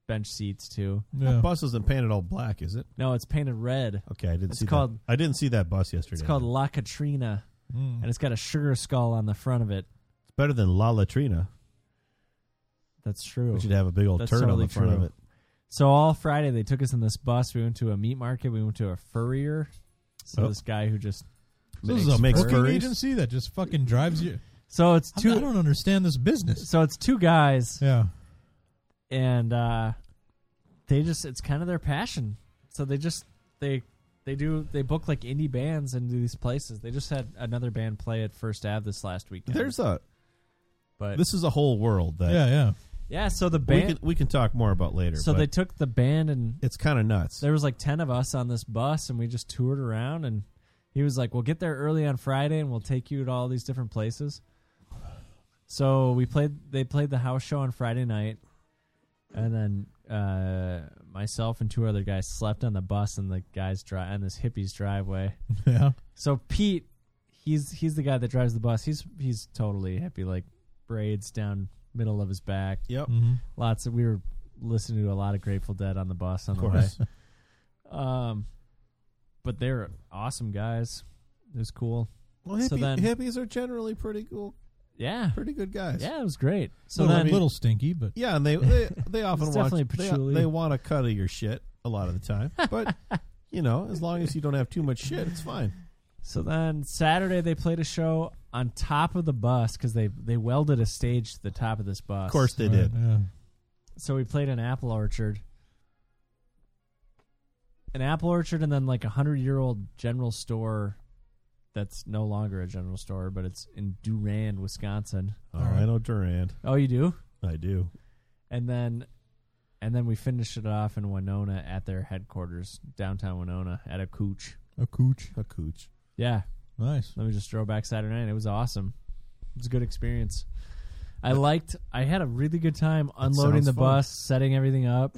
[SPEAKER 2] bench seats too.
[SPEAKER 1] That
[SPEAKER 3] yeah.
[SPEAKER 1] bus isn't painted all black, is it?
[SPEAKER 2] No, it's painted red.
[SPEAKER 1] Okay, I didn't
[SPEAKER 2] It's
[SPEAKER 1] see
[SPEAKER 2] called-
[SPEAKER 1] that. I didn't see that bus yesterday.
[SPEAKER 2] It's called La Katrina,
[SPEAKER 3] Mm.
[SPEAKER 2] and it's got a sugar skull on the front of it.
[SPEAKER 1] It's better than La Latrina,
[SPEAKER 2] That's true.
[SPEAKER 1] which would have a big old
[SPEAKER 2] That's
[SPEAKER 1] turd on
[SPEAKER 2] totally
[SPEAKER 1] the front of
[SPEAKER 2] true.
[SPEAKER 1] it.
[SPEAKER 2] So all Friday they took us in this bus. We went to a meat market. We went to a furrier. So
[SPEAKER 1] Oh.
[SPEAKER 2] this guy who just
[SPEAKER 3] So
[SPEAKER 1] Makes-
[SPEAKER 3] this is a
[SPEAKER 1] makes
[SPEAKER 3] booking
[SPEAKER 1] furries?
[SPEAKER 3] agency that just fucking drives you.
[SPEAKER 2] so it's
[SPEAKER 3] I
[SPEAKER 2] two
[SPEAKER 3] don't understand this business.
[SPEAKER 2] so it's two guys
[SPEAKER 3] Yeah.
[SPEAKER 2] and uh, they just it's kind of their passion. So they just they they do they book like indie bands into these places. They just had another band play at First Ave this last weekend.
[SPEAKER 1] There's a.
[SPEAKER 2] but
[SPEAKER 1] This is a whole world that
[SPEAKER 3] Yeah, yeah. <laughs>
[SPEAKER 2] yeah, so the
[SPEAKER 1] we
[SPEAKER 2] band
[SPEAKER 1] can we can talk more about later.
[SPEAKER 2] so
[SPEAKER 1] but
[SPEAKER 2] they took the band and
[SPEAKER 1] it's kind of nuts.
[SPEAKER 2] there was like 10 of us on this bus and we just toured around and he was like we'll get there early on friday and we'll take you to all these different places so we played they played the house show on friday night and then uh, myself and two other guys slept on the bus in the guys dri on this hippie's driveway
[SPEAKER 3] Yeah.
[SPEAKER 2] so pete he's he's the guy that drives the bus he's he's totally hippie like braids down middle of his back
[SPEAKER 1] Yep.
[SPEAKER 3] Mm-hmm.
[SPEAKER 2] lots of we were listening to a lot of grateful dead on the bus on
[SPEAKER 1] Of
[SPEAKER 2] the way
[SPEAKER 1] course.
[SPEAKER 2] <laughs> um, but they're awesome guys. It was cool.
[SPEAKER 1] Well,
[SPEAKER 2] So
[SPEAKER 1] hippie-
[SPEAKER 2] then-
[SPEAKER 1] hippies are generally pretty cool,
[SPEAKER 2] Yeah,
[SPEAKER 1] pretty good guys.
[SPEAKER 2] yeah, it was great. So
[SPEAKER 3] So little,
[SPEAKER 2] then,
[SPEAKER 3] little stinky, but
[SPEAKER 2] <laughs>
[SPEAKER 1] Yeah, and they they, they often
[SPEAKER 2] It's
[SPEAKER 1] want
[SPEAKER 2] definitely
[SPEAKER 1] they,
[SPEAKER 2] patchouli.
[SPEAKER 1] they want a cut of your shit a lot of the time,
[SPEAKER 2] <laughs>
[SPEAKER 1] but you know, as long as you don't have too much shit, it's fine.
[SPEAKER 2] so then Saturday they played a show on top of the bus because they they welded a stage to the top of this bus.
[SPEAKER 1] Of course, they
[SPEAKER 3] Right,
[SPEAKER 1] did.
[SPEAKER 3] Yeah.
[SPEAKER 2] So we played an apple orchard, an apple orchard, and then like a hundred year old general store that's no longer a general store, but it's in Durand, Wisconsin.
[SPEAKER 1] Oh, I know Durand.
[SPEAKER 2] Oh, you do?
[SPEAKER 1] I do.
[SPEAKER 2] and then and then we finished it off in Winona at their headquarters downtown Winona at a cooch.
[SPEAKER 3] A cooch.
[SPEAKER 1] A cooch.
[SPEAKER 2] Yeah,
[SPEAKER 3] Nice.
[SPEAKER 2] let me just throw back Saturday night. It was awesome. It was a good experience. I liked. I had a really good time unloading
[SPEAKER 1] sounds
[SPEAKER 2] the
[SPEAKER 1] fun.
[SPEAKER 2] bus, setting everything up.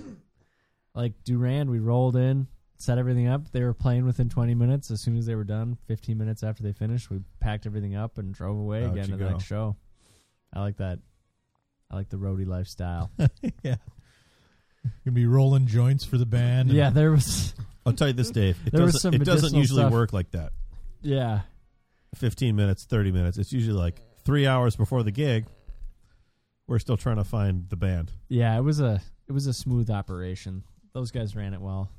[SPEAKER 2] Like Durand, we rolled in, set everything up. They were playing within 20 minutes. As soon as they were done, 15 minutes after they finished, we packed everything up and drove away
[SPEAKER 1] Out
[SPEAKER 2] again
[SPEAKER 1] you
[SPEAKER 2] to the
[SPEAKER 1] go.
[SPEAKER 2] next show. I like that. I like the roadie lifestyle.
[SPEAKER 1] <laughs>
[SPEAKER 3] yeah. Gonna be rolling joints for the band. and-
[SPEAKER 2] yeah, there was. <laughs>
[SPEAKER 1] I'll tell you this, Dave. It
[SPEAKER 2] There was
[SPEAKER 1] doesn't,
[SPEAKER 2] some
[SPEAKER 1] it doesn't
[SPEAKER 2] medicinal
[SPEAKER 1] usually
[SPEAKER 2] stuff.
[SPEAKER 1] work like that.
[SPEAKER 2] Yeah,
[SPEAKER 1] Fifteen minutes, thirty minutes. It's usually like three hours before the gig. We're still trying to find the band.
[SPEAKER 2] Yeah, it was a it was a smooth operation. Those guys ran it well.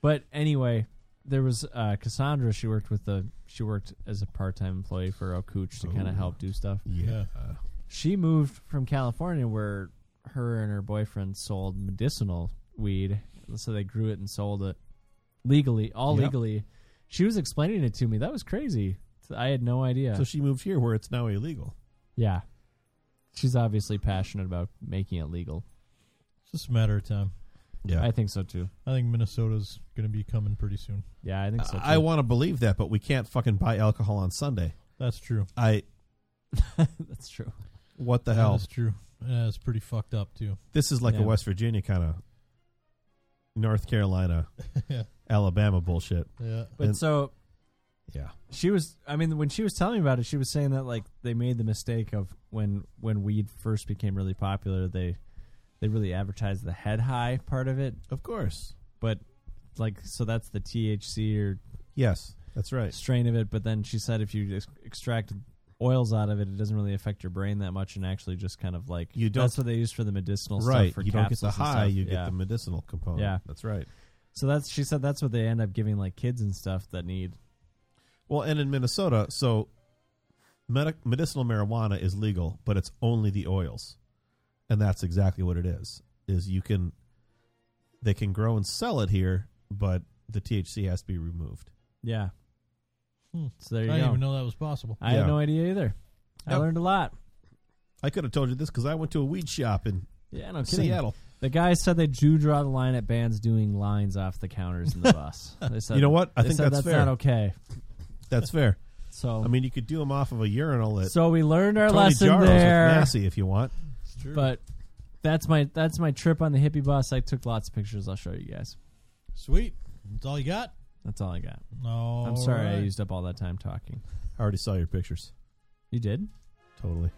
[SPEAKER 2] But anyway, there was uh, Cassandra. She worked with the she worked as a part time employee for O'Cooch to kind of
[SPEAKER 1] Oh.
[SPEAKER 2] help do stuff.
[SPEAKER 3] Yeah.
[SPEAKER 2] She moved from California, where her and her boyfriend sold medicinal weed, so they grew it and sold it legally, all
[SPEAKER 1] Yep.
[SPEAKER 2] legally. She was explaining it to me. That was crazy. I had no idea.
[SPEAKER 1] So she moved here, where it's now illegal.
[SPEAKER 2] yeah, she's obviously passionate about making it legal.
[SPEAKER 3] It's just a matter of time.
[SPEAKER 1] Yeah,
[SPEAKER 2] I think so too.
[SPEAKER 3] I think Minnesota's gonna be coming pretty soon.
[SPEAKER 2] Yeah, I think so. Too.
[SPEAKER 1] I want to believe that, but we can't fucking buy alcohol on Sunday.
[SPEAKER 3] That's true.
[SPEAKER 1] I
[SPEAKER 2] <laughs> That's true.
[SPEAKER 1] what the hell?
[SPEAKER 3] That's true. Yeah, it's pretty fucked up too.
[SPEAKER 1] This is like
[SPEAKER 2] Yeah.
[SPEAKER 1] a West Virginia kind of
[SPEAKER 2] <laughs>
[SPEAKER 1] North Carolina,
[SPEAKER 3] yeah.
[SPEAKER 1] Alabama bullshit.
[SPEAKER 3] Yeah.
[SPEAKER 2] But
[SPEAKER 1] And-
[SPEAKER 2] so
[SPEAKER 1] Yeah,
[SPEAKER 2] she was. I mean, when she was telling me about it, she was saying that like they made the mistake of when when weed first became really popular, they they really advertised the head high part of it,
[SPEAKER 1] of course.
[SPEAKER 2] but like so that's the THC or
[SPEAKER 1] Yes, that's right.
[SPEAKER 2] strain of it. But then she said if you ex- extract oils out of it, it doesn't really affect your brain that much, and actually just kind of like
[SPEAKER 1] You don't-
[SPEAKER 2] That's what they use for the medicinal
[SPEAKER 1] Right,
[SPEAKER 2] stuff. For
[SPEAKER 1] you don't get
[SPEAKER 2] capsules
[SPEAKER 1] the
[SPEAKER 2] and
[SPEAKER 1] high,
[SPEAKER 2] stuff.
[SPEAKER 1] you
[SPEAKER 2] Yeah.
[SPEAKER 1] get the medicinal component.
[SPEAKER 2] Yeah.
[SPEAKER 1] that's right.
[SPEAKER 2] So that's she said that's what they end up giving like kids and stuff that need.
[SPEAKER 1] Well, and in Minnesota, so medic- medicinal marijuana is legal, but it's only the oils, and that's exactly what it is. Is you can they can grow and sell it here, but the THC has to be removed.
[SPEAKER 2] Yeah.
[SPEAKER 3] Hmm.
[SPEAKER 2] So there you
[SPEAKER 3] I didn't
[SPEAKER 2] go.
[SPEAKER 3] even know that was possible.
[SPEAKER 2] I had
[SPEAKER 1] Yeah.
[SPEAKER 2] no idea either. I
[SPEAKER 1] Yep.
[SPEAKER 2] learned a lot.
[SPEAKER 1] I could have told you this because I went to a weed shop in
[SPEAKER 2] Yeah, no kidding.
[SPEAKER 1] Seattle.
[SPEAKER 2] The guy said they do draw the line at bands doing lines off the counters
[SPEAKER 1] <laughs>
[SPEAKER 2] in the bus. They said,
[SPEAKER 1] You know what? I
[SPEAKER 2] they
[SPEAKER 1] think
[SPEAKER 2] said
[SPEAKER 1] that's
[SPEAKER 2] that's
[SPEAKER 1] fair.
[SPEAKER 2] not okay.
[SPEAKER 1] That's fair.
[SPEAKER 2] So
[SPEAKER 1] I mean, you could do them off of a urinal at
[SPEAKER 2] so we learned our
[SPEAKER 1] Tony
[SPEAKER 2] lesson
[SPEAKER 1] Jarro's
[SPEAKER 2] there.
[SPEAKER 1] with Massey if you want.
[SPEAKER 2] <laughs> But that's my that's my trip on the hippie bus. I took lots of pictures. I'll show you guys.
[SPEAKER 3] Sweet. That's all you got?
[SPEAKER 2] That's all I got.
[SPEAKER 3] No.
[SPEAKER 2] I'm sorry I used up all that time talking.
[SPEAKER 1] I already saw your pictures.
[SPEAKER 2] You did? <laughs>
[SPEAKER 1] Totally.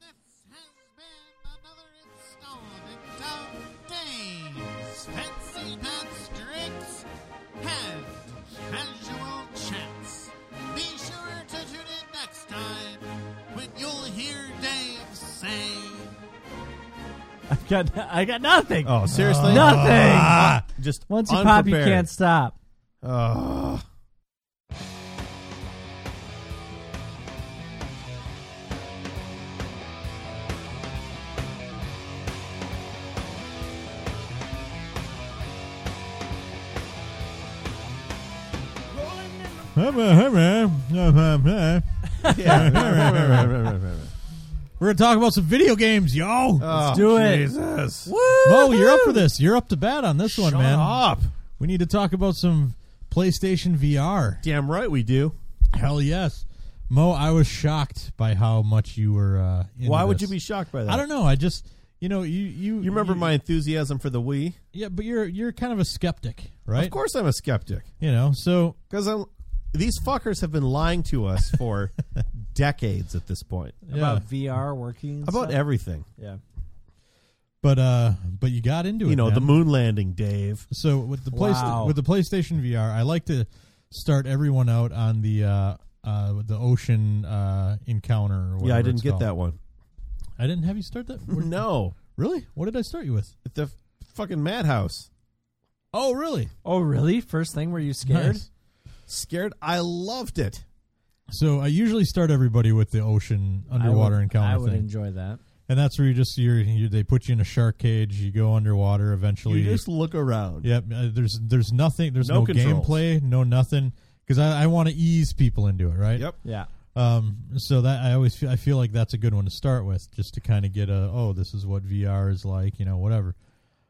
[SPEAKER 8] This has been another installment of Dave's Fancy Pants Drinks and Casual Chats. Be sure to tune in next time when you'll hear Dave say,
[SPEAKER 2] I got I got nothing.
[SPEAKER 1] Oh, seriously?
[SPEAKER 2] Nothing.
[SPEAKER 1] Ah, just
[SPEAKER 2] Once you pop, you
[SPEAKER 1] unprepared.
[SPEAKER 2] can't stop.
[SPEAKER 1] Ah.
[SPEAKER 3] We're going to talk about some video games, yo.
[SPEAKER 1] Oh,
[SPEAKER 2] do it.
[SPEAKER 1] Jesus.
[SPEAKER 3] Mo, you're up
[SPEAKER 2] <laughs>
[SPEAKER 3] for this. You're up to bat on this one,
[SPEAKER 1] Shut
[SPEAKER 3] man.
[SPEAKER 1] up.
[SPEAKER 3] We need to talk about some PlayStation VR.
[SPEAKER 1] Damn right we do.
[SPEAKER 3] Hell yes. Mo, I was shocked by how much you were uh into
[SPEAKER 1] Why would you
[SPEAKER 3] this.
[SPEAKER 1] be shocked by that?
[SPEAKER 3] I don't know. I just you know, you you
[SPEAKER 1] You remember my enthusiasm for the Wii?
[SPEAKER 3] Yeah, but you're you're kind of a skeptic, right?
[SPEAKER 1] Of course I'm a skeptic.
[SPEAKER 3] You know, so
[SPEAKER 1] Because these fuckers have been lying to us for decades at this point
[SPEAKER 3] yeah.
[SPEAKER 2] About VR working. and
[SPEAKER 1] about
[SPEAKER 2] stuff?
[SPEAKER 1] everything.
[SPEAKER 2] yeah.
[SPEAKER 3] but uh but you got into it.
[SPEAKER 1] You know, the
[SPEAKER 3] man.
[SPEAKER 1] moon landing, Dave.
[SPEAKER 3] So with the play
[SPEAKER 2] Wow.
[SPEAKER 3] with the PlayStation VR, I like to start everyone out on the uh uh the ocean uh encounter or
[SPEAKER 1] yeah, I
[SPEAKER 3] whatever
[SPEAKER 1] didn't
[SPEAKER 3] it's
[SPEAKER 1] get
[SPEAKER 3] called.
[SPEAKER 1] that one.
[SPEAKER 3] I didn't have you start that? What-
[SPEAKER 1] No,
[SPEAKER 3] Really? What did I start you with?
[SPEAKER 1] the f- fucking madhouse.
[SPEAKER 3] Oh, really?
[SPEAKER 2] Oh, really? First thing were you scared?
[SPEAKER 3] Nice.
[SPEAKER 1] Scared? I loved it.
[SPEAKER 3] So I usually start everybody with the ocean underwater
[SPEAKER 2] I would,
[SPEAKER 3] encounter
[SPEAKER 2] I would
[SPEAKER 3] thing,
[SPEAKER 2] enjoy that.
[SPEAKER 3] and that's where you just you're, you they put you in a shark cage. You go underwater eventually.
[SPEAKER 1] You just look around.
[SPEAKER 3] yep. uh, there's there's nothing. There's
[SPEAKER 1] No
[SPEAKER 3] no,
[SPEAKER 1] controls.
[SPEAKER 3] gameplay. No nothing. Because I, I want to ease people into it, right?
[SPEAKER 1] Yep.
[SPEAKER 2] Yeah.
[SPEAKER 3] Um. So that I always feel, I feel like that's a good one to start with, just to kind of get a oh this is what VR is like, you know whatever.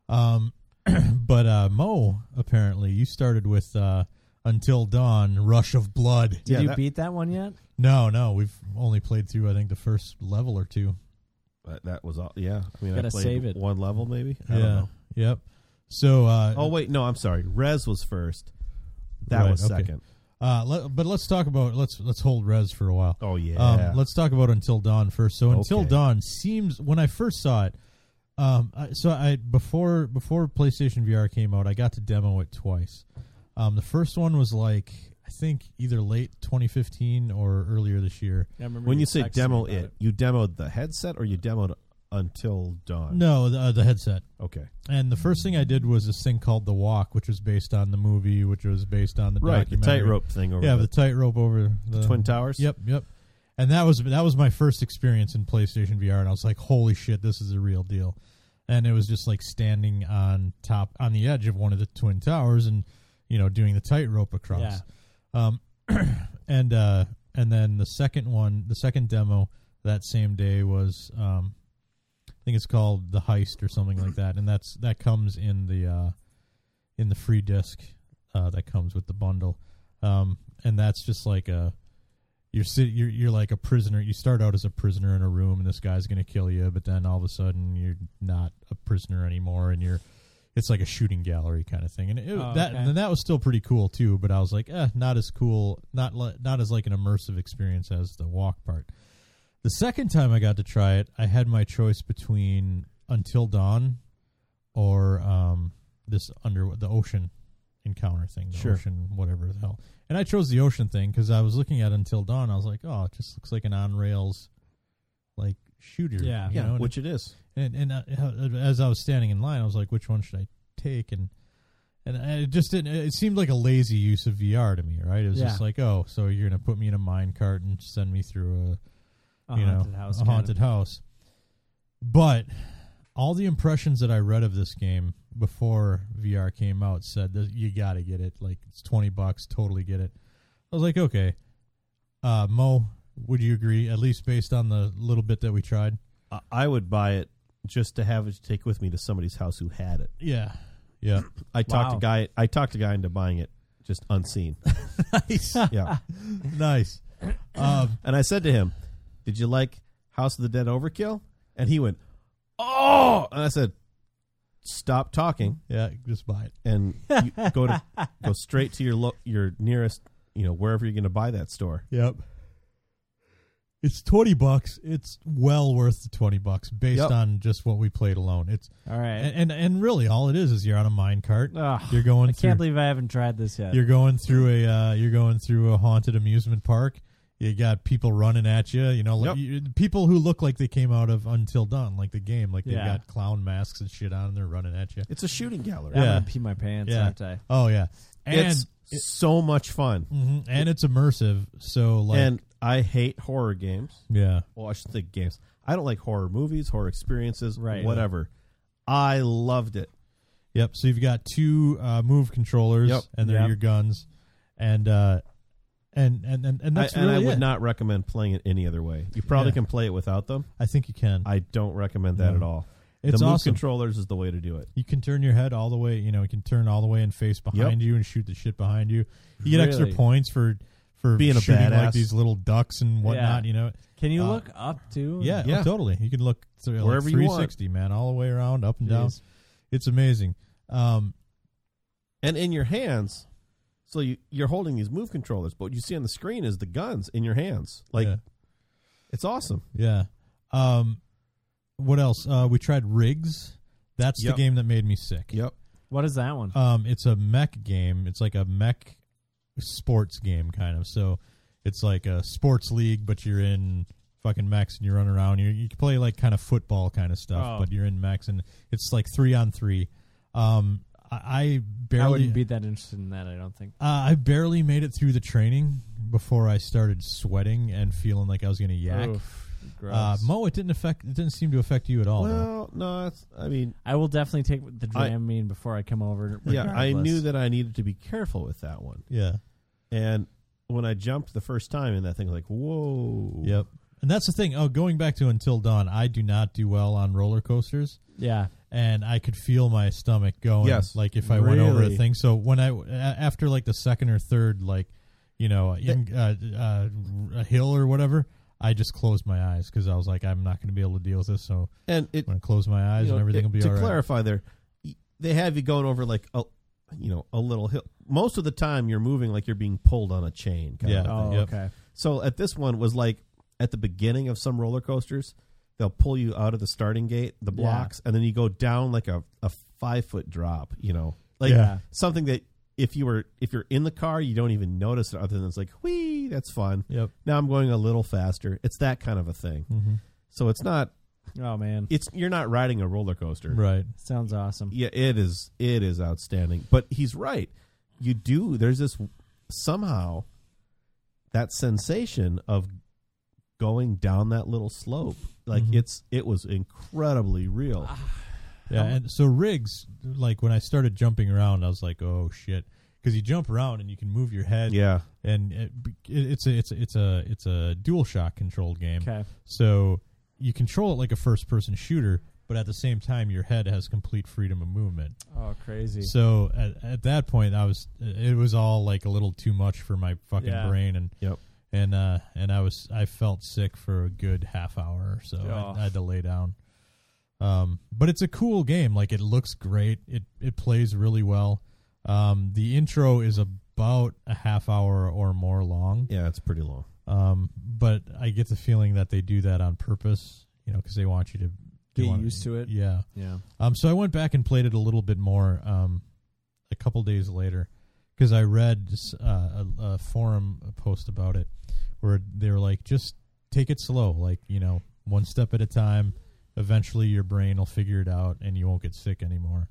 [SPEAKER 3] Um, <clears throat> but uh, Mo apparently you started with uh, Until Dawn, Rush of Blood.
[SPEAKER 2] Did
[SPEAKER 1] Yeah,
[SPEAKER 2] you
[SPEAKER 1] that-
[SPEAKER 2] beat that one yet?
[SPEAKER 3] No, no, we've only played through I think the first level or two.
[SPEAKER 1] But that was all. Yeah, I mean, I
[SPEAKER 2] Gotta
[SPEAKER 1] played
[SPEAKER 2] save it.
[SPEAKER 1] one level maybe. I
[SPEAKER 3] yeah.
[SPEAKER 1] don't know.
[SPEAKER 3] Yep. So uh
[SPEAKER 1] Oh wait, no, I'm sorry. Rez was first. That
[SPEAKER 3] Right,
[SPEAKER 1] was
[SPEAKER 3] okay.
[SPEAKER 1] second.
[SPEAKER 3] uh let, but let's talk about let's let's hold Res for a while.
[SPEAKER 1] Oh yeah.
[SPEAKER 3] Um let's talk about Until Dawn first. So Until
[SPEAKER 1] Okay.
[SPEAKER 3] Dawn seems when I first saw it um I, so I before before PlayStation VR came out, I got to demo it twice. Um the first one was like I think either late 2015 or earlier this year.
[SPEAKER 2] I remember
[SPEAKER 1] when you say
[SPEAKER 2] texted me
[SPEAKER 1] demo
[SPEAKER 2] about
[SPEAKER 1] it, you demoed the headset or you demoed until dawn.
[SPEAKER 3] No, the, uh, the headset.
[SPEAKER 1] Okay.
[SPEAKER 3] And the first thing I did was this thing called The Walk, which was based on the movie, which was based on the
[SPEAKER 1] Right. The
[SPEAKER 3] documentary.
[SPEAKER 1] tightrope thing over.
[SPEAKER 3] yeah,
[SPEAKER 1] the,
[SPEAKER 3] the tightrope over the,
[SPEAKER 1] Twin Towers.
[SPEAKER 3] Yep, yep. And that was that was my first experience in PlayStation VR, and I was like, "Holy shit, this is a real deal!" And it was just like standing on top on the edge of one of the twin towers, and you know, doing the tightrope across.
[SPEAKER 2] Yeah.
[SPEAKER 3] Um, <clears throat> and uh, and then the second one, the second demo that same day was, um, I think it's called the heist or something like that, and that's that comes in the uh, in the free disc uh, that comes with the bundle, um, and that's just like a you're sit you're you're like a prisoner. You start out as a prisoner in a room, and this guy's gonna kill you, but then all of a sudden you're not a prisoner anymore, and you're it's like a shooting gallery kind of thing, and it,
[SPEAKER 2] Oh,
[SPEAKER 3] that
[SPEAKER 2] okay.
[SPEAKER 3] and that was still pretty cool too. But I was like, eh, not as cool, not li- not as like an immersive experience as the walk part. The second time I got to try it, I had my choice between Until Dawn or um, this under the ocean encounter thing, the
[SPEAKER 1] Sure.
[SPEAKER 3] ocean whatever the hell. And I chose the ocean thing because I was looking at Until Dawn. I was like, oh, it just looks like an on rails like shooter.
[SPEAKER 2] Yeah.
[SPEAKER 3] you
[SPEAKER 1] Yeah,
[SPEAKER 3] know? And
[SPEAKER 1] which it is.
[SPEAKER 3] and and uh, as I was standing in line, I was like, which one should I take? And and I- it just didn't. It seemed like a lazy use of VR to me, right? It was
[SPEAKER 2] Yeah.
[SPEAKER 3] just like, oh, so you're gonna put me in a mine cart and send me through
[SPEAKER 2] A
[SPEAKER 3] a, you know
[SPEAKER 2] haunted house.
[SPEAKER 3] a
[SPEAKER 2] kind
[SPEAKER 3] haunted
[SPEAKER 2] of.
[SPEAKER 3] house. But all the impressions that I read of this game before VR came out said that you got to get it. Like it's twenty bucks, totally get it. I was like, okay, uh, Mo, would you agree? At least based on the little bit that we tried.
[SPEAKER 1] I- I would buy it just to have it to take with me to somebody's house who had it.
[SPEAKER 3] Yeah.
[SPEAKER 2] <laughs>
[SPEAKER 3] Yeah.
[SPEAKER 1] I talked
[SPEAKER 2] Wow.
[SPEAKER 1] to guy. I talked to guy into buying it just unseen.
[SPEAKER 3] nice. <laughs>
[SPEAKER 1] Yeah,
[SPEAKER 3] nice. Um,
[SPEAKER 1] and I said to him, "Did you like House of the Dead Overkill?" And he went, "Oh!" And I said, "Stop talking
[SPEAKER 3] yeah, just buy it.
[SPEAKER 1] and
[SPEAKER 3] <laughs>
[SPEAKER 1] you go to go straight to your lo- your nearest." You know, wherever you're going to buy that store.
[SPEAKER 3] Yep. It's twenty bucks. It's well worth the twenty bucks based
[SPEAKER 1] Yep.
[SPEAKER 3] on just what we played alone. It's
[SPEAKER 2] All right.
[SPEAKER 3] and, and and really all it is is you're on a mine cart.
[SPEAKER 2] Ugh,
[SPEAKER 3] You're going
[SPEAKER 2] I
[SPEAKER 3] through
[SPEAKER 2] can't believe I haven't tried this yet.
[SPEAKER 3] you're going through a uh, you're going through a haunted amusement park. You got people running at you. You know, like,
[SPEAKER 1] Yep.
[SPEAKER 3] you, people who look like they came out of Until Dawn, like the game, like
[SPEAKER 2] Yeah.
[SPEAKER 3] they've got clown masks and shit on, and they're running at you.
[SPEAKER 1] It's a shooting gallery.
[SPEAKER 2] I'm
[SPEAKER 3] Yeah.
[SPEAKER 2] gonna pee my pants,
[SPEAKER 3] Yeah.
[SPEAKER 2] aren't I?
[SPEAKER 3] Oh yeah, and
[SPEAKER 1] it's so much fun.
[SPEAKER 3] mhm, and it's immersive. So like,
[SPEAKER 1] and I hate horror games.
[SPEAKER 3] yeah,
[SPEAKER 1] Well, I should say games. I don't like horror movies, horror experiences,
[SPEAKER 2] Right.
[SPEAKER 1] whatever. I loved it.
[SPEAKER 3] Yep. So you've got two uh, move controllers,
[SPEAKER 1] Yep.
[SPEAKER 3] and they're
[SPEAKER 2] Yep.
[SPEAKER 3] your guns, and uh, and and and, and that's
[SPEAKER 1] I,
[SPEAKER 3] really
[SPEAKER 1] and I would
[SPEAKER 3] it.
[SPEAKER 1] not recommend playing it any other way. You probably
[SPEAKER 3] Yeah.
[SPEAKER 1] can play it without them.
[SPEAKER 3] I think you can.
[SPEAKER 1] I don't recommend that
[SPEAKER 3] No.
[SPEAKER 1] at all.
[SPEAKER 3] it's
[SPEAKER 1] the move
[SPEAKER 3] awesome.
[SPEAKER 1] controllers is the way to do it.
[SPEAKER 3] You can turn your head all the way. You know, you can turn all the way and face behind you and shoot the shit behind you. You get extra
[SPEAKER 2] Really?
[SPEAKER 3] points for for
[SPEAKER 1] Being a
[SPEAKER 3] shooting like
[SPEAKER 1] badass.
[SPEAKER 3] these little ducks and whatnot. You know,
[SPEAKER 2] Can you
[SPEAKER 3] Uh,
[SPEAKER 2] look up too?
[SPEAKER 3] yeah, oh,
[SPEAKER 1] Yeah.
[SPEAKER 3] totally. You can look through, like,
[SPEAKER 1] Wherever you want.
[SPEAKER 3] 360, man, all the way around, up and down.
[SPEAKER 2] Jeez.
[SPEAKER 3] It's amazing. Um,
[SPEAKER 1] And in your hands, so you, you're holding these move controllers, but what you see on the screen is the guns in your hands. Like
[SPEAKER 3] yeah.
[SPEAKER 1] it's awesome.
[SPEAKER 3] Yeah. Um, what else? Uh, we tried Rigs. That's
[SPEAKER 1] Yep.
[SPEAKER 3] the game that made me sick.
[SPEAKER 1] Yep.
[SPEAKER 2] What is that one?
[SPEAKER 3] Um, it's a mech game. It's like a mech sports game, kind of. So it's like a sports league, but you're in fucking mechs and you run around. You you play like kind of football kind of stuff,
[SPEAKER 2] Oh.
[SPEAKER 3] but you're in mechs and it's like three on three. Um, I, I barely
[SPEAKER 2] I wouldn't be that interested in that. I don't think.
[SPEAKER 3] uh, I barely made it through the training before I started sweating and feeling like I was gonna yak.
[SPEAKER 2] Oof, gross.
[SPEAKER 3] Uh, Mo, it didn't affect. It didn't seem to affect you at all. though.
[SPEAKER 1] Well, no, it's, I mean,
[SPEAKER 2] I will definitely take the
[SPEAKER 1] I-
[SPEAKER 2] Dramamine before I come over.
[SPEAKER 1] yeah, I
[SPEAKER 2] regardless.
[SPEAKER 1] knew that I needed to be careful with that one.
[SPEAKER 3] Yeah.
[SPEAKER 1] And when I jumped the first time in that thing, like, whoa.
[SPEAKER 3] Yep. And that's the thing. Oh, going back to Until Dawn, I do not do well on roller coasters,
[SPEAKER 2] Yeah,
[SPEAKER 3] and I could feel my stomach going.
[SPEAKER 1] Yes.
[SPEAKER 3] Like if I went over a
[SPEAKER 1] Really?
[SPEAKER 3] thing. So when I a- after like the second or third, like you know, in, uh, uh, a hill or whatever, I just closed my eyes because I was like, I'm not going to be able to deal with this. So
[SPEAKER 1] And it,
[SPEAKER 3] I'm going to close my eyes
[SPEAKER 1] you know,
[SPEAKER 3] and everything
[SPEAKER 1] it-
[SPEAKER 3] will be
[SPEAKER 1] to
[SPEAKER 3] all right.
[SPEAKER 1] clarify there y- they have you going over like a you know a little hill most of the time you're moving like you're being pulled on a chain kind
[SPEAKER 3] Yeah.
[SPEAKER 1] of
[SPEAKER 2] Oh,
[SPEAKER 1] thing.
[SPEAKER 3] Yep.
[SPEAKER 2] okay.
[SPEAKER 1] so at this one was like at the beginning of some roller coasters they'll pull you out of the starting gate the
[SPEAKER 2] Yeah.
[SPEAKER 1] blocks and then you go down like a, a five foot drop you know like
[SPEAKER 3] Yeah.
[SPEAKER 1] something that if you were if you're in the car you don't even notice it other than it's like whee that's fun
[SPEAKER 3] Yep.
[SPEAKER 1] now i'm going a little faster it's that kind of a thing
[SPEAKER 3] Mhm.
[SPEAKER 1] so it's not
[SPEAKER 2] Oh man,
[SPEAKER 1] it's you're not riding a roller coaster
[SPEAKER 3] Right.
[SPEAKER 2] sounds awesome.
[SPEAKER 1] yeah, it is. It is outstanding. But he's right. You do. There's this somehow that sensation of going down that little slope. Like
[SPEAKER 3] Mhm.
[SPEAKER 1] it's it was incredibly real.
[SPEAKER 3] Yeah, and so rigs, like when I started jumping around, I was like, "Oh shit," because you jump around and you can move your head.
[SPEAKER 1] yeah.
[SPEAKER 3] and it, it's a, it's a, it's a it's a dual shock controlled game.
[SPEAKER 2] Okay.
[SPEAKER 3] So you control it like a first person shooter, but at the same time, your head has complete freedom of movement.
[SPEAKER 2] Oh, crazy.
[SPEAKER 3] So at, at that point, I was it was all like a little too much for my fucking
[SPEAKER 2] Yeah.
[SPEAKER 3] brain, and
[SPEAKER 1] Yep.
[SPEAKER 3] and uh and I was I felt sick for a good half hour or so.
[SPEAKER 2] Yeah.
[SPEAKER 3] I, I had to lay down. Um, but it's a cool game. Like it looks great. It it plays really well. Um, the intro is about a half hour or more long.
[SPEAKER 1] Yeah, it's pretty long.
[SPEAKER 3] Um, but I get the feeling that they do that on purpose. You know, because they want you to they
[SPEAKER 2] Get
[SPEAKER 3] want-
[SPEAKER 2] used to it.
[SPEAKER 3] Yeah.
[SPEAKER 2] Yeah.
[SPEAKER 3] Um, so I went back and played it a little bit more um, a couple days later because I read uh, a, a forum post about it where they were like, just take it slow, like you know, one step at a time. Eventually, your brain will figure it out, and you won't get sick anymore.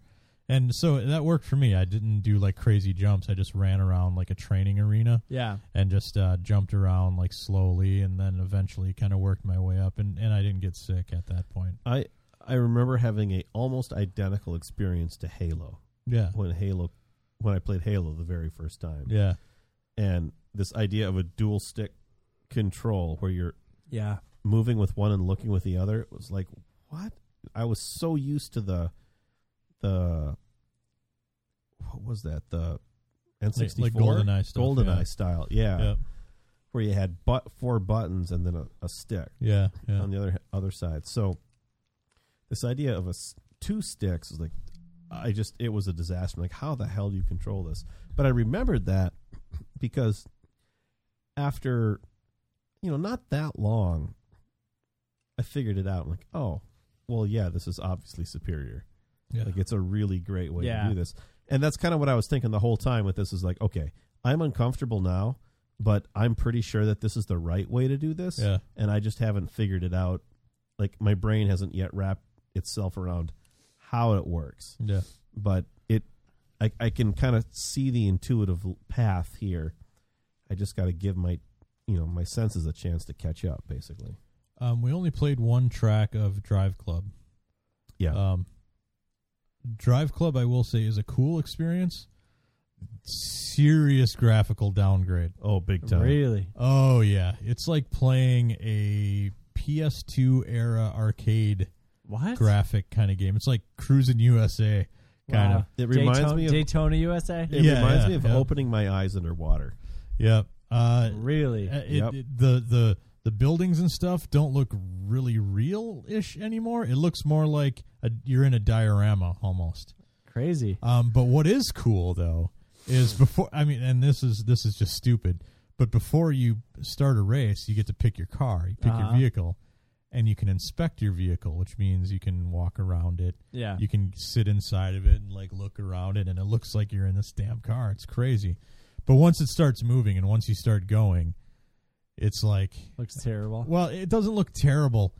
[SPEAKER 3] And so that worked for me. I didn't do like crazy jumps. I just ran around like a training arena
[SPEAKER 2] Yeah.
[SPEAKER 3] and just uh, jumped around like slowly, and then eventually kind of worked my way up, and, and I didn't get sick at that point.
[SPEAKER 1] I I remember having a almost identical experience to Halo
[SPEAKER 3] Yeah,
[SPEAKER 1] when Halo when I played Halo the very first time.
[SPEAKER 3] yeah,
[SPEAKER 1] And this idea of a dual stick control where you're
[SPEAKER 2] Yeah.
[SPEAKER 1] moving with one and looking with the other it was like what I was so used to the the what was that the N64
[SPEAKER 3] like GoldenEye stuff,
[SPEAKER 1] GoldenEye
[SPEAKER 3] yeah.
[SPEAKER 1] style, yeah,
[SPEAKER 3] Yep.
[SPEAKER 1] where you had but four buttons and then a, a stick
[SPEAKER 3] Yeah. Yeah.
[SPEAKER 1] on the other other side. So this idea of a s- two sticks is like I just it was a disaster. Like how the hell do you control this? But I remembered that because after you know not that long, I figured it out. I'm like oh well yeah this is obviously superior.
[SPEAKER 3] Yeah.
[SPEAKER 1] Like it's a really great way
[SPEAKER 2] Yeah.
[SPEAKER 1] to do this. And that's kind of what I was thinking the whole time with this is like okay I'm uncomfortable now. But I'm pretty sure that this is the right way to do this
[SPEAKER 3] Yeah.
[SPEAKER 1] and I just haven't figured it out. Like my brain hasn't yet wrapped itself around how it works,
[SPEAKER 3] Yeah.
[SPEAKER 1] but it, I, I can kind of see the intuitive l- path here. I just got to give my, you know, my senses a chance to catch up, basically.
[SPEAKER 3] Um, we only played one track of Drive Club.
[SPEAKER 1] Yeah.
[SPEAKER 3] Um, Drive Club, I will say, is a cool experience. Serious graphical downgrade.
[SPEAKER 1] oh, big
[SPEAKER 2] Really?
[SPEAKER 3] Oh yeah, it's like playing a PS2 era arcade
[SPEAKER 2] What?
[SPEAKER 3] graphic kind of game. It's like Cruising USA kind of.
[SPEAKER 1] It reminds
[SPEAKER 2] Daytona,
[SPEAKER 1] me of-
[SPEAKER 2] Daytona, USA.
[SPEAKER 1] It
[SPEAKER 3] Yeah,
[SPEAKER 1] reminds
[SPEAKER 3] yeah,
[SPEAKER 1] me of
[SPEAKER 3] yeah.
[SPEAKER 1] opening my eyes underwater.
[SPEAKER 3] Yep. Uh,
[SPEAKER 2] Really?
[SPEAKER 3] Uh, it,
[SPEAKER 1] Yep.
[SPEAKER 3] it- the the the buildings and stuff don't look really real ish anymore. It looks more like a, you're in a diorama almost.
[SPEAKER 2] Crazy.
[SPEAKER 3] Um, but what is cool though is before I mean, and this is this is just stupid. But before you start a race, you get to pick your car, you pick
[SPEAKER 2] Uh-huh.
[SPEAKER 3] your vehicle, and you can inspect your vehicle, which means you can walk around it.
[SPEAKER 2] Yeah.
[SPEAKER 3] You can sit inside of it and like look around it, and it looks like you're in this damn car. It's crazy. But once it starts moving and once you start going, it's like
[SPEAKER 2] Looks terrible.
[SPEAKER 3] well, it doesn't look terrible.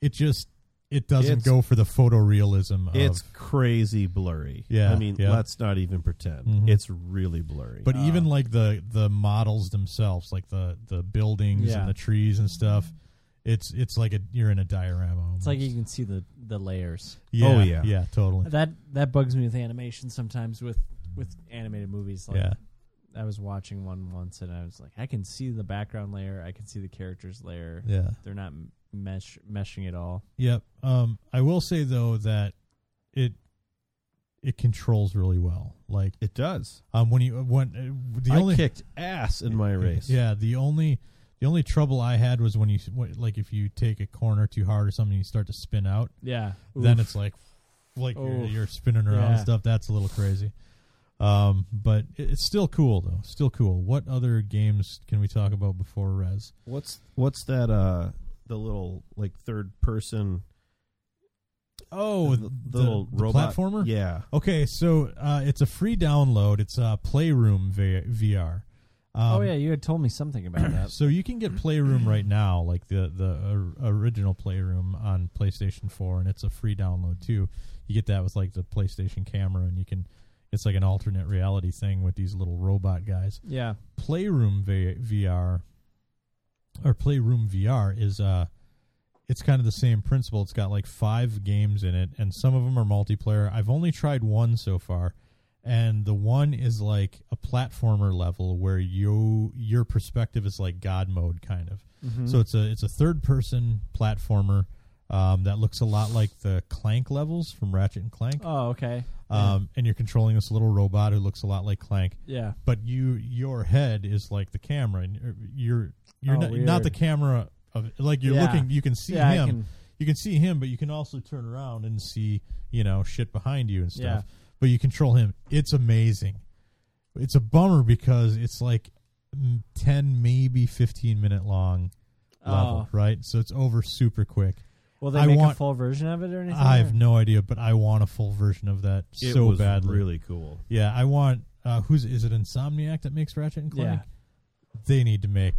[SPEAKER 3] It just it doesn't
[SPEAKER 1] It's-
[SPEAKER 3] go for the photorealism. Of,
[SPEAKER 1] It's crazy blurry.
[SPEAKER 3] Yeah,
[SPEAKER 1] I mean,
[SPEAKER 3] yeah.
[SPEAKER 1] let's not even pretend.
[SPEAKER 3] Mhm.
[SPEAKER 1] It's really blurry.
[SPEAKER 3] But even like the the models themselves, like the the buildings
[SPEAKER 2] Yeah.
[SPEAKER 3] and the trees and stuff, it's it's like a you're in a diorama.
[SPEAKER 2] It's like you
[SPEAKER 3] almost.
[SPEAKER 2] can see the the layers.
[SPEAKER 3] yeah,
[SPEAKER 1] Oh, yeah.
[SPEAKER 3] yeah, totally.
[SPEAKER 2] That that bugs me with animation sometimes with with animated movies. Like
[SPEAKER 3] Yeah,
[SPEAKER 2] I was watching one once and I was like, I can see the background layer, I can see the characters layer.
[SPEAKER 3] yeah,
[SPEAKER 2] They're not m- mesh meshing at all.
[SPEAKER 3] yep. Um, I will say though that it it controls really well. Like
[SPEAKER 1] it does.
[SPEAKER 3] um, when you when uh, the
[SPEAKER 1] I
[SPEAKER 3] only
[SPEAKER 1] kicked ass in my race.
[SPEAKER 3] Yeah, the only the only trouble I had was when you when- like if you take a corner too hard or something, you start to spin out.
[SPEAKER 2] Yeah.
[SPEAKER 3] Then it's like like you're,
[SPEAKER 2] Oof.
[SPEAKER 3] you're spinning around and
[SPEAKER 2] Yeah.
[SPEAKER 3] stuff. That's a little crazy. Um, but it, it's still cool though. Still cool. What other games can we talk about before Res?
[SPEAKER 1] What's what's that? Uh, the little like third person
[SPEAKER 3] Oh,
[SPEAKER 1] the, the little robot
[SPEAKER 3] platformer.
[SPEAKER 1] Yeah,
[SPEAKER 3] Okay, so uh, it's a free download. It's uh, Playroom V- VR. Um,
[SPEAKER 2] oh yeah, you had told me something about that.
[SPEAKER 3] So you can get Playroom right now, like the the or- original Playroom on PlayStation 4, and it's a free download too. You get that with like the PlayStation camera, and you can. It's like an alternate reality thing with these little robot guys.
[SPEAKER 2] Yeah.
[SPEAKER 3] Playroom v- VR or Playroom VR is uh it's kind of the same principle. It's got like 5 games in it and some of them are multiplayer. I've only tried one so far and the one is like a platformer level where you your perspective is like god mode kind of. So it's a it's a third person platformer um, that looks a lot like the Clank levels from Ratchet and Clank.
[SPEAKER 2] Oh, okay.
[SPEAKER 3] Um, and you're controlling this little robot who looks a lot like Clank
[SPEAKER 2] Yeah.
[SPEAKER 3] but you your head is like the camera and you're you're, you're
[SPEAKER 2] Oh,
[SPEAKER 3] not, not the
[SPEAKER 2] weird. camera
[SPEAKER 3] camera of like you're
[SPEAKER 2] Yeah.
[SPEAKER 3] looking you can see
[SPEAKER 2] Yeah, I
[SPEAKER 3] him
[SPEAKER 2] can-
[SPEAKER 3] you can see him but you can also turn around and see you know shit behind you and
[SPEAKER 2] Yeah.
[SPEAKER 3] stuff but you control him it's amazing it's a bummer because it's like mm, 10 maybe 15 minute long level
[SPEAKER 2] Oh.
[SPEAKER 3] right so it's over super quick
[SPEAKER 2] Will they
[SPEAKER 3] I
[SPEAKER 2] make
[SPEAKER 3] want-
[SPEAKER 2] a full version of it or anything?
[SPEAKER 3] i
[SPEAKER 2] or-
[SPEAKER 3] have no idea but i want a full version of that
[SPEAKER 1] it
[SPEAKER 3] so
[SPEAKER 1] was
[SPEAKER 3] badly
[SPEAKER 1] really cool.
[SPEAKER 3] yeah, I want. Uh, who's is it? Insomniac that makes Ratchet and Clank.
[SPEAKER 2] Yeah.
[SPEAKER 3] They need to make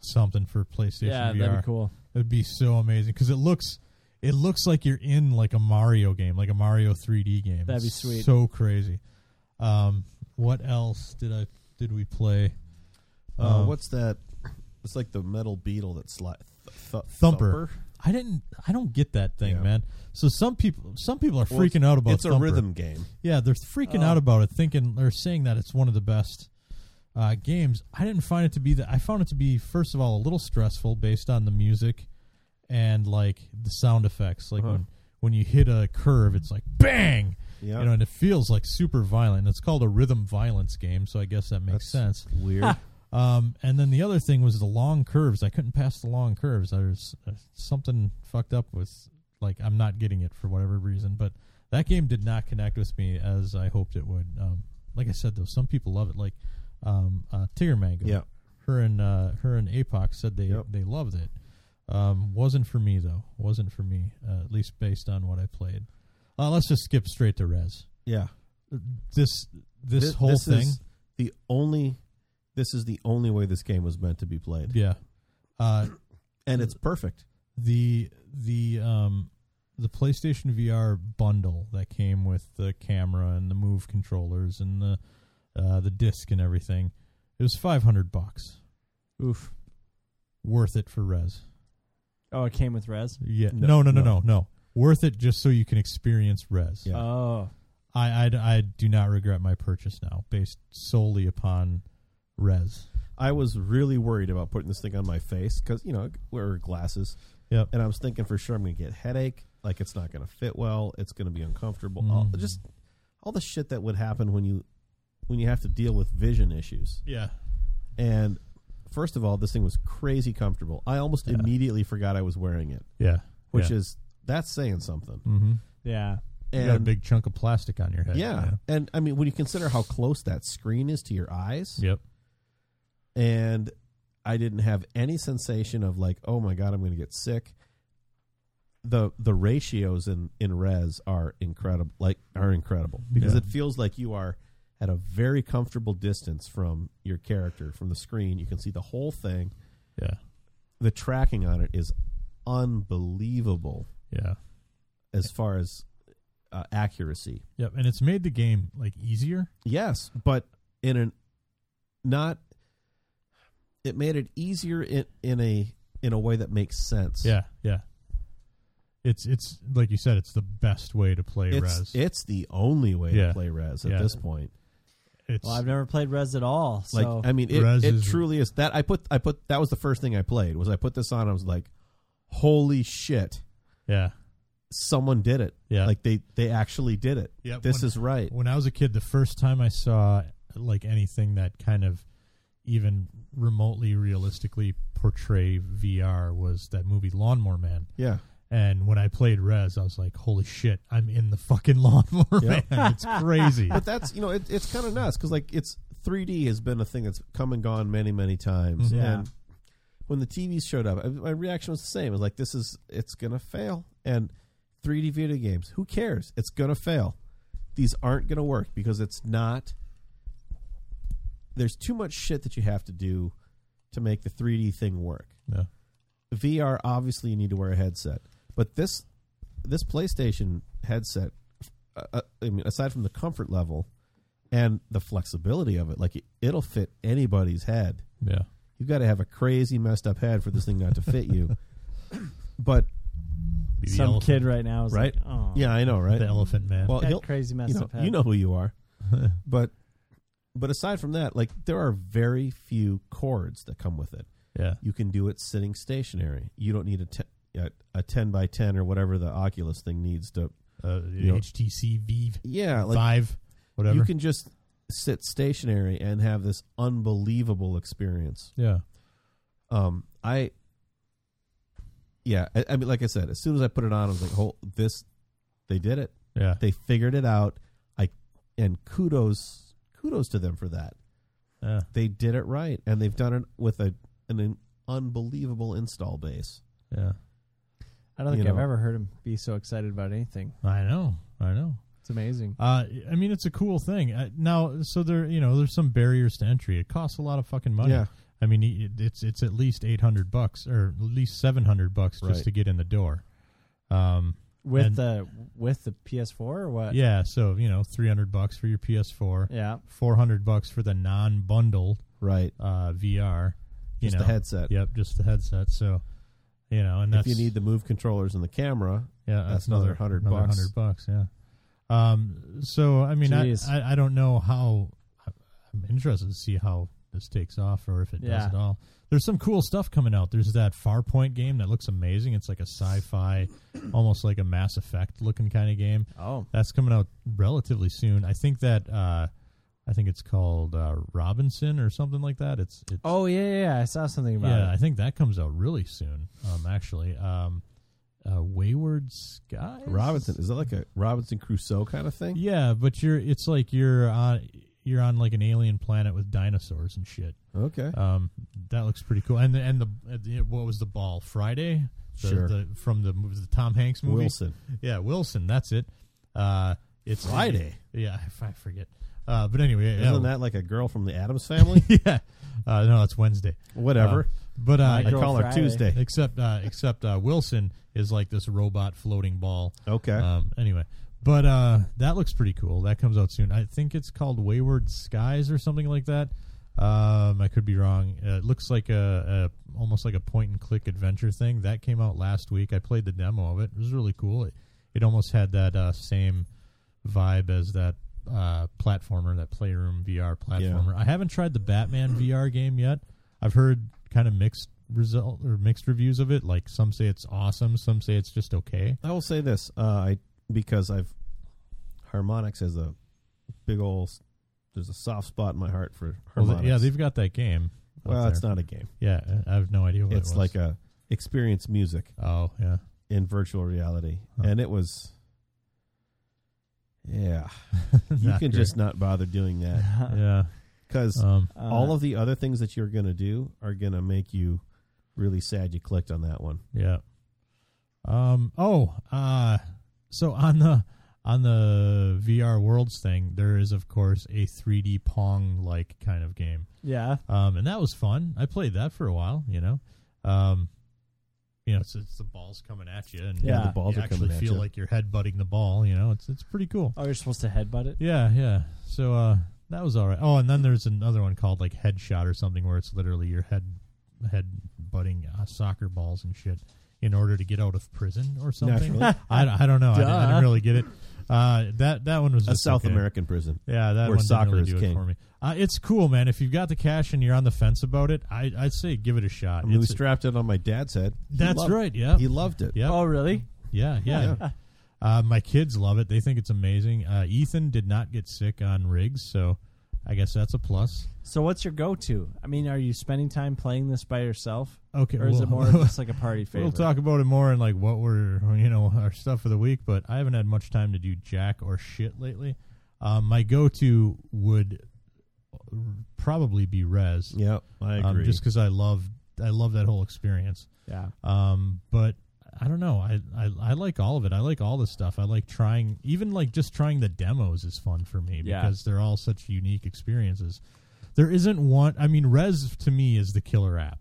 [SPEAKER 3] something for PlayStation
[SPEAKER 2] Yeah,
[SPEAKER 3] VR.
[SPEAKER 2] that'd be cool.
[SPEAKER 3] It'd be so amazing because it looks, it looks like you're in like a Mario game, like a Mario 3D game.
[SPEAKER 2] That'd be
[SPEAKER 3] It's
[SPEAKER 2] sweet.
[SPEAKER 3] So crazy. Um, what else did I did we play?
[SPEAKER 1] Uh,
[SPEAKER 3] Um,
[SPEAKER 1] what's that? It's like the metal beetle that sli- th- th-
[SPEAKER 3] Thumper. I didn't. I don't get that thing,
[SPEAKER 1] Yeah.
[SPEAKER 3] man. So some people, some people are
[SPEAKER 1] Well,
[SPEAKER 3] freaking out about.
[SPEAKER 1] It's a
[SPEAKER 3] Thumper.
[SPEAKER 1] rhythm game.
[SPEAKER 3] Yeah, they're freaking out about it, thinking they're saying that it's one of the best uh, games. I didn't find it to be that. I found it to be first of all a little stressful based on the music and like the sound effects, like
[SPEAKER 1] Uh-huh.
[SPEAKER 3] when when you hit a curve, it's like bang,
[SPEAKER 1] Yeah.
[SPEAKER 3] you know, and it feels like super violent. It's called a rhythm violence game, so I guess that makes sense.
[SPEAKER 1] Weird.
[SPEAKER 3] <laughs> Um, and then the other thing was the long curves. I couldn't pass the long curves. There's uh, something fucked up with like I'm not getting it for whatever reason. But that game did not connect with me as I hoped it would. Um, like I said though, some people love it. Like um, uh, Tigger Mango.
[SPEAKER 1] Yeah.
[SPEAKER 3] Her and uh, her and Apoc said they
[SPEAKER 1] Yep.
[SPEAKER 3] they loved it. Um, wasn't for me though. Wasn't for me. Uh, at least based on what I played. Uh, let's just skip straight to Res.
[SPEAKER 1] Yeah.
[SPEAKER 3] This this,
[SPEAKER 1] Thi-
[SPEAKER 3] whole thing.
[SPEAKER 1] Is the only. This is the only way this game was meant to be played,
[SPEAKER 3] yeah. Uh,
[SPEAKER 1] and it's perfect.
[SPEAKER 3] the the um the PlayStation VR bundle that came with the camera and the Move controllers and the uh, the disc and everything. It was five hundred bucks.
[SPEAKER 2] Oof.
[SPEAKER 3] Worth it for Res.
[SPEAKER 2] Oh, it came with res.
[SPEAKER 3] Yeah.
[SPEAKER 1] No,
[SPEAKER 3] No, no, no, no,
[SPEAKER 1] no.
[SPEAKER 3] no. Worth it just so you can experience Res.
[SPEAKER 1] Yeah.
[SPEAKER 2] Oh,
[SPEAKER 3] I, I I do not regret my purchase now, based solely upon Res.
[SPEAKER 1] I was really worried about putting this thing on my face because you know wear glasses,
[SPEAKER 3] Yep.
[SPEAKER 1] and I was thinking for sure I'm going to get headache. Like it's not going to fit well. It's going to be uncomfortable. All,
[SPEAKER 3] Mm.
[SPEAKER 1] just all the shit that would happen when you when you have to deal with vision issues.
[SPEAKER 3] Yeah.
[SPEAKER 1] And first of all, this thing was crazy comfortable. I almost
[SPEAKER 3] Yeah.
[SPEAKER 1] immediately forgot I was wearing it,
[SPEAKER 3] Yeah.
[SPEAKER 1] which is that's saying something.
[SPEAKER 3] mm-hmm.
[SPEAKER 2] yeah.
[SPEAKER 3] you got a
[SPEAKER 1] And
[SPEAKER 3] big chunk of plastic on your head.
[SPEAKER 1] yeah, and I mean when you consider how close that screen is to your eyes,
[SPEAKER 3] Yep.
[SPEAKER 1] and I didn't have any sensation of like, oh my god, I'm going to get sick. The the ratios in in res are incredible, like are incredible because
[SPEAKER 3] Yeah.
[SPEAKER 1] it feels like you are at a very comfortable distance from your character from the screen. You can see the whole thing.
[SPEAKER 3] Yeah.
[SPEAKER 1] The tracking on it is unbelievable
[SPEAKER 3] Yeah.
[SPEAKER 1] as far as uh, accuracy.
[SPEAKER 3] Yep, and it's made the game like easier.
[SPEAKER 1] Yes, but in an not it made it easier in, in a in a way that makes sense.
[SPEAKER 3] yeah. It's it's like you said, it's the best way to play
[SPEAKER 1] It's
[SPEAKER 3] Res.
[SPEAKER 1] it's the only way
[SPEAKER 3] Yeah.
[SPEAKER 1] to play Res at
[SPEAKER 3] Yeah.
[SPEAKER 1] this point.
[SPEAKER 3] it's
[SPEAKER 2] Well, I've never played res at all.
[SPEAKER 1] Like
[SPEAKER 2] So
[SPEAKER 1] I mean it,
[SPEAKER 3] Rez
[SPEAKER 1] it
[SPEAKER 3] is-
[SPEAKER 1] truly is that I put I put that was the first thing I played was I put this on I was like holy shit
[SPEAKER 3] yeah,
[SPEAKER 1] someone did it.
[SPEAKER 3] yeah.
[SPEAKER 1] Like they they actually did it.
[SPEAKER 3] Yep,
[SPEAKER 1] this
[SPEAKER 3] when-
[SPEAKER 1] is right.
[SPEAKER 3] when I was a kid, the first time I saw like anything that kind of even remotely realistically portray VR was that movie Lawnmower Man.
[SPEAKER 1] Yeah.
[SPEAKER 3] And when I played Res, I was like, "Holy shit, I'm in the fucking <laughs> Lawnmower
[SPEAKER 1] Yep.
[SPEAKER 3] Man! It's <laughs> crazy."
[SPEAKER 1] but that's you know it, it's kind of nuts because like it's 3D has been a thing that's come and gone many many times.
[SPEAKER 3] Mhm.
[SPEAKER 2] Yeah.
[SPEAKER 1] And when the TVs showed up, I- my reaction was the same. It was like this is it's gonna fail. And 3D video games, who cares? It's gonna fail. These aren't gonna work because it's not. There's too much shit that you have to do to make the 3D thing work.
[SPEAKER 3] Yeah.
[SPEAKER 1] VR obviously you need to wear a headset, but this this PlayStation headset, uh, uh, I mean, aside from the comfort level and the flexibility of it, like it, it'll fit anybody's head.
[SPEAKER 3] yeah,
[SPEAKER 1] You've got to have a crazy messed up head for this thing not to fit
[SPEAKER 2] <laughs>
[SPEAKER 1] you. But
[SPEAKER 3] Be the
[SPEAKER 2] some
[SPEAKER 3] elephant-
[SPEAKER 2] kid right now is
[SPEAKER 1] Right?
[SPEAKER 2] like, oh,
[SPEAKER 1] yeah, I know, right?
[SPEAKER 3] the Elephant Man.
[SPEAKER 1] Well,
[SPEAKER 2] that
[SPEAKER 1] he'll-
[SPEAKER 2] crazy mess
[SPEAKER 1] you know,
[SPEAKER 2] up head.
[SPEAKER 1] you know who you
[SPEAKER 2] <laughs>
[SPEAKER 1] are. but but aside from that, like there are very few cords that come with it.
[SPEAKER 3] yeah,
[SPEAKER 1] You can do it sitting stationary. You don't need a te- a, a ten by ten or whatever the Oculus thing needs to.
[SPEAKER 3] uh,
[SPEAKER 1] You know-
[SPEAKER 3] HTC Vive
[SPEAKER 1] Yeah, like
[SPEAKER 3] Five, whatever.
[SPEAKER 1] You can just sit stationary and have this unbelievable experience.
[SPEAKER 3] yeah.
[SPEAKER 1] Um, I, yeah, I, I mean, like I said, as soon as I put it on, I was like, "Oh, this, they did it.
[SPEAKER 3] Yeah.
[SPEAKER 1] They figured it out." I, and kudos, kudos to them for that.
[SPEAKER 3] Yeah.
[SPEAKER 1] They did it right, and they've done it with a an unbelievable install base.
[SPEAKER 3] Yeah.
[SPEAKER 2] I don't think
[SPEAKER 1] you
[SPEAKER 2] I've
[SPEAKER 1] know.
[SPEAKER 2] ever heard him be so excited about anything.
[SPEAKER 3] I know. I know.
[SPEAKER 2] It's amazing.
[SPEAKER 3] Uh, I mean, it's a cool thing. Uh, now, so there, you know, there's some barriers to entry. It costs a lot of fucking money.
[SPEAKER 1] Yeah.
[SPEAKER 3] I mean, it, it's it's at least eight hundred bucks or at least seven hundred bucks
[SPEAKER 1] Right.
[SPEAKER 3] just to get in the door. Um,
[SPEAKER 2] With
[SPEAKER 3] and-
[SPEAKER 2] the with the PS4 or what?
[SPEAKER 3] yeah. So you know, three hundred bucks for your PS4,
[SPEAKER 2] Yeah.
[SPEAKER 3] four hundred bucks for the non-bundled
[SPEAKER 1] Right,
[SPEAKER 3] uh, VR. You
[SPEAKER 1] just
[SPEAKER 3] know,
[SPEAKER 1] the headset.
[SPEAKER 3] Yep, just the headset. So, you know, and
[SPEAKER 1] If
[SPEAKER 3] that's
[SPEAKER 1] you need the move controllers and the camera,
[SPEAKER 3] Yeah,
[SPEAKER 1] That's another 100 bucks.
[SPEAKER 3] Hundred bucks, yeah. Um, so I mean, I,
[SPEAKER 2] Jeez.
[SPEAKER 3] I I don't know how. I'm interested to see how this takes off or if it
[SPEAKER 2] Yeah.
[SPEAKER 3] does at all. There's some cool stuff coming out. There's that Farpoint game that looks amazing. It's like a sci-fi, almost like a Mass Effect looking kind of game.
[SPEAKER 2] Oh,
[SPEAKER 3] That's coming out relatively soon. I think that uh, I think it's called uh, Robinson or something like that. It's, it's
[SPEAKER 2] oh yeah, yeah, yeah. I saw something about
[SPEAKER 3] yeah,
[SPEAKER 2] it.
[SPEAKER 3] I think that comes out really soon. Um, actually, um, uh, Wayward Skies.
[SPEAKER 1] Robinson is that like a Robinson Crusoe kind of thing?
[SPEAKER 3] Yeah, but you're it's like you're on you're on like an alien planet with dinosaurs and shit.
[SPEAKER 1] Okay,
[SPEAKER 3] Um, that looks pretty cool. And the and the, and the what was the ball Friday? The,
[SPEAKER 1] Sure.
[SPEAKER 3] The, from the mov- the Tom Hanks movie.
[SPEAKER 1] Wilson.
[SPEAKER 3] Yeah, Wilson. That's it. Uh, it's
[SPEAKER 1] Friday?
[SPEAKER 3] Yeah, <laughs> I forget. Uh, but anyway, yeah,
[SPEAKER 1] Isn't that like a girl from the Adams family?
[SPEAKER 3] yeah. <laughs> Uh, no, it's Wednesday.
[SPEAKER 1] Whatever.
[SPEAKER 3] Uh, but uh,
[SPEAKER 2] My
[SPEAKER 1] I
[SPEAKER 2] Girl
[SPEAKER 1] call her
[SPEAKER 2] Friday.
[SPEAKER 1] Tuesday.
[SPEAKER 3] except uh, except uh, Wilson is like this robot floating ball.
[SPEAKER 1] Okay.
[SPEAKER 3] Um, anyway, but uh, that looks pretty cool. That comes out soon. I think it's called Wayward Skies or something like that. Um, I could be wrong. Uh, it looks like a, a almost like a point and click adventure thing that came out last week. I played the demo of it. It was really cool. It, it almost had that uh, same vibe as that uh, platformer, that Playroom VR platformer. I haven't tried the Batman VR game yet. I've heard kind of mixed result or mixed reviews of it. Like some say it's awesome, some say it's just okay.
[SPEAKER 1] I will say this, uh, I because I've Harmonix has a big old there's a soft spot in my heart for
[SPEAKER 3] Well,
[SPEAKER 1] Harmonix.
[SPEAKER 3] th- yeah, they've got that game. out
[SPEAKER 1] well, it's
[SPEAKER 3] there.
[SPEAKER 1] not a game.
[SPEAKER 3] Yeah, I I have no idea what
[SPEAKER 1] it's
[SPEAKER 3] it was.
[SPEAKER 1] like a experience music
[SPEAKER 3] oh yeah, <laughs>
[SPEAKER 1] in virtual reality,
[SPEAKER 3] Huh.
[SPEAKER 1] and it was yeah. You
[SPEAKER 3] <laughs> Not
[SPEAKER 1] can
[SPEAKER 3] great.
[SPEAKER 1] just not bother
[SPEAKER 2] <laughs>
[SPEAKER 1] doing that
[SPEAKER 3] <laughs> yeah.
[SPEAKER 1] because
[SPEAKER 3] Um,
[SPEAKER 2] Uh,
[SPEAKER 1] all of the other things that you're gonna do are gonna make you really sad. You clicked on that one.
[SPEAKER 3] Yeah. Um. Oh. Uh. So on the on the VR Worlds thing, there is of course a 3D Pong like kind of game,
[SPEAKER 2] yeah.
[SPEAKER 3] um, and that was fun. I played that for a while. You know, um, you know, it's, it's the balls coming at you, and
[SPEAKER 2] Yeah, the
[SPEAKER 3] you
[SPEAKER 1] balls are
[SPEAKER 3] actually
[SPEAKER 1] coming at
[SPEAKER 3] feel
[SPEAKER 1] you.
[SPEAKER 3] like you're headbutting the ball. You know, it's it's pretty cool.
[SPEAKER 2] Oh, you're supposed to headbutt it.
[SPEAKER 3] Yeah, yeah. So uh that was all right. Oh, and then there's another one called like headshot or something where it's literally your head head butting uh, soccer balls and shit in order to get out of prison or something.
[SPEAKER 1] Naturally.
[SPEAKER 3] I, <laughs> I don't know. I, didn't, I
[SPEAKER 2] Duh.
[SPEAKER 3] didn't really get it. Uh, that that one was
[SPEAKER 1] A
[SPEAKER 3] just
[SPEAKER 1] South
[SPEAKER 3] okay.
[SPEAKER 1] American prison.
[SPEAKER 3] Yeah, that
[SPEAKER 1] where
[SPEAKER 3] one
[SPEAKER 1] soccer
[SPEAKER 3] didn't really
[SPEAKER 1] is
[SPEAKER 3] do
[SPEAKER 1] king.
[SPEAKER 3] it for me. Uh, it's cool, man. If you've got the cash and you're on the fence about it, I, I'd say give it a shot.
[SPEAKER 1] I mean, we
[SPEAKER 3] It's-
[SPEAKER 1] strapped it on my dad's head. He
[SPEAKER 3] that's
[SPEAKER 1] loved-
[SPEAKER 3] right. Yeah,
[SPEAKER 1] He loved it.
[SPEAKER 3] yeah,
[SPEAKER 2] Oh, really?
[SPEAKER 3] yeah, yeah. Uh, my kids love it. They think it's amazing. Uh, Ethan did not get sick on rigs, so I guess that's a plus.
[SPEAKER 2] So, what's your go-to? I mean, are you spending time playing this by yourself,
[SPEAKER 3] Okay,
[SPEAKER 2] or is
[SPEAKER 3] well-
[SPEAKER 2] it more
[SPEAKER 1] <laughs>
[SPEAKER 2] just like a party favorite?
[SPEAKER 3] <laughs> We'll talk about it more in like what we're you know our stuff for the week, but I haven't had much time to do jack or shit lately. Um, my go-to would probably be Res,
[SPEAKER 1] Yep, I agree.
[SPEAKER 3] um, just because I love I love that whole experience.
[SPEAKER 2] Yeah.
[SPEAKER 3] Um, but I don't know. I, I I like all of it. I like all this stuff. I like trying, even like just trying the demos is fun for me
[SPEAKER 2] Yeah.
[SPEAKER 3] because they're all such unique experiences. There isn't one. I mean, Res to me is the killer app.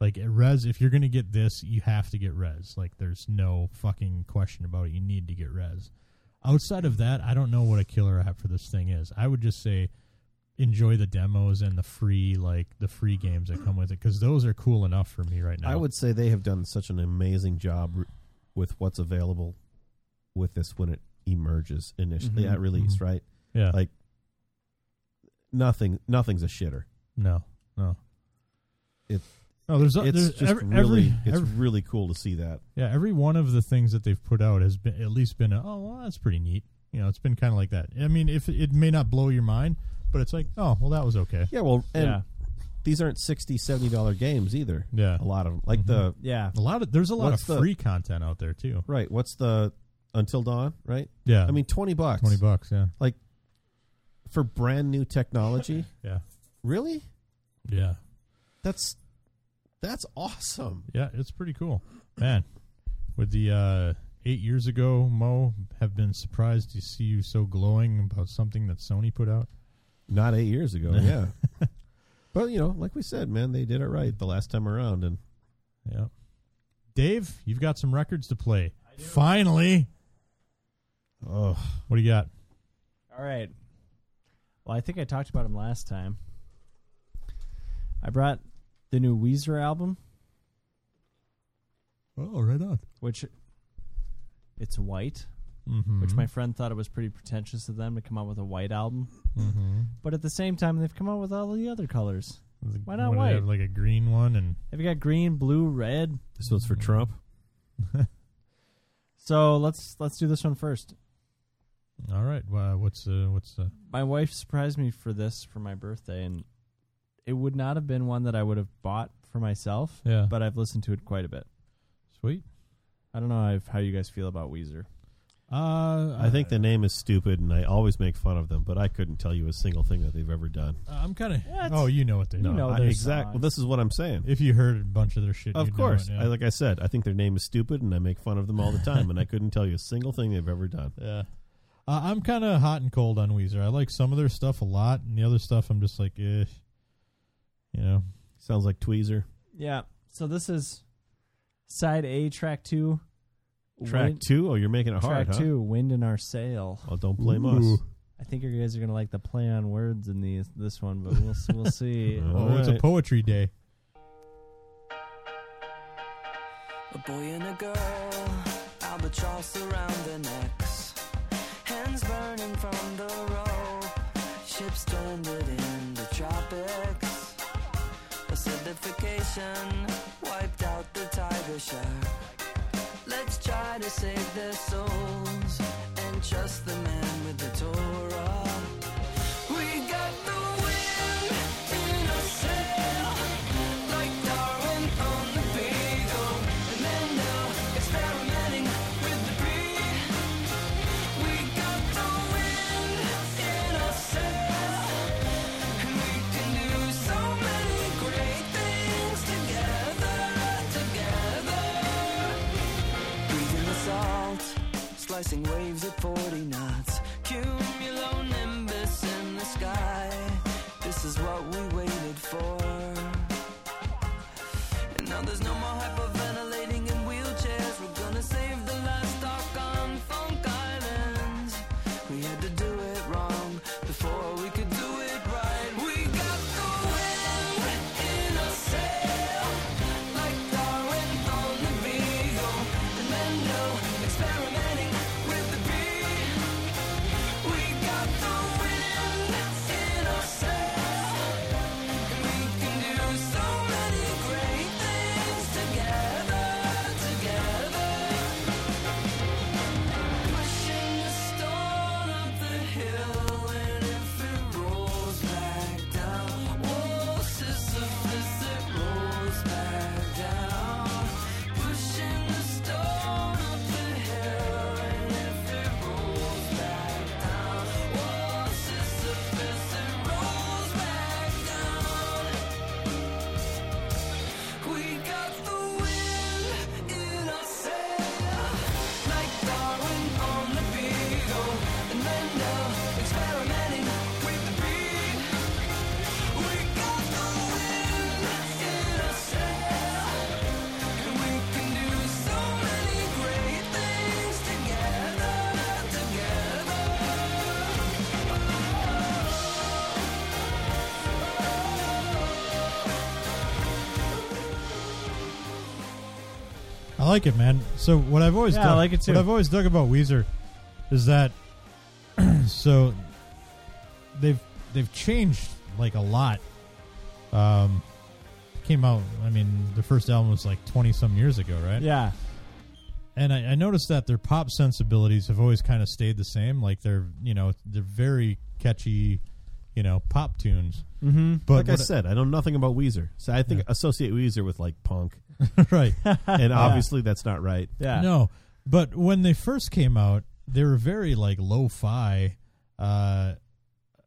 [SPEAKER 3] Like Res, if you're gonna get this, you have to get Res. Like there's no fucking question about it. You need to get Res. Outside of that, I don't know what a killer app for this thing is. I would just say enjoy the demos and the free like the free games that come with it because those are cool enough for me right now.
[SPEAKER 1] I would say they have done such an amazing job r- with what's available with this when it emerges initially
[SPEAKER 2] Mhm,
[SPEAKER 1] at release,
[SPEAKER 3] mhm.
[SPEAKER 1] right?
[SPEAKER 3] yeah
[SPEAKER 1] Like nothing, nothing's a shitter.
[SPEAKER 3] No, no.
[SPEAKER 1] It-
[SPEAKER 3] no, there's,
[SPEAKER 1] It's
[SPEAKER 3] there's
[SPEAKER 1] just
[SPEAKER 3] every,
[SPEAKER 1] really,
[SPEAKER 3] every,
[SPEAKER 1] it's
[SPEAKER 3] every-
[SPEAKER 1] really cool to see that.
[SPEAKER 3] yeah, every one of the things that they've put out has been at least been a, oh, well, that's pretty neat. You know, it's been kind of like that. I mean, if it may not blow your mind, but it's like, oh, well, that was okay.
[SPEAKER 1] Yeah, well, and
[SPEAKER 2] yeah.
[SPEAKER 1] these aren't 60 70 dollar games either.
[SPEAKER 3] Yeah. Mm-hmm.
[SPEAKER 1] a lot of them. Like the
[SPEAKER 2] Yeah.
[SPEAKER 3] A lot of there's a lot
[SPEAKER 1] What's
[SPEAKER 3] of
[SPEAKER 1] the-
[SPEAKER 3] free content out there too.
[SPEAKER 1] right. What's the Until Dawn? Right.
[SPEAKER 3] Yeah,
[SPEAKER 1] I mean, twenty bucks.
[SPEAKER 3] twenty bucks. Yeah,
[SPEAKER 1] for brand new <laughs> technology.
[SPEAKER 3] yeah,
[SPEAKER 1] really?
[SPEAKER 3] yeah,
[SPEAKER 1] That's that's awesome.
[SPEAKER 3] yeah. It's pretty cool, man. Would the uh, eight years ago Mo have been surprised to see you so glowing about something that Sony put out?
[SPEAKER 1] Not eight years <laughs> ago. Yeah. But you know, like we said, man, they did it right the last time around, and
[SPEAKER 3] Yeah. Dave, you've got some records to play. Finally.
[SPEAKER 1] oh,
[SPEAKER 3] What do you got?
[SPEAKER 2] All right. Well, I think I talked about him last time. I brought the new Weezer album,
[SPEAKER 3] Oh, right on.
[SPEAKER 2] which it's white.
[SPEAKER 3] Mm-hmm.
[SPEAKER 1] Mm-hmm.
[SPEAKER 2] which my friend thought it was pretty pretentious of them to come out with a white album.
[SPEAKER 3] Mm-hmm.
[SPEAKER 2] But at the same time, they've come out with all the other colors. Why not white?
[SPEAKER 3] Have, like a green one and
[SPEAKER 2] They've got green, blue, red.
[SPEAKER 1] This was for Trump.
[SPEAKER 2] <laughs> So let's let's do this one first.
[SPEAKER 3] all right. Well, what's uh, what's uh,
[SPEAKER 2] My wife surprised me for this for my birthday, and it would not have been one that I would have bought for myself.
[SPEAKER 3] Yeah.
[SPEAKER 2] But I've listened to it quite a bit.
[SPEAKER 3] sweet?
[SPEAKER 2] I don't know if- how you guys feel about Weezer.
[SPEAKER 3] Uh,
[SPEAKER 1] I think the name is stupid, and I always make fun of them, but I couldn't tell you a single thing that they've ever done.
[SPEAKER 3] I'm kind of.
[SPEAKER 2] What?
[SPEAKER 3] Oh, you know what they
[SPEAKER 2] You
[SPEAKER 3] do.
[SPEAKER 2] know
[SPEAKER 1] I-
[SPEAKER 2] their
[SPEAKER 1] exact-
[SPEAKER 2] songs.
[SPEAKER 1] Well, this is what I'm saying.
[SPEAKER 3] If you heard a bunch of their shit,
[SPEAKER 1] of
[SPEAKER 3] you'd know
[SPEAKER 1] course,
[SPEAKER 3] it,
[SPEAKER 1] I, like I said, I think their name is stupid, and I make fun of them all the time, and I couldn't tell you a single thing they've ever done.
[SPEAKER 3] Yeah. Uh, I'm kind of hot and cold on Weezer. I like some of their stuff a lot, and the other stuff I'm just like, eh. You know?
[SPEAKER 1] Sounds like Tweezer.
[SPEAKER 2] Yeah. So this is side A, track two.
[SPEAKER 1] Track
[SPEAKER 2] Wind-
[SPEAKER 1] two. Oh, you're making it
[SPEAKER 2] track
[SPEAKER 1] hard, huh?
[SPEAKER 2] two, Wind in Our Sail.
[SPEAKER 1] Well, don't blame
[SPEAKER 3] Ooh.
[SPEAKER 1] us.
[SPEAKER 2] I think you guys are gonna like the play on words in the this one, but we'll we'll see.
[SPEAKER 1] All
[SPEAKER 3] Oh, it's a
[SPEAKER 1] right.
[SPEAKER 3] poetry day.
[SPEAKER 9] A boy and a girl, albatross around their necks, hands burning from the rope, ships stranded in the tropics. Acidification wiped out the tiger shark. Let's try to save their souls and trust the man with the Torah. We got the wind in our sail, like Darwin on the Beagle. And Mendel experimenting with the breed. We got the wind in our sail, and we can do so many great things together, together. Breathing the salt, slicing waves at 40 knots. Cumulonimbus in the sky. This is what we waited for. And now there's no more hyperventilating in wheelchairs. We're gonna save the livestock on Funk Island. We had to do it wrong before we could do it right. We got the wind in our sail, like Darwin on the Beagle. And Mendo experimenting with the beat. We got the wind in our sail, and we can do so many great things together, together. Pushing the stone up the hill, and if it rolls back down, oh Sisyphus, it rolls back down. Pushing the stone up the hill, and if it rolls back down, oh Sisyphus, it rolls back down. We got the wind in our sail, like Darwin on the Beagle, and Mendel experimenting with the breed. We got the wind in our sail, and we can do so many great things together, together.
[SPEAKER 3] I like it, man. So what I've always
[SPEAKER 2] Yeah, I
[SPEAKER 3] dug,
[SPEAKER 2] like it too.
[SPEAKER 3] What I've always dug about Weezer is that <clears throat> so they've they've changed like a lot. Um, came out. I mean, the first album was like twenty some years ago, right?
[SPEAKER 2] Yeah.
[SPEAKER 3] and I, I noticed that their pop sensibilities have always kind of stayed the same. Like they're you know they're very catchy, you know pop tunes.
[SPEAKER 2] Mm-hmm.
[SPEAKER 3] But
[SPEAKER 1] like I
[SPEAKER 3] what-
[SPEAKER 1] said, I know nothing about Weezer, so I think associate Weezer with like <laughs> punk,
[SPEAKER 3] <laughs>
[SPEAKER 2] <laughs>
[SPEAKER 3] right?
[SPEAKER 1] and obviously that's not right.
[SPEAKER 2] Yeah.
[SPEAKER 3] <laughs> No, but when they first came out, they were very like lo-fi. Uh,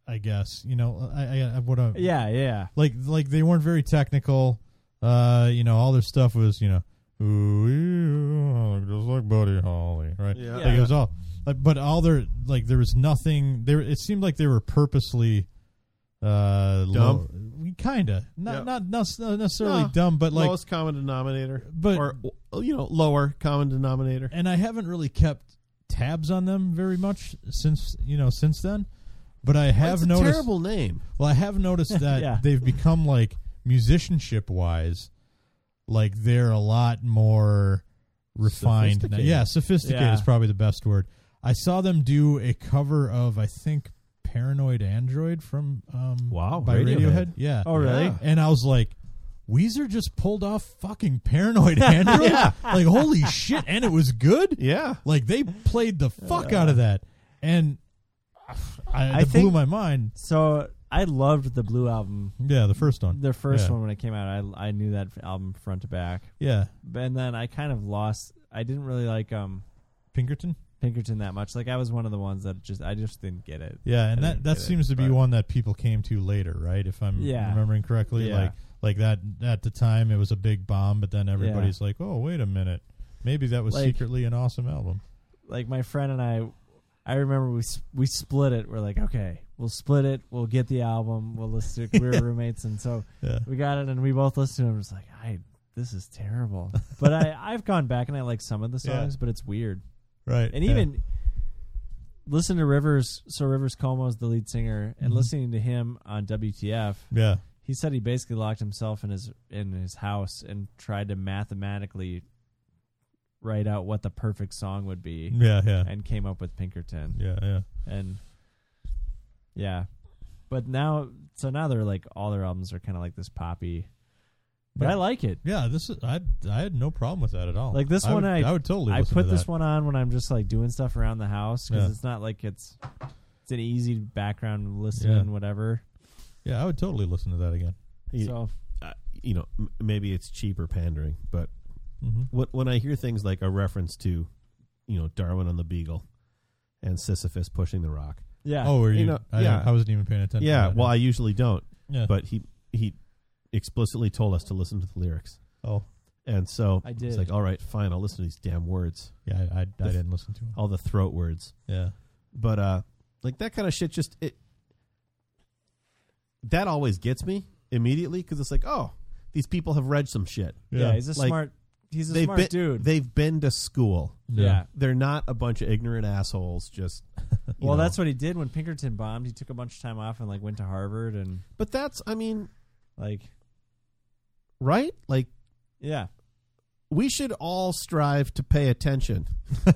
[SPEAKER 3] I guess you know I, I, I what a
[SPEAKER 2] Yeah. Yeah.
[SPEAKER 3] like like they weren't very technical. Uh, you know all their stuff was you know ooh yeah, just like Buddy Holly, right?
[SPEAKER 1] Yeah.
[SPEAKER 3] Like it was all, like, but all their like there was nothing. There it seemed like they were purposely uh low- kinda
[SPEAKER 1] Yeah.
[SPEAKER 3] not, not not necessarily
[SPEAKER 1] No.
[SPEAKER 3] dumb, but like
[SPEAKER 1] Lowest common denominator,
[SPEAKER 3] But-
[SPEAKER 1] or oh, you know lower common denominator.
[SPEAKER 3] and I haven't really kept tabs on them very much since you know since then. But I have
[SPEAKER 1] That's a
[SPEAKER 3] noticed.
[SPEAKER 1] terrible name.
[SPEAKER 3] Well, I have noticed that
[SPEAKER 2] Yeah.
[SPEAKER 3] they've become like musicianship wise, like they're a lot more refined. now.
[SPEAKER 1] Sophisticated.
[SPEAKER 3] Yeah, sophisticated
[SPEAKER 2] Yeah.
[SPEAKER 3] is probably the best word. I saw them do a cover of I think Paranoid Android from um
[SPEAKER 1] Wow,
[SPEAKER 3] by
[SPEAKER 1] Radiohead.
[SPEAKER 3] Radiohead. Yeah.
[SPEAKER 2] Oh, really?
[SPEAKER 1] Yeah.
[SPEAKER 3] And I was like Weezer just pulled off fucking Paranoid Android? Like holy shit and it was good?
[SPEAKER 1] Yeah.
[SPEAKER 3] Like they played the fuck out of that. And I,
[SPEAKER 2] I
[SPEAKER 3] that blew
[SPEAKER 2] think-
[SPEAKER 3] my mind.
[SPEAKER 2] So I loved the Blue album,
[SPEAKER 3] Yeah, the first one.
[SPEAKER 2] their first
[SPEAKER 3] Yeah.
[SPEAKER 2] one when it came out. I I knew that album front to back,
[SPEAKER 3] Yeah.
[SPEAKER 2] and then I kind of lost. I didn't really like um
[SPEAKER 3] Pinkerton?
[SPEAKER 2] Pinkerton that much. Like I was one of the ones that just I just didn't get it.
[SPEAKER 3] Yeah, and
[SPEAKER 2] I
[SPEAKER 3] that
[SPEAKER 2] didn't
[SPEAKER 3] that
[SPEAKER 2] get it,
[SPEAKER 3] seems to be
[SPEAKER 2] but-
[SPEAKER 3] one that people came to later, right? If I'm
[SPEAKER 2] Yeah.
[SPEAKER 3] remembering correctly,
[SPEAKER 2] Yeah.
[SPEAKER 3] like like that at the time it was a big bomb, but then everybody's like, "Oh, wait a minute, maybe that was
[SPEAKER 2] Like-
[SPEAKER 3] secretly an awesome album."
[SPEAKER 2] Like my friend and I, I remember we s- we split it. We're like, okay, we'll split it. We'll get the album. We'll listen to it. We
[SPEAKER 3] <laughs>
[SPEAKER 2] were roommates, and so
[SPEAKER 3] Yeah,
[SPEAKER 2] we got it, and we both listened to it. And was like, I this is terrible. But
[SPEAKER 3] <laughs>
[SPEAKER 2] I I've gone back and I like some of the
[SPEAKER 3] Yeah.
[SPEAKER 2] songs, but it's weird.
[SPEAKER 3] right.
[SPEAKER 2] and
[SPEAKER 3] yeah.
[SPEAKER 2] even listen to Rivers. So Rivers Como is the lead singer, and
[SPEAKER 3] Mhm.
[SPEAKER 2] listening to him on WTF,
[SPEAKER 3] yeah,
[SPEAKER 2] he said he basically locked himself in his in his house and tried to mathematically write out what the perfect song would be,
[SPEAKER 3] yeah, yeah,
[SPEAKER 2] and came up with Pinkerton,
[SPEAKER 3] yeah, yeah.
[SPEAKER 2] and yeah. But now, so now they're like all their albums are kind of like this poppy, but
[SPEAKER 3] Yeah.
[SPEAKER 2] I like it.
[SPEAKER 3] Yeah, this is I. I had no problem with that at all.
[SPEAKER 2] Like, this
[SPEAKER 3] I
[SPEAKER 2] one
[SPEAKER 3] would,
[SPEAKER 2] I-
[SPEAKER 3] would totally.
[SPEAKER 2] I
[SPEAKER 3] listen
[SPEAKER 2] put
[SPEAKER 3] to
[SPEAKER 2] this
[SPEAKER 3] that.
[SPEAKER 2] one on when I'm just like doing stuff around the house because
[SPEAKER 3] Yeah.
[SPEAKER 2] it's not like it's it's an easy background listening
[SPEAKER 3] Yeah.
[SPEAKER 2] whatever.
[SPEAKER 3] Yeah, I would totally listen to that again.
[SPEAKER 1] You,
[SPEAKER 2] So
[SPEAKER 1] uh, you know, m- maybe it's cheaper pandering, but
[SPEAKER 3] Mm-hmm.
[SPEAKER 1] when, when I hear things like a reference to, you know, Darwin on the Beagle and Sisyphus pushing the rock.
[SPEAKER 2] yeah,
[SPEAKER 3] Oh, were
[SPEAKER 1] You
[SPEAKER 3] you?
[SPEAKER 1] know,
[SPEAKER 3] I,
[SPEAKER 1] yeah.
[SPEAKER 3] I wasn't even paying attention.
[SPEAKER 1] yeah,
[SPEAKER 3] to that.
[SPEAKER 1] well, I usually don't,
[SPEAKER 3] yeah.
[SPEAKER 1] but he he explicitly told us to listen to the lyrics,
[SPEAKER 3] oh,
[SPEAKER 1] and so
[SPEAKER 2] I
[SPEAKER 1] it's
[SPEAKER 2] did.
[SPEAKER 1] like, all right, fine, I'll listen to these damn words,
[SPEAKER 3] yeah, I, I, I
[SPEAKER 1] f-
[SPEAKER 3] didn't listen to it.
[SPEAKER 1] all the throat words,
[SPEAKER 3] Yeah,
[SPEAKER 1] but uh, like that kind of shit, just it that always gets me immediately because it's like, oh, these people have read some shit.
[SPEAKER 2] yeah, he's a
[SPEAKER 1] like,
[SPEAKER 2] smart he's a
[SPEAKER 1] they've
[SPEAKER 2] smart
[SPEAKER 1] been
[SPEAKER 2] dude.
[SPEAKER 1] they've been to school.
[SPEAKER 2] yeah.
[SPEAKER 1] They're not a bunch of ignorant assholes.
[SPEAKER 2] <laughs>
[SPEAKER 1] Just you
[SPEAKER 2] Well,
[SPEAKER 1] know.
[SPEAKER 2] that's what he did when Pinkerton bombed. He took a bunch of time off and like went to Harvard and
[SPEAKER 1] But that's I mean,
[SPEAKER 2] like
[SPEAKER 1] right? Like <laughs>
[SPEAKER 2] yeah <laughs>
[SPEAKER 1] we should all strive to pay
[SPEAKER 2] <laughs>
[SPEAKER 1] attention. For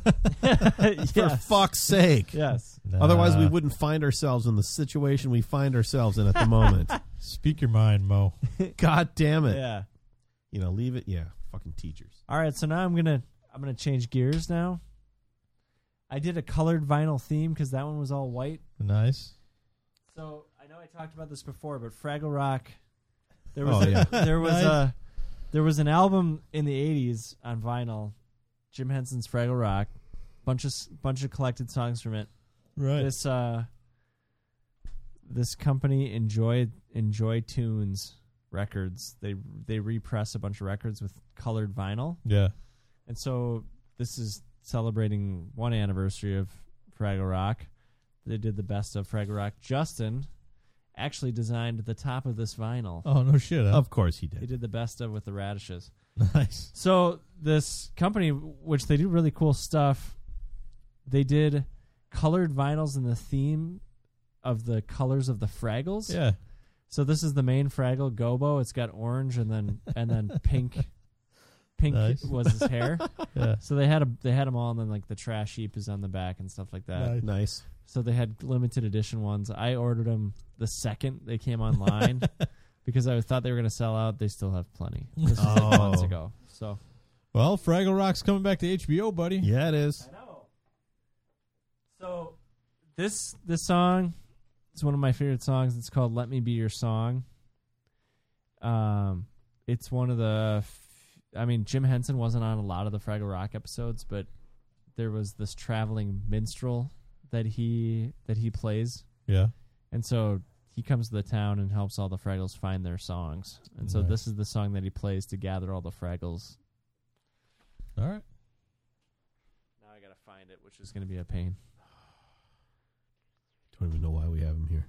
[SPEAKER 2] Yes.
[SPEAKER 1] fuck's sake.
[SPEAKER 2] yes
[SPEAKER 1] Otherwise, we
[SPEAKER 3] Nah.
[SPEAKER 1] wouldn't find ourselves in the situation we find ourselves in at the
[SPEAKER 2] <laughs>
[SPEAKER 1] moment.
[SPEAKER 3] Speak your mind, Mo.
[SPEAKER 1] God damn it!
[SPEAKER 2] yeah.
[SPEAKER 1] You know, leave it. Yeah, fucking teachers.
[SPEAKER 2] All right, so now I'm gonna I'm gonna change gears now. I did a colored vinyl theme because that one was all white.
[SPEAKER 3] Nice.
[SPEAKER 2] So I know I talked about this before, but Fraggle Rock, there was
[SPEAKER 1] Oh, yeah.
[SPEAKER 2] <laughs> there was
[SPEAKER 3] Nice.
[SPEAKER 2] a there was an album in the '80s on vinyl, Jim Henson's Fraggle Rock, bunch of s- bunch of collected songs from it.
[SPEAKER 3] Right.
[SPEAKER 2] This uh, this company enjoy enjoy tunes records. They they repress a bunch of records with colored vinyl,
[SPEAKER 3] yeah.
[SPEAKER 2] and so this is celebrating one anniversary of Fraggle Rock. They did the best of Fraggle Rock. Justin actually designed the top of this vinyl.
[SPEAKER 3] Oh no shit. Huh?
[SPEAKER 1] Of course he
[SPEAKER 2] They
[SPEAKER 1] did.
[SPEAKER 2] did the best of with the radishes.
[SPEAKER 3] <laughs> Nice.
[SPEAKER 2] So this company, which they do really cool stuff, they did colored vinyls in the theme of the colors of the Fraggles.
[SPEAKER 3] Yeah.
[SPEAKER 2] So this is the main Fraggle Gobo. It's got orange and then and then
[SPEAKER 3] <laughs>
[SPEAKER 2] pink. Pink
[SPEAKER 3] Nice.
[SPEAKER 2] was his hair.
[SPEAKER 3] <laughs> Yeah.
[SPEAKER 2] So they had a they had them all, and then like the trash heap is on the back and stuff like that.
[SPEAKER 3] Nice.
[SPEAKER 1] Nice.
[SPEAKER 2] So they had limited edition ones. I ordered them the second they
[SPEAKER 3] <laughs>
[SPEAKER 2] came online because I thought they were going to sell out. They still have plenty. This was like months
[SPEAKER 1] Oh.
[SPEAKER 2] ago. So
[SPEAKER 3] Well, Fraggle Rock's coming back to HBO, buddy.
[SPEAKER 1] Oh. Yeah, it is.
[SPEAKER 2] I know. So this this song is one of my favorite songs. It's called "Let Me Be Your Song." Um, it's one of the. f- I mean, Jim Henson wasn't on a lot of the Fraggle Rock episodes, but there was this traveling minstrel that he that he plays,
[SPEAKER 3] Yeah.
[SPEAKER 2] and so he comes to the town and helps all the Fraggles find their songs. And so
[SPEAKER 3] Nice.
[SPEAKER 2] this is the song that he plays to gather all the Fraggles.
[SPEAKER 3] All right.
[SPEAKER 2] Now I gotta find it, which is gonna be a pain.
[SPEAKER 1] Don't even know why we have him here.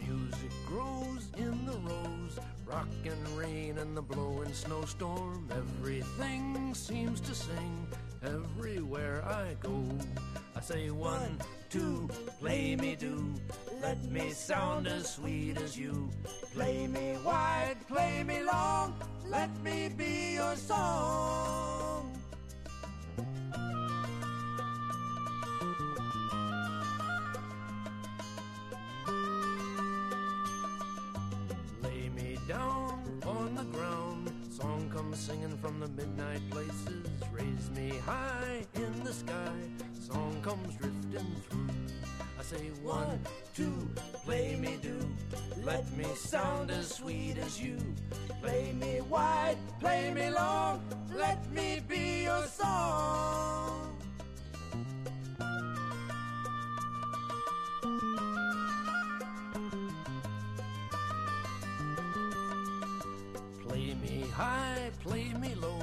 [SPEAKER 9] Music grows in the rose, rock and rain and the blowing snowstorm. Everything seems to sing everywhere I go. I say one, two, play me do. Let me sound as sweet as you. Play me wide, play me long. Let me be your song. Lay me down on the ground. Song comes singing from the midnight places. Raise me high in the sky. Song comes drifting through. I say one, two, play me do. Let me sound as sweet as you. Play me wide, play me long. Let me be your song. Play me high, play me low,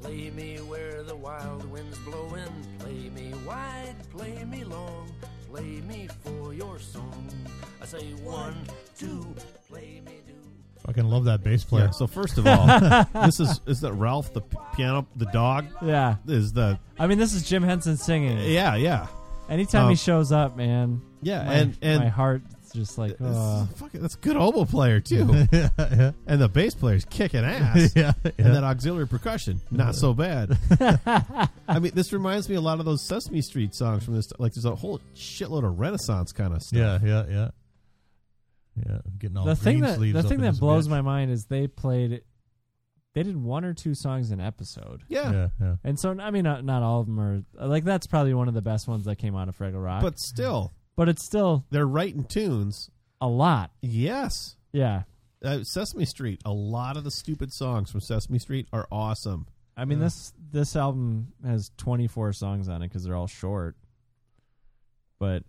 [SPEAKER 9] play me where the wild wind's blowing. Play me wide, play me long, play me for your song. I say one, two, play me do.
[SPEAKER 3] Fucking love that bass player.
[SPEAKER 1] Yeah. So first of all, this is is that Ralph the p- piano the dog
[SPEAKER 2] Yeah.
[SPEAKER 1] is the
[SPEAKER 2] I mean, this is Jim Henson singing.
[SPEAKER 1] yeah yeah
[SPEAKER 2] Anytime
[SPEAKER 1] Um,
[SPEAKER 2] he shows up, man,
[SPEAKER 1] yeah
[SPEAKER 2] my,
[SPEAKER 1] and and
[SPEAKER 2] my heart's just like,
[SPEAKER 1] this is
[SPEAKER 2] oh.
[SPEAKER 1] fucking, that's a good oboe player too,
[SPEAKER 3] <laughs> yeah, yeah,
[SPEAKER 1] and the bass player's kicking ass.
[SPEAKER 3] <laughs> yeah.
[SPEAKER 1] And that auxiliary percussion, not so bad. I mean, this reminds me a lot of those Sesame Street songs from this. Like, there's a whole shitload of Renaissance kind of stuff.
[SPEAKER 3] yeah, yeah, yeah. Yeah, getting all
[SPEAKER 2] the thing
[SPEAKER 3] green
[SPEAKER 2] that
[SPEAKER 3] sleeves
[SPEAKER 2] the
[SPEAKER 3] up
[SPEAKER 2] thing
[SPEAKER 3] in
[SPEAKER 2] that
[SPEAKER 3] this
[SPEAKER 2] blows
[SPEAKER 3] bitch.
[SPEAKER 2] my mind is they played, they did one or two songs an episode.
[SPEAKER 1] yeah.
[SPEAKER 3] Yeah, yeah.
[SPEAKER 2] And so, I mean, not, not all of them are like that's probably one of the best ones that came out of Fraggle Rock.
[SPEAKER 1] But still,
[SPEAKER 2] but it's still
[SPEAKER 1] they're writing tunes.
[SPEAKER 2] a lot.
[SPEAKER 1] Yes,
[SPEAKER 2] Yeah,
[SPEAKER 1] uh, Sesame Street. A lot of the stupid songs from Sesame Street are awesome.
[SPEAKER 2] I mean this this album has 24 songs on it because they're all short. But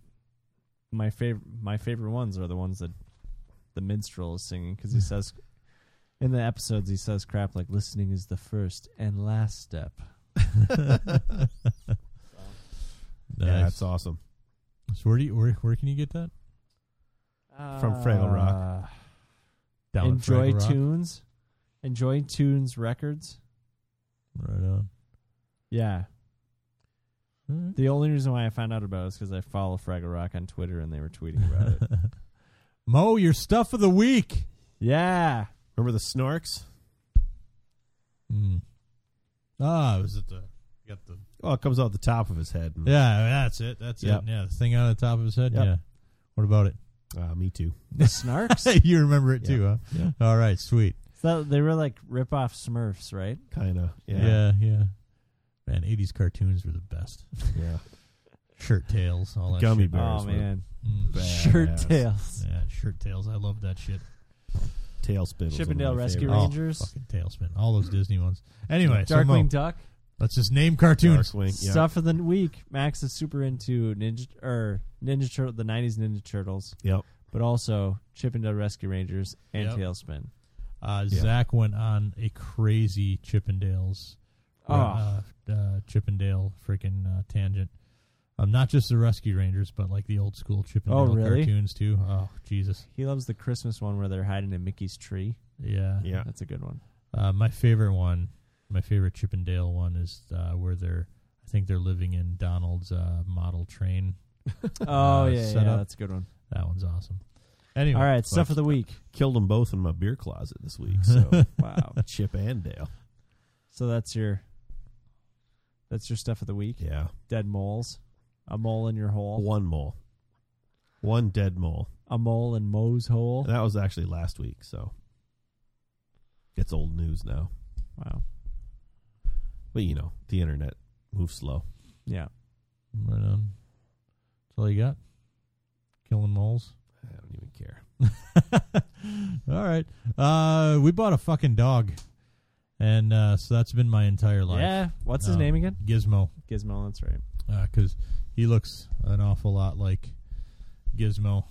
[SPEAKER 2] my favorite my favorite ones are the ones that the minstrel is singing because he says in the episodes he says crap like listening is the first and last step.
[SPEAKER 1] Yeah,
[SPEAKER 3] Nice.
[SPEAKER 1] that's awesome.
[SPEAKER 3] so where do you where, where can you get that?
[SPEAKER 1] From Fraggle Rock.
[SPEAKER 2] Uh,
[SPEAKER 3] Down at
[SPEAKER 2] Enjoy
[SPEAKER 3] Fraggle Rock?
[SPEAKER 2] tunes, enjoy tunes records.
[SPEAKER 3] Right on.
[SPEAKER 2] Yeah.
[SPEAKER 3] Alright.
[SPEAKER 2] The only reason why I found out about it is because I follow Fraggle Rock on Twitter and they were tweeting about it.
[SPEAKER 3] Mo, your stuff of the week.
[SPEAKER 2] Yeah.
[SPEAKER 1] Remember the Snorks?
[SPEAKER 3] Mm. Ah, was it the got the
[SPEAKER 1] Oh, it comes out the top of his head. And,
[SPEAKER 3] Yeah, that's it. That's
[SPEAKER 1] Yep.
[SPEAKER 3] it. Yeah, the thing out of the top of his head.
[SPEAKER 1] Yep.
[SPEAKER 3] Yeah. What about it? <laughs>
[SPEAKER 1] Uh, me too.
[SPEAKER 2] The Snarks.
[SPEAKER 3] you remember it too, huh?
[SPEAKER 1] Yeah.
[SPEAKER 3] All right, sweet.
[SPEAKER 2] so they were like rip off Smurfs, right?
[SPEAKER 1] Kind of.
[SPEAKER 3] Yeah.
[SPEAKER 1] Yeah.
[SPEAKER 3] yeah, Man, eighties cartoons were the best.
[SPEAKER 1] Yeah.
[SPEAKER 3] Shirt tails, all that
[SPEAKER 1] Gummy
[SPEAKER 3] shit.
[SPEAKER 1] bears.
[SPEAKER 2] oh
[SPEAKER 1] were
[SPEAKER 2] man.
[SPEAKER 3] Mm.
[SPEAKER 2] <laughs> Shirt
[SPEAKER 1] badass.
[SPEAKER 2] tails.
[SPEAKER 3] Yeah, shirt tails. I love that shit.
[SPEAKER 1] Tail spin. was
[SPEAKER 2] Chippendale
[SPEAKER 1] one of my
[SPEAKER 2] Rescue
[SPEAKER 1] favorites.
[SPEAKER 2] Rangers.
[SPEAKER 3] Oh, fucking tailspin. All those Disney ones. Anyway, so Mo,
[SPEAKER 2] Darkwing Duck.
[SPEAKER 3] let's just name cartoons.
[SPEAKER 1] Darkwing. Yeah.
[SPEAKER 2] Stuff of the week. Max is super into Ninja or Ninja Turtle the nineties Ninja Turtles,
[SPEAKER 1] Yep.
[SPEAKER 2] but also Chippendale Rescue Rangers and
[SPEAKER 3] Yep.
[SPEAKER 2] Tailspin.
[SPEAKER 3] Uh,
[SPEAKER 1] Yeah.
[SPEAKER 3] Zach went on a crazy Chippendales,
[SPEAKER 2] Oh.
[SPEAKER 3] uh, uh, Chippendale freaking uh, tangent. Um, not just the Rescue Rangers, but like the old school Chippendale
[SPEAKER 2] really?
[SPEAKER 3] cartoons too. Oh Jesus,
[SPEAKER 2] He loves the Christmas one where they're hiding in Mickey's tree.
[SPEAKER 3] yeah.
[SPEAKER 1] Yeah.
[SPEAKER 2] That's a good one.
[SPEAKER 3] Uh, my favorite one, my favorite Chippendale one is uh, where they're, I think they're living in Donald's uh, model train.
[SPEAKER 2] Oh
[SPEAKER 3] Uh,
[SPEAKER 2] yeah,
[SPEAKER 3] set
[SPEAKER 2] yeah,
[SPEAKER 3] up.
[SPEAKER 2] that's a good one.
[SPEAKER 3] That one's awesome. Anyway,
[SPEAKER 2] All right, stuff of the week.
[SPEAKER 1] Killed them both in my beer closet this week. So
[SPEAKER 2] <laughs> Wow.
[SPEAKER 1] Chip and Dale.
[SPEAKER 2] so that's your that's your stuff of the week.
[SPEAKER 1] Yeah.
[SPEAKER 2] Dead moles, a mole in your hole,
[SPEAKER 1] One mole. One dead mole.
[SPEAKER 2] a mole in Moe's hole.
[SPEAKER 1] And that was actually last week. So it's old news now.
[SPEAKER 2] Wow.
[SPEAKER 1] But you know, the internet moves slow.
[SPEAKER 2] Yeah.
[SPEAKER 3] right on. That's all you got. Killing moles.
[SPEAKER 1] I don't even care.
[SPEAKER 3] <laughs> All right. Uh, we bought a fucking dog, and uh, so that's been my entire life.
[SPEAKER 2] Yeah. What's his
[SPEAKER 3] Um,
[SPEAKER 2] name again?
[SPEAKER 3] Gizmo,
[SPEAKER 2] Gizmo. That's right.
[SPEAKER 3] because he looks an awful lot like Gizmo.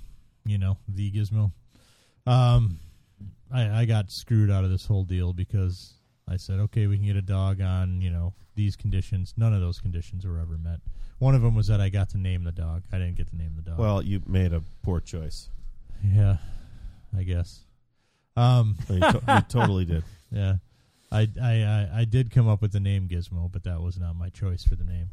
[SPEAKER 3] You know, the Gizmo. Um, I, I got screwed out of this whole deal because I said, okay, we can get a dog on you know these conditions. None of those conditions were ever met. One of them was that I got to name the dog. I didn't get to name the dog.
[SPEAKER 1] Well, you made a poor choice.
[SPEAKER 3] yeah, I guess. Um.
[SPEAKER 1] I mean, to- <laughs> you totally did.
[SPEAKER 3] Yeah. I, I, I, I did come up with the name Gizmo, but that was not my choice for the name.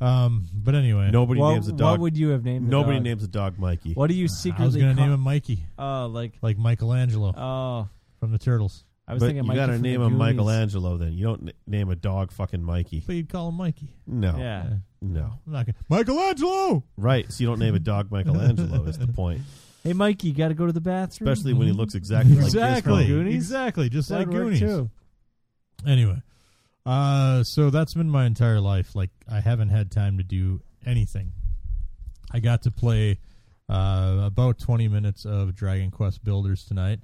[SPEAKER 3] Um, but anyway,
[SPEAKER 1] Nobody
[SPEAKER 2] what,
[SPEAKER 1] names a
[SPEAKER 2] What
[SPEAKER 1] dog.
[SPEAKER 2] would you have named? the
[SPEAKER 1] Nobody
[SPEAKER 2] dog?
[SPEAKER 1] names a dog Mikey.
[SPEAKER 2] What do you
[SPEAKER 3] I was
[SPEAKER 2] secretly?
[SPEAKER 3] gonna
[SPEAKER 2] call-
[SPEAKER 3] name him Mikey,
[SPEAKER 2] Oh, like
[SPEAKER 3] like Michelangelo
[SPEAKER 2] oh,
[SPEAKER 3] from the Turtles.
[SPEAKER 2] I was
[SPEAKER 1] But
[SPEAKER 2] thinking.
[SPEAKER 1] you
[SPEAKER 2] Mikey
[SPEAKER 1] got to
[SPEAKER 2] from
[SPEAKER 1] name
[SPEAKER 2] the
[SPEAKER 1] him
[SPEAKER 2] Goonies.
[SPEAKER 1] Michelangelo. Then you don't n- name a dog fucking Mikey.
[SPEAKER 3] But you'd call him Mikey.
[SPEAKER 1] No,
[SPEAKER 2] Yeah.
[SPEAKER 1] no,
[SPEAKER 3] I'm not gonna Michelangelo.
[SPEAKER 1] right. So you don't name a dog Michelangelo. is
[SPEAKER 2] <laughs>
[SPEAKER 1] the point,
[SPEAKER 2] Hey, Mikey, you got to go to the bathroom.
[SPEAKER 1] especially when
[SPEAKER 2] <laughs>
[SPEAKER 1] he looks exactly like this from
[SPEAKER 3] exactly,
[SPEAKER 2] Goonies?
[SPEAKER 3] exactly, just
[SPEAKER 2] That'd
[SPEAKER 3] like
[SPEAKER 2] work,
[SPEAKER 3] Goonies.
[SPEAKER 2] too.
[SPEAKER 3] Anyway, uh, so that's been my entire life. Like I haven't had time to do anything. I got to play uh, about twenty minutes of Dragon Quest Builders tonight.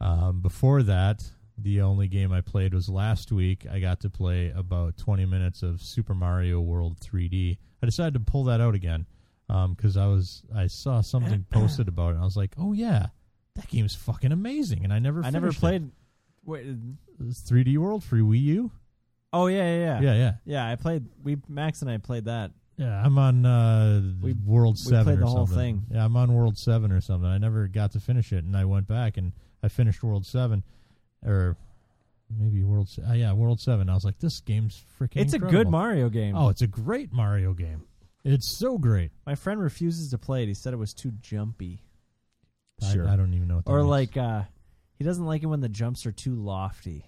[SPEAKER 3] Um, before that, the only game I played was last week. I got to play about twenty minutes of Super Mario World 3D. I decided to pull that out again because I was I
[SPEAKER 2] <clears throat>
[SPEAKER 3] saw something posted about it. and I was like, oh yeah, that game's fucking amazing, and I never
[SPEAKER 2] I never
[SPEAKER 3] finished it.
[SPEAKER 2] played. Wait,
[SPEAKER 3] It was 3D World for Wii U.
[SPEAKER 2] oh yeah, yeah, yeah,
[SPEAKER 3] Yeah, yeah.
[SPEAKER 2] Yeah, I played. We Max and I played that.
[SPEAKER 3] Yeah, I'm on uh,
[SPEAKER 2] We-
[SPEAKER 3] World
[SPEAKER 2] we
[SPEAKER 3] Seven
[SPEAKER 2] played
[SPEAKER 3] or
[SPEAKER 2] the whole
[SPEAKER 3] something.
[SPEAKER 2] thing.
[SPEAKER 3] Yeah, I'm on World Seven or something. I never got to finish it, and I went back and I finished World Seven, or maybe World. Se- Uh, yeah, World Seven. I was like, this game's freaking.
[SPEAKER 2] It's a good
[SPEAKER 3] incredible.
[SPEAKER 2] Mario game.
[SPEAKER 3] Oh, it's a great Mario game. It's so great.
[SPEAKER 2] My friend refuses to play it. He said it was too jumpy,
[SPEAKER 3] I-
[SPEAKER 1] Sure.
[SPEAKER 3] I, don't even know what. That
[SPEAKER 2] or
[SPEAKER 3] means.
[SPEAKER 2] like uh, he doesn't like it when the jumps are too lofty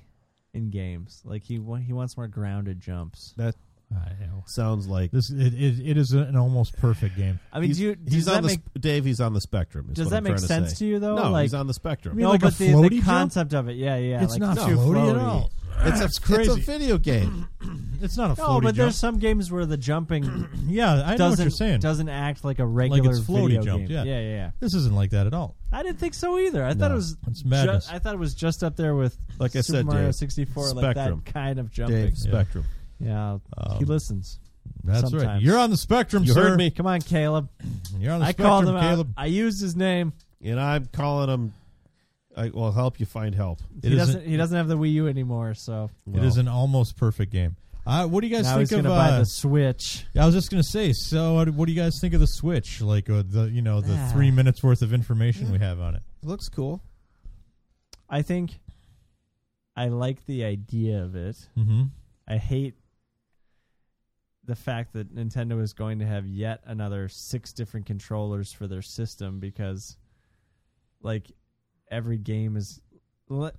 [SPEAKER 2] in games. Like he wa- he wants more grounded jumps.
[SPEAKER 1] That
[SPEAKER 3] I know.
[SPEAKER 1] sounds like
[SPEAKER 3] this. It, it, it is an almost perfect game.
[SPEAKER 2] I mean,
[SPEAKER 1] he's,
[SPEAKER 2] do you,
[SPEAKER 1] he's
[SPEAKER 2] does
[SPEAKER 1] on
[SPEAKER 2] that
[SPEAKER 1] the
[SPEAKER 2] make
[SPEAKER 1] sp- Dave. He's on the spectrum. is
[SPEAKER 2] does
[SPEAKER 1] what
[SPEAKER 2] that
[SPEAKER 1] I'm
[SPEAKER 2] make
[SPEAKER 1] trying to
[SPEAKER 2] sense
[SPEAKER 1] say.
[SPEAKER 2] to you though?
[SPEAKER 1] No,
[SPEAKER 2] like,
[SPEAKER 1] he's on the spectrum.
[SPEAKER 3] mean
[SPEAKER 2] no,
[SPEAKER 3] like a
[SPEAKER 2] but the,
[SPEAKER 3] floaty
[SPEAKER 2] the
[SPEAKER 3] jump?
[SPEAKER 2] concept of it, yeah, <laughs> yeah,
[SPEAKER 3] it's
[SPEAKER 2] like
[SPEAKER 3] not
[SPEAKER 2] too
[SPEAKER 3] floaty, at
[SPEAKER 2] floaty.
[SPEAKER 3] all.
[SPEAKER 1] It's a
[SPEAKER 3] crazy.
[SPEAKER 1] It's a video game.
[SPEAKER 3] <clears throat> It's not a floaty.
[SPEAKER 2] No, but
[SPEAKER 3] jump.
[SPEAKER 2] there's some games where the
[SPEAKER 3] <clears throat>
[SPEAKER 2] jumping
[SPEAKER 3] yeah. I know what
[SPEAKER 2] doesn't
[SPEAKER 3] you're saying.
[SPEAKER 2] doesn't act like a regular
[SPEAKER 3] floaty
[SPEAKER 2] video
[SPEAKER 3] jump,
[SPEAKER 2] game.
[SPEAKER 3] yeah.
[SPEAKER 2] yeah, yeah.
[SPEAKER 3] this isn't like that at all.
[SPEAKER 2] I didn't think so either. I thought
[SPEAKER 3] No,
[SPEAKER 2] it was
[SPEAKER 3] it's madness.
[SPEAKER 2] ju- I thought it was just up there with
[SPEAKER 1] Like I
[SPEAKER 2] Super
[SPEAKER 1] said,
[SPEAKER 2] Mario
[SPEAKER 1] Dave,
[SPEAKER 2] 64,
[SPEAKER 1] Spectrum.
[SPEAKER 2] like that kind of jumping.
[SPEAKER 1] Dave Spectrum.
[SPEAKER 2] Yeah,
[SPEAKER 3] Um,
[SPEAKER 2] he listens.
[SPEAKER 3] That's right.
[SPEAKER 2] Sometimes.
[SPEAKER 3] You're on the spectrum,
[SPEAKER 1] You
[SPEAKER 3] sir.
[SPEAKER 1] heard me,
[SPEAKER 2] Come on, Caleb.
[SPEAKER 3] You're on the
[SPEAKER 2] I
[SPEAKER 3] spectrum,
[SPEAKER 2] called him
[SPEAKER 3] Caleb.
[SPEAKER 2] out. I used his name.
[SPEAKER 1] and I'm calling him. I will help you find help.
[SPEAKER 3] It
[SPEAKER 2] he
[SPEAKER 3] is
[SPEAKER 2] doesn't.
[SPEAKER 3] a-
[SPEAKER 2] He doesn't have the Wii U anymore, so
[SPEAKER 1] Well,
[SPEAKER 3] It is an almost perfect game. Uh, what do you guys
[SPEAKER 2] now he's
[SPEAKER 3] think
[SPEAKER 2] gonna
[SPEAKER 3] of?
[SPEAKER 2] buy
[SPEAKER 3] Uh,
[SPEAKER 2] the Switch.
[SPEAKER 3] I was just gonna say. So, uh, what do- what do you guys think of the Switch? Like uh, the you know the
[SPEAKER 2] Ah.
[SPEAKER 3] three minutes worth of information we have on it.
[SPEAKER 1] looks cool.
[SPEAKER 2] I think. I like the idea of it.
[SPEAKER 3] Mm-hmm.
[SPEAKER 2] I hate the fact that Nintendo is going to have yet another six different controllers for their system because, like, every game is. le-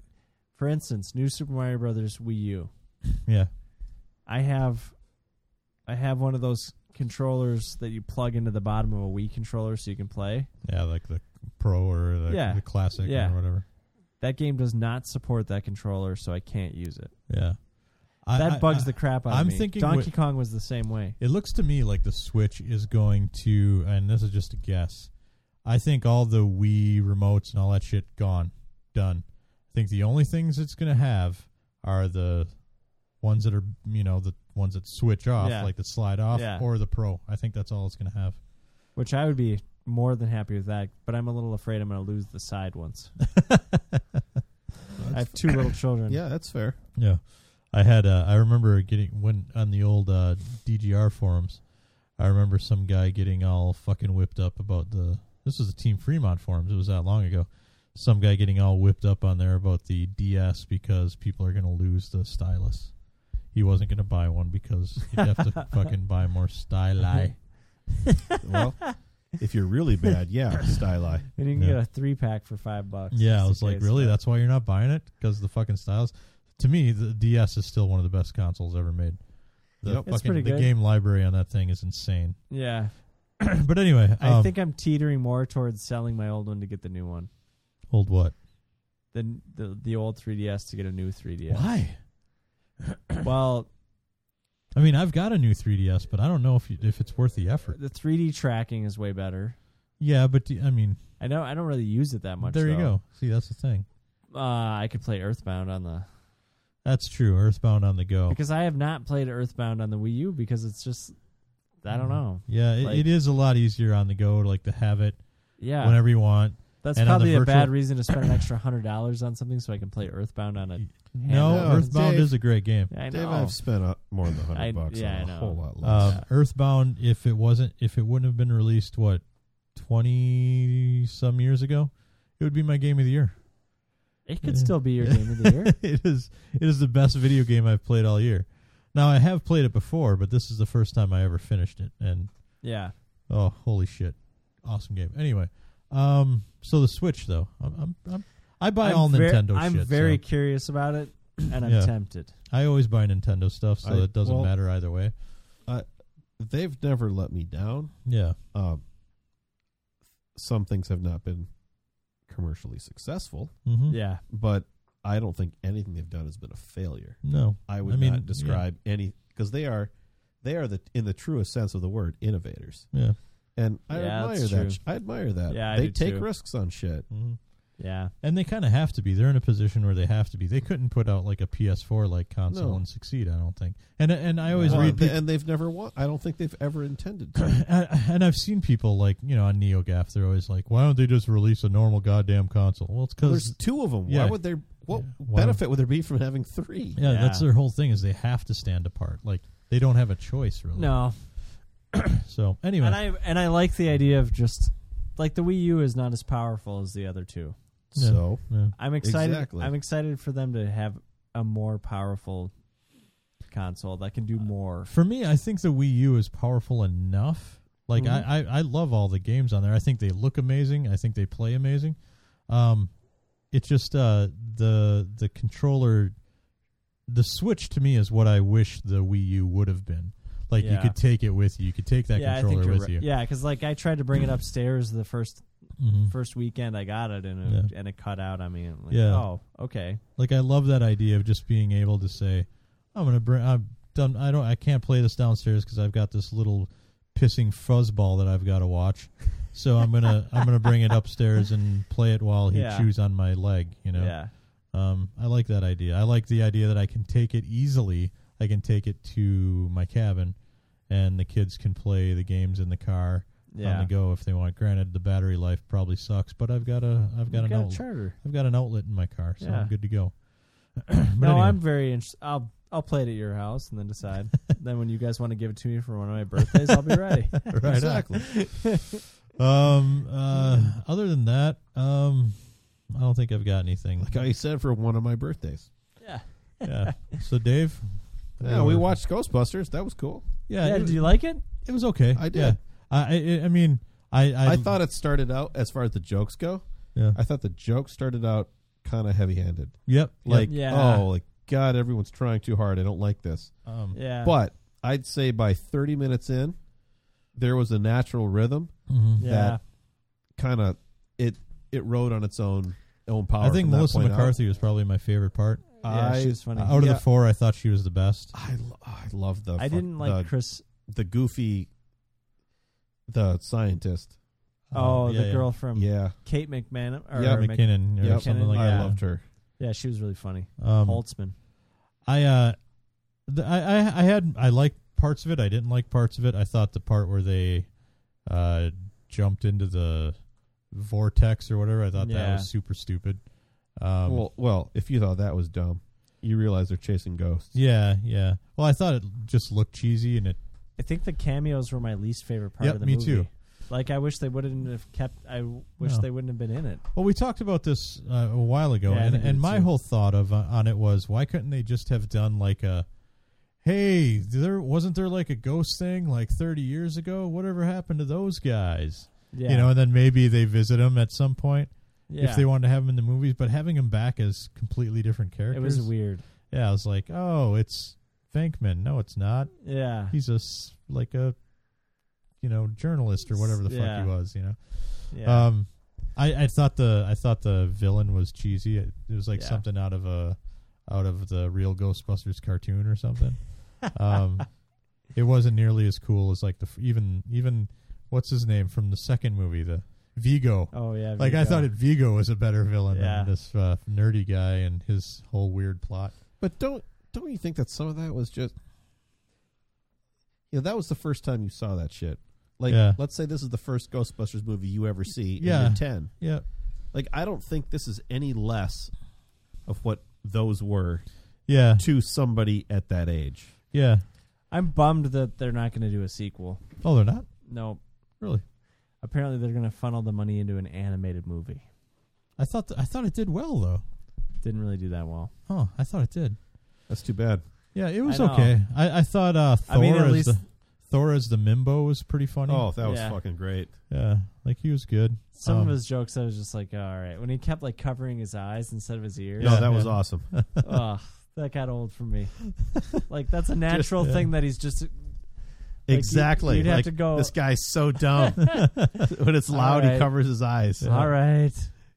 [SPEAKER 2] For instance, New Super Mario Brothers Wii U.
[SPEAKER 3] Yeah.
[SPEAKER 2] I have, I have one of those controllers that you plug into the bottom of a Wii controller so you can play.
[SPEAKER 3] Yeah, like the Pro or the,
[SPEAKER 2] Yeah.
[SPEAKER 3] the Classic
[SPEAKER 2] Yeah.
[SPEAKER 3] or whatever.
[SPEAKER 2] That game does not support that controller, so I can't use it.
[SPEAKER 3] Yeah. I-
[SPEAKER 2] That
[SPEAKER 3] I-
[SPEAKER 2] bugs
[SPEAKER 3] I-
[SPEAKER 2] the crap out
[SPEAKER 3] I'm
[SPEAKER 2] of me.
[SPEAKER 3] thinking
[SPEAKER 2] Donkey
[SPEAKER 3] wi-
[SPEAKER 2] Kong was the same way.
[SPEAKER 3] It looks to me like the Switch is going to, and this is just a guess. I think all the Wii remotes and all that shit gone, done. I think the only things it's going to have are the ones that are, you know, the ones that switch off,
[SPEAKER 2] Yeah.
[SPEAKER 3] like that slide off,
[SPEAKER 2] Yeah.
[SPEAKER 3] or the Pro. I think that's all it's going to have.
[SPEAKER 2] which I would be more than happy with that. But I'm a little afraid I'm going to lose the side ones.
[SPEAKER 3] <laughs>
[SPEAKER 2] I have two little children.
[SPEAKER 1] <laughs> Yeah, that's fair.
[SPEAKER 3] Yeah, I had. Uh, I remember getting when on the old uh, DGR forums. I remember some guy getting all fucking whipped up about the. This was the Team Fremont forums. It was that long ago. Some guy getting all whipped up on there about the DS because people are going to lose the stylus. He wasn't going to buy one because he'd have
[SPEAKER 2] <laughs>
[SPEAKER 3] to fucking buy more styli.
[SPEAKER 2] <laughs>
[SPEAKER 1] Well, if you're really bad, yeah, styli.
[SPEAKER 2] Then you can
[SPEAKER 3] Yeah.
[SPEAKER 2] get a three pack for five bucks.
[SPEAKER 3] <laughs> Yeah,
[SPEAKER 2] just
[SPEAKER 3] I
[SPEAKER 2] in
[SPEAKER 3] was like,
[SPEAKER 2] case.
[SPEAKER 3] really? That's why you're not buying it because the fucking styles. To me, the DS is still one of the best consoles ever made. The
[SPEAKER 1] Yep.
[SPEAKER 2] It's
[SPEAKER 3] fucking
[SPEAKER 2] pretty
[SPEAKER 3] the
[SPEAKER 2] good.
[SPEAKER 3] game library on that thing is insane.
[SPEAKER 2] yeah.
[SPEAKER 3] but anyway,
[SPEAKER 2] I
[SPEAKER 3] um,
[SPEAKER 2] think I'm teetering more towards selling my old one to get the new one
[SPEAKER 3] hold what?
[SPEAKER 2] than the the old 3ds to get a new 3ds.
[SPEAKER 3] Why?
[SPEAKER 2] <coughs> Well,
[SPEAKER 3] I mean, I've got a new 3DS, but I don't know if you, if it's worth the effort.
[SPEAKER 2] the 3D tracking is way better.
[SPEAKER 3] Yeah, but do- I mean,
[SPEAKER 2] I know I don't really use it that much.
[SPEAKER 3] there you
[SPEAKER 2] though.
[SPEAKER 3] go. See, that's the thing.
[SPEAKER 2] Uh, I could play Earthbound on the
[SPEAKER 3] That's true. Earthbound on the go.
[SPEAKER 2] because I have not played Earthbound on the Wii U because it's just I
[SPEAKER 3] Mm-hmm.
[SPEAKER 2] don't know.
[SPEAKER 3] yeah, it,
[SPEAKER 2] like-
[SPEAKER 3] it is a lot easier on the go, like to have it
[SPEAKER 2] Yeah,
[SPEAKER 3] whenever you want.
[SPEAKER 2] That's
[SPEAKER 3] And on the
[SPEAKER 2] probably a bad
[SPEAKER 3] virtual-
[SPEAKER 2] reason to spend an extra hundred dollars on something so I can play Earthbound on it.
[SPEAKER 3] No,
[SPEAKER 1] no,
[SPEAKER 3] Earthbound
[SPEAKER 1] Dave.
[SPEAKER 3] is a great game.
[SPEAKER 2] I
[SPEAKER 1] Dave,
[SPEAKER 2] know.
[SPEAKER 1] I've spent uh, more than
[SPEAKER 2] I-
[SPEAKER 1] hundred bucks
[SPEAKER 2] yeah, I
[SPEAKER 1] on a
[SPEAKER 2] know.
[SPEAKER 1] whole lot less.
[SPEAKER 3] Um, Earthbound, if it wasn't, if it wouldn't have been released, what twenty some years ago, it would be my game of the year. <laughs>
[SPEAKER 2] it could still be your game of the year.
[SPEAKER 3] it is, it is the best video game I've played all year. Now I have played it before, but this is the first time I ever finished it, and
[SPEAKER 2] Yeah.
[SPEAKER 3] oh, holy shit, awesome game. Anyway, um, so the Switch though, I'm, I'm, I'm I buy
[SPEAKER 2] I'm
[SPEAKER 3] all
[SPEAKER 2] ver-
[SPEAKER 3] Nintendo.
[SPEAKER 2] I'm
[SPEAKER 3] shit,
[SPEAKER 2] very
[SPEAKER 3] so
[SPEAKER 2] curious about it, and I'm
[SPEAKER 3] Yeah.
[SPEAKER 2] tempted.
[SPEAKER 3] I always buy Nintendo stuff, so
[SPEAKER 1] I-
[SPEAKER 3] it doesn't
[SPEAKER 1] well-
[SPEAKER 3] matter either way.
[SPEAKER 1] They've never let me down.
[SPEAKER 3] Yeah,
[SPEAKER 1] Um, some things have not been commercially successful,
[SPEAKER 3] mm-hmm.
[SPEAKER 2] Yeah.
[SPEAKER 1] but I don't think anything they've done has been a failure.
[SPEAKER 3] no,
[SPEAKER 1] I would
[SPEAKER 3] I mean,
[SPEAKER 1] not describe any because they are they are the in the truest sense of the word innovators,
[SPEAKER 3] yeah.
[SPEAKER 1] and I
[SPEAKER 2] Yeah,
[SPEAKER 1] admire
[SPEAKER 2] that's
[SPEAKER 1] that.
[SPEAKER 2] true.
[SPEAKER 1] sh- I admire that.
[SPEAKER 2] Yeah, I
[SPEAKER 1] they
[SPEAKER 2] do
[SPEAKER 1] take
[SPEAKER 2] too.
[SPEAKER 1] risks on shit.
[SPEAKER 3] hmm
[SPEAKER 2] Yeah.
[SPEAKER 3] And they kind of have to be. They're in a position where they have to be. They couldn't put out like a PS4 like console
[SPEAKER 1] No.
[SPEAKER 3] and succeed. I don't think. And and I always
[SPEAKER 1] Well,
[SPEAKER 3] read
[SPEAKER 1] th-
[SPEAKER 3] people,
[SPEAKER 1] Uh, and they've never won. I don't think they've ever intended to.
[SPEAKER 3] and, and I've seen people like you know on NeoGaf. They're always like, why don't they just release a normal goddamn console? Well, it's
[SPEAKER 1] There's
[SPEAKER 3] because
[SPEAKER 1] two of them.
[SPEAKER 3] yeah.
[SPEAKER 1] Why would there? What
[SPEAKER 3] Yeah, why-
[SPEAKER 1] benefit would there be from having three?
[SPEAKER 3] yeah, that's
[SPEAKER 2] Yeah.
[SPEAKER 3] their whole thing is they have to stand apart. Like they don't have a choice really.
[SPEAKER 2] No.
[SPEAKER 3] So anyway,
[SPEAKER 2] And I and I like the idea of just like the Wii U is not as powerful as the other two.
[SPEAKER 3] Yeah.
[SPEAKER 1] So
[SPEAKER 3] yeah.
[SPEAKER 2] I'm excited.
[SPEAKER 1] Exactly.
[SPEAKER 2] I'm excited for them to have a more powerful console that can do
[SPEAKER 3] Uh,
[SPEAKER 2] more.
[SPEAKER 3] for me, I think the Wii U is powerful enough. Like
[SPEAKER 2] Mm-hmm.
[SPEAKER 3] I, I, I love all the games on there. I think they look amazing. I think they play amazing. Um, it's just uh, the the controller, the Switch to me is what I wish the Wii U would have been. Like you
[SPEAKER 2] Yeah.
[SPEAKER 3] could take it with you. You could take that
[SPEAKER 2] yeah, I think
[SPEAKER 3] controller
[SPEAKER 2] you're
[SPEAKER 3] with
[SPEAKER 2] right.
[SPEAKER 3] you.
[SPEAKER 2] Yeah, because like I tried to bring it upstairs the first
[SPEAKER 3] Mhm.
[SPEAKER 2] first weekend I got it and it,
[SPEAKER 3] Yeah.
[SPEAKER 2] and it cut out on me. I'm like,
[SPEAKER 3] Yeah.
[SPEAKER 2] Oh, okay.
[SPEAKER 3] Like I love that idea of just being able to say, "I'm gonna bring. I'm done. I don't. I can't play this downstairs because I've got this little pissing fuzzball that I've got to watch. So I'm
[SPEAKER 2] <laughs>
[SPEAKER 3] gonna I'm gonna bring it upstairs and play it while he
[SPEAKER 2] Yeah.
[SPEAKER 3] chews on my leg. You know.
[SPEAKER 2] Yeah.
[SPEAKER 3] Um. I like that idea. I like the idea that I can take it easily. I can take it to my cabin, and the kids can play the games in the car on
[SPEAKER 2] Yeah.
[SPEAKER 3] the go if they want. Granted, the battery life probably sucks, but I've got a I've got
[SPEAKER 2] You
[SPEAKER 3] an
[SPEAKER 2] got a
[SPEAKER 3] outlet.
[SPEAKER 2] charter.
[SPEAKER 3] I've got an outlet in my car, so
[SPEAKER 2] Yeah.
[SPEAKER 3] I'm good to go. <laughs> <clears throat> but
[SPEAKER 2] no,
[SPEAKER 3] anyway,
[SPEAKER 2] I'm very interested. I'll I'll play it at your house and then
[SPEAKER 3] <laughs>
[SPEAKER 2] decide. then when you guys want to give it to me for one of my birthdays, I'll be ready.
[SPEAKER 3] <laughs> right on.
[SPEAKER 1] exactly.
[SPEAKER 3] Um, uh, other than that, um, I don't think I've
[SPEAKER 2] <laughs>
[SPEAKER 3] got anything.
[SPEAKER 1] Like I said, for one of my birthdays.
[SPEAKER 2] yeah.
[SPEAKER 3] yeah. So Dave,
[SPEAKER 1] <laughs> Yeah, we watched Ghostbusters. That was cool.
[SPEAKER 3] Yeah,
[SPEAKER 2] Yeah.
[SPEAKER 3] it,
[SPEAKER 2] Do
[SPEAKER 3] was,
[SPEAKER 2] you like it?
[SPEAKER 3] it was okay.
[SPEAKER 1] I did.
[SPEAKER 3] Yeah. I, I, I mean, I, I,
[SPEAKER 1] I thought it started out as far as the jokes go.
[SPEAKER 3] Yeah.
[SPEAKER 1] I thought the jokes started out kind of heavy-handed.
[SPEAKER 3] yep.
[SPEAKER 1] Like,
[SPEAKER 2] Yeah.
[SPEAKER 1] oh, like God, everyone's trying too hard. I don't like this.
[SPEAKER 3] yep, um,
[SPEAKER 2] Yeah.
[SPEAKER 1] But I'd say by 30 minutes in, there was a natural rhythm.
[SPEAKER 3] mhm.
[SPEAKER 2] yeah.
[SPEAKER 1] that- Kind of, it it rode on its own own power.
[SPEAKER 3] I think
[SPEAKER 1] from that
[SPEAKER 3] Melissa
[SPEAKER 1] point out.
[SPEAKER 3] McCarthy was probably my favorite part.
[SPEAKER 2] yeah,
[SPEAKER 1] I-
[SPEAKER 2] she was funny.
[SPEAKER 3] Out of
[SPEAKER 1] Yeah.
[SPEAKER 3] the four, I thought she was the best.
[SPEAKER 1] I lo- I love the.
[SPEAKER 2] I
[SPEAKER 1] fuck-
[SPEAKER 2] didn't like
[SPEAKER 1] the,
[SPEAKER 2] Chris.
[SPEAKER 1] the goofy, the scientist.
[SPEAKER 2] Oh,
[SPEAKER 3] Um, yeah,
[SPEAKER 2] the
[SPEAKER 3] yeah.
[SPEAKER 2] girl from
[SPEAKER 1] Yeah,
[SPEAKER 2] Kate McMahon or,
[SPEAKER 1] Yeah,
[SPEAKER 2] or Mc-
[SPEAKER 3] McKinnon or
[SPEAKER 1] Yep.
[SPEAKER 3] something like
[SPEAKER 1] I
[SPEAKER 3] that.
[SPEAKER 1] loved her.
[SPEAKER 2] yeah, she was really funny.
[SPEAKER 3] Um,
[SPEAKER 2] Holtzman.
[SPEAKER 3] I uh, the, I, I I had I liked parts of it. I didn't like parts of it. I thought the part where they uh jumped into the vortex or whatever, I thought that
[SPEAKER 2] Yeah.
[SPEAKER 3] was super stupid. Um,
[SPEAKER 1] well, well, if you thought that was dumb, you realize they're chasing ghosts.
[SPEAKER 3] yeah, yeah. Well, I thought it just looked cheesy, and it
[SPEAKER 2] I think the cameos were my least favorite part
[SPEAKER 3] Yep,
[SPEAKER 2] of the
[SPEAKER 3] me
[SPEAKER 2] movie.
[SPEAKER 3] too.
[SPEAKER 2] Like I wish they wouldn't have kept. I w- wish
[SPEAKER 3] No.
[SPEAKER 2] they wouldn't have been in it.
[SPEAKER 3] Well, we talked about this uh, a while ago,
[SPEAKER 2] Yeah, I
[SPEAKER 3] and,
[SPEAKER 2] think we
[SPEAKER 3] and
[SPEAKER 2] did
[SPEAKER 3] my
[SPEAKER 2] too.
[SPEAKER 3] whole thought of uh, on it was why couldn't they just have done like a, hey, there wasn't there like a ghost thing like thirty years ago? Whatever happened to those guys?
[SPEAKER 2] Yeah.
[SPEAKER 3] You know, and then maybe they visit them at some point
[SPEAKER 2] Yeah.
[SPEAKER 3] if they wanted to have them in the movies, but having them back as completely different
[SPEAKER 2] it
[SPEAKER 3] characters.
[SPEAKER 2] was weird.
[SPEAKER 3] Yeah, I was like, oh, it's Venkman. No, it's not.
[SPEAKER 2] Yeah.
[SPEAKER 3] He's a s- like a, you know, journalist or whatever the fuck
[SPEAKER 2] Yeah.
[SPEAKER 3] he was. You know.
[SPEAKER 2] Yeah.
[SPEAKER 3] Um, I, I thought the I thought the villain was cheesy. It, it was like
[SPEAKER 2] Yeah.
[SPEAKER 3] something out of a out of the real Ghostbusters cartoon
[SPEAKER 2] <laughs>
[SPEAKER 3] or something. um, it wasn't nearly as cool as like the f- even even what's his name from the second movie, the Vigo.
[SPEAKER 2] oh yeah.
[SPEAKER 3] like I
[SPEAKER 2] Vigo.
[SPEAKER 3] thought, it Vigo was a better villain
[SPEAKER 2] Yeah.
[SPEAKER 3] than this uh, nerdy guy and his whole weird plot.
[SPEAKER 1] But don't don't you think that some of that was just you know, that was the first time you saw that shit. Like
[SPEAKER 3] Yeah.
[SPEAKER 1] let's say this is the first Ghostbusters movie you ever see
[SPEAKER 3] Yeah.
[SPEAKER 1] and you're ten.
[SPEAKER 3] Yeah,
[SPEAKER 1] Like I don't think this is any less of what those were
[SPEAKER 3] yeah,
[SPEAKER 1] to somebody at that age.
[SPEAKER 3] yeah.
[SPEAKER 2] I'm bummed that they're not going to do a sequel.
[SPEAKER 3] Oh, they're not
[SPEAKER 2] No.
[SPEAKER 3] really.
[SPEAKER 2] Apparently they're going to funnel the money into an animated movie.
[SPEAKER 3] I thought th- I thought it did well though.
[SPEAKER 2] Didn't really do that well.
[SPEAKER 3] Oh, I thought it did.
[SPEAKER 1] That's too bad.
[SPEAKER 3] Yeah, it was
[SPEAKER 2] I know.
[SPEAKER 3] okay. I, I thought uh, Thor
[SPEAKER 2] I mean, at
[SPEAKER 3] as
[SPEAKER 2] least
[SPEAKER 3] the Thor as the Mimbo was pretty funny.
[SPEAKER 1] Oh, that was
[SPEAKER 2] Yeah.
[SPEAKER 1] fucking great.
[SPEAKER 3] yeah, like he was good.
[SPEAKER 2] some
[SPEAKER 3] Um,
[SPEAKER 2] of his jokes. I was just like, all right, when he kept like covering his eyes instead of his ears.
[SPEAKER 1] no, that was
[SPEAKER 3] yeah.
[SPEAKER 1] awesome.
[SPEAKER 2] Ugh, that got old for me. like that's
[SPEAKER 3] <laughs>
[SPEAKER 2] a natural
[SPEAKER 3] yeah.
[SPEAKER 2] thing that he's just. you-
[SPEAKER 1] exactly.
[SPEAKER 2] you'd have
[SPEAKER 1] Like,
[SPEAKER 2] to go-
[SPEAKER 1] This guy's
[SPEAKER 3] <laughs>
[SPEAKER 1] so dumb. when it's loud, he
[SPEAKER 2] right.
[SPEAKER 1] covers his eyes.
[SPEAKER 2] All right.